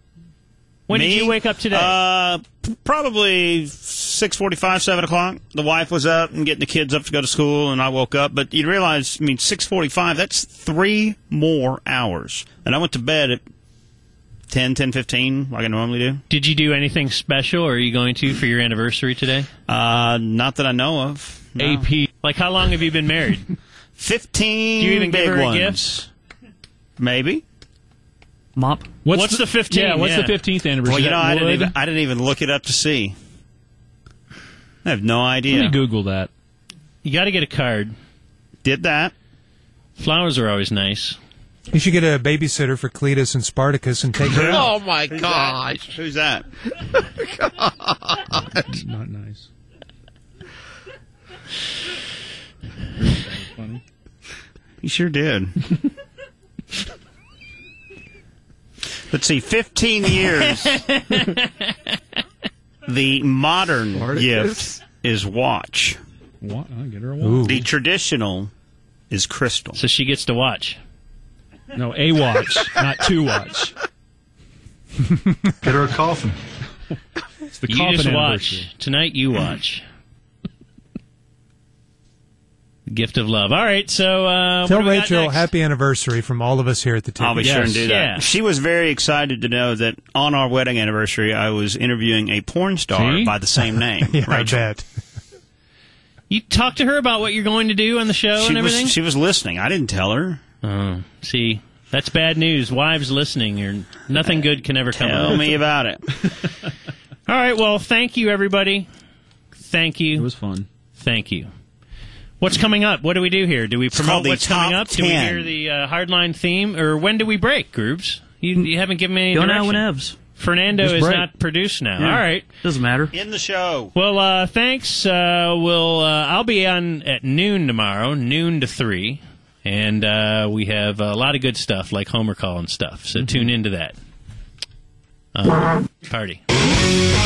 [SPEAKER 2] When
[SPEAKER 9] Me?
[SPEAKER 2] did you wake up today?
[SPEAKER 9] Uh, p- probably six forty-five, seven o'clock. The wife was up and getting the kids up to go to school, and I woke up. But you realize, I mean, six forty-five—that's three more hours. And I went to bed at 10, 10, like I normally do.
[SPEAKER 2] Did you do anything special, or are you going to for your anniversary today?
[SPEAKER 9] Uh, not that I know of.
[SPEAKER 2] AP. Like, how long have you been married?
[SPEAKER 9] Fifteen.
[SPEAKER 2] Do you even
[SPEAKER 9] big
[SPEAKER 2] give her
[SPEAKER 9] ones.
[SPEAKER 2] a gift?
[SPEAKER 9] Maybe.
[SPEAKER 7] Mop.
[SPEAKER 3] What's,
[SPEAKER 2] What's the 15th?
[SPEAKER 3] Yeah, what's the
[SPEAKER 2] Yeah.
[SPEAKER 3] 15th anniversary?
[SPEAKER 9] Well, you know, I didn't,
[SPEAKER 3] Wood?
[SPEAKER 9] even, I didn't even look it up to see. I have no idea.
[SPEAKER 3] Let me Google that.
[SPEAKER 2] You got to get a card.
[SPEAKER 9] Did that.
[SPEAKER 2] Flowers are always nice.
[SPEAKER 1] You should get a babysitter for Cletus and Spartacus and take
[SPEAKER 2] Oh,
[SPEAKER 1] her out.
[SPEAKER 10] Oh, my gosh.
[SPEAKER 9] Who's that?
[SPEAKER 1] Not nice.
[SPEAKER 9] You sure did. Let's see, 15 years. the modern
[SPEAKER 1] Spartacus?
[SPEAKER 9] gift is watch.
[SPEAKER 3] What? I get her a watch.
[SPEAKER 9] The traditional is crystal.
[SPEAKER 2] So she gets to watch.
[SPEAKER 3] No, a watch, not two watch.
[SPEAKER 1] Get her a coffin.
[SPEAKER 3] It's the
[SPEAKER 2] you
[SPEAKER 3] coffin
[SPEAKER 2] just
[SPEAKER 3] anniversary.
[SPEAKER 2] watch. Tonight you watch. The Gift of love. All right, so uh,
[SPEAKER 1] Tell
[SPEAKER 2] what do we got
[SPEAKER 1] Rachel
[SPEAKER 2] next?
[SPEAKER 1] happy anniversary from all of us here at the table.
[SPEAKER 9] I'll be sure and do that.
[SPEAKER 2] yeah.
[SPEAKER 9] She was very excited to know that on our wedding anniversary, I was interviewing a porn star
[SPEAKER 1] See?
[SPEAKER 9] by the same name.
[SPEAKER 1] Yeah, I
[SPEAKER 9] Rachel.
[SPEAKER 1] bet.
[SPEAKER 2] You talk to her about what you're going to do on the show
[SPEAKER 9] She
[SPEAKER 2] and everything.
[SPEAKER 9] was, she was listening. I didn't tell her.
[SPEAKER 2] oh, see, that's bad news. Wives listening, you're, nothing good can ever come.
[SPEAKER 9] Uh, Tell
[SPEAKER 2] of it.
[SPEAKER 9] me about it.
[SPEAKER 2] All right. Well, thank you, everybody. Thank you. It was
[SPEAKER 3] fun.
[SPEAKER 2] Thank you. What's coming up? What do we do here? Do we
[SPEAKER 9] called
[SPEAKER 2] promote
[SPEAKER 9] the
[SPEAKER 2] what's
[SPEAKER 9] Top
[SPEAKER 2] coming up? Do we
[SPEAKER 9] 10.
[SPEAKER 2] hear the uh, hardline theme, or when do we break, Groobs? You, you haven't given me any.
[SPEAKER 7] Go now,
[SPEAKER 2] direction.
[SPEAKER 7] Whatevs.
[SPEAKER 2] Fernando
[SPEAKER 7] Just
[SPEAKER 2] is
[SPEAKER 7] break.
[SPEAKER 2] not produced now.
[SPEAKER 7] Yeah.
[SPEAKER 2] All right.
[SPEAKER 7] Doesn't matter.
[SPEAKER 9] In the show.
[SPEAKER 2] Well, uh, thanks. Uh, we'll uh, I'll be on at noon tomorrow, noon to three, and uh, we have a lot of good stuff like Homer Call and stuff. So tune into that. Uh, party.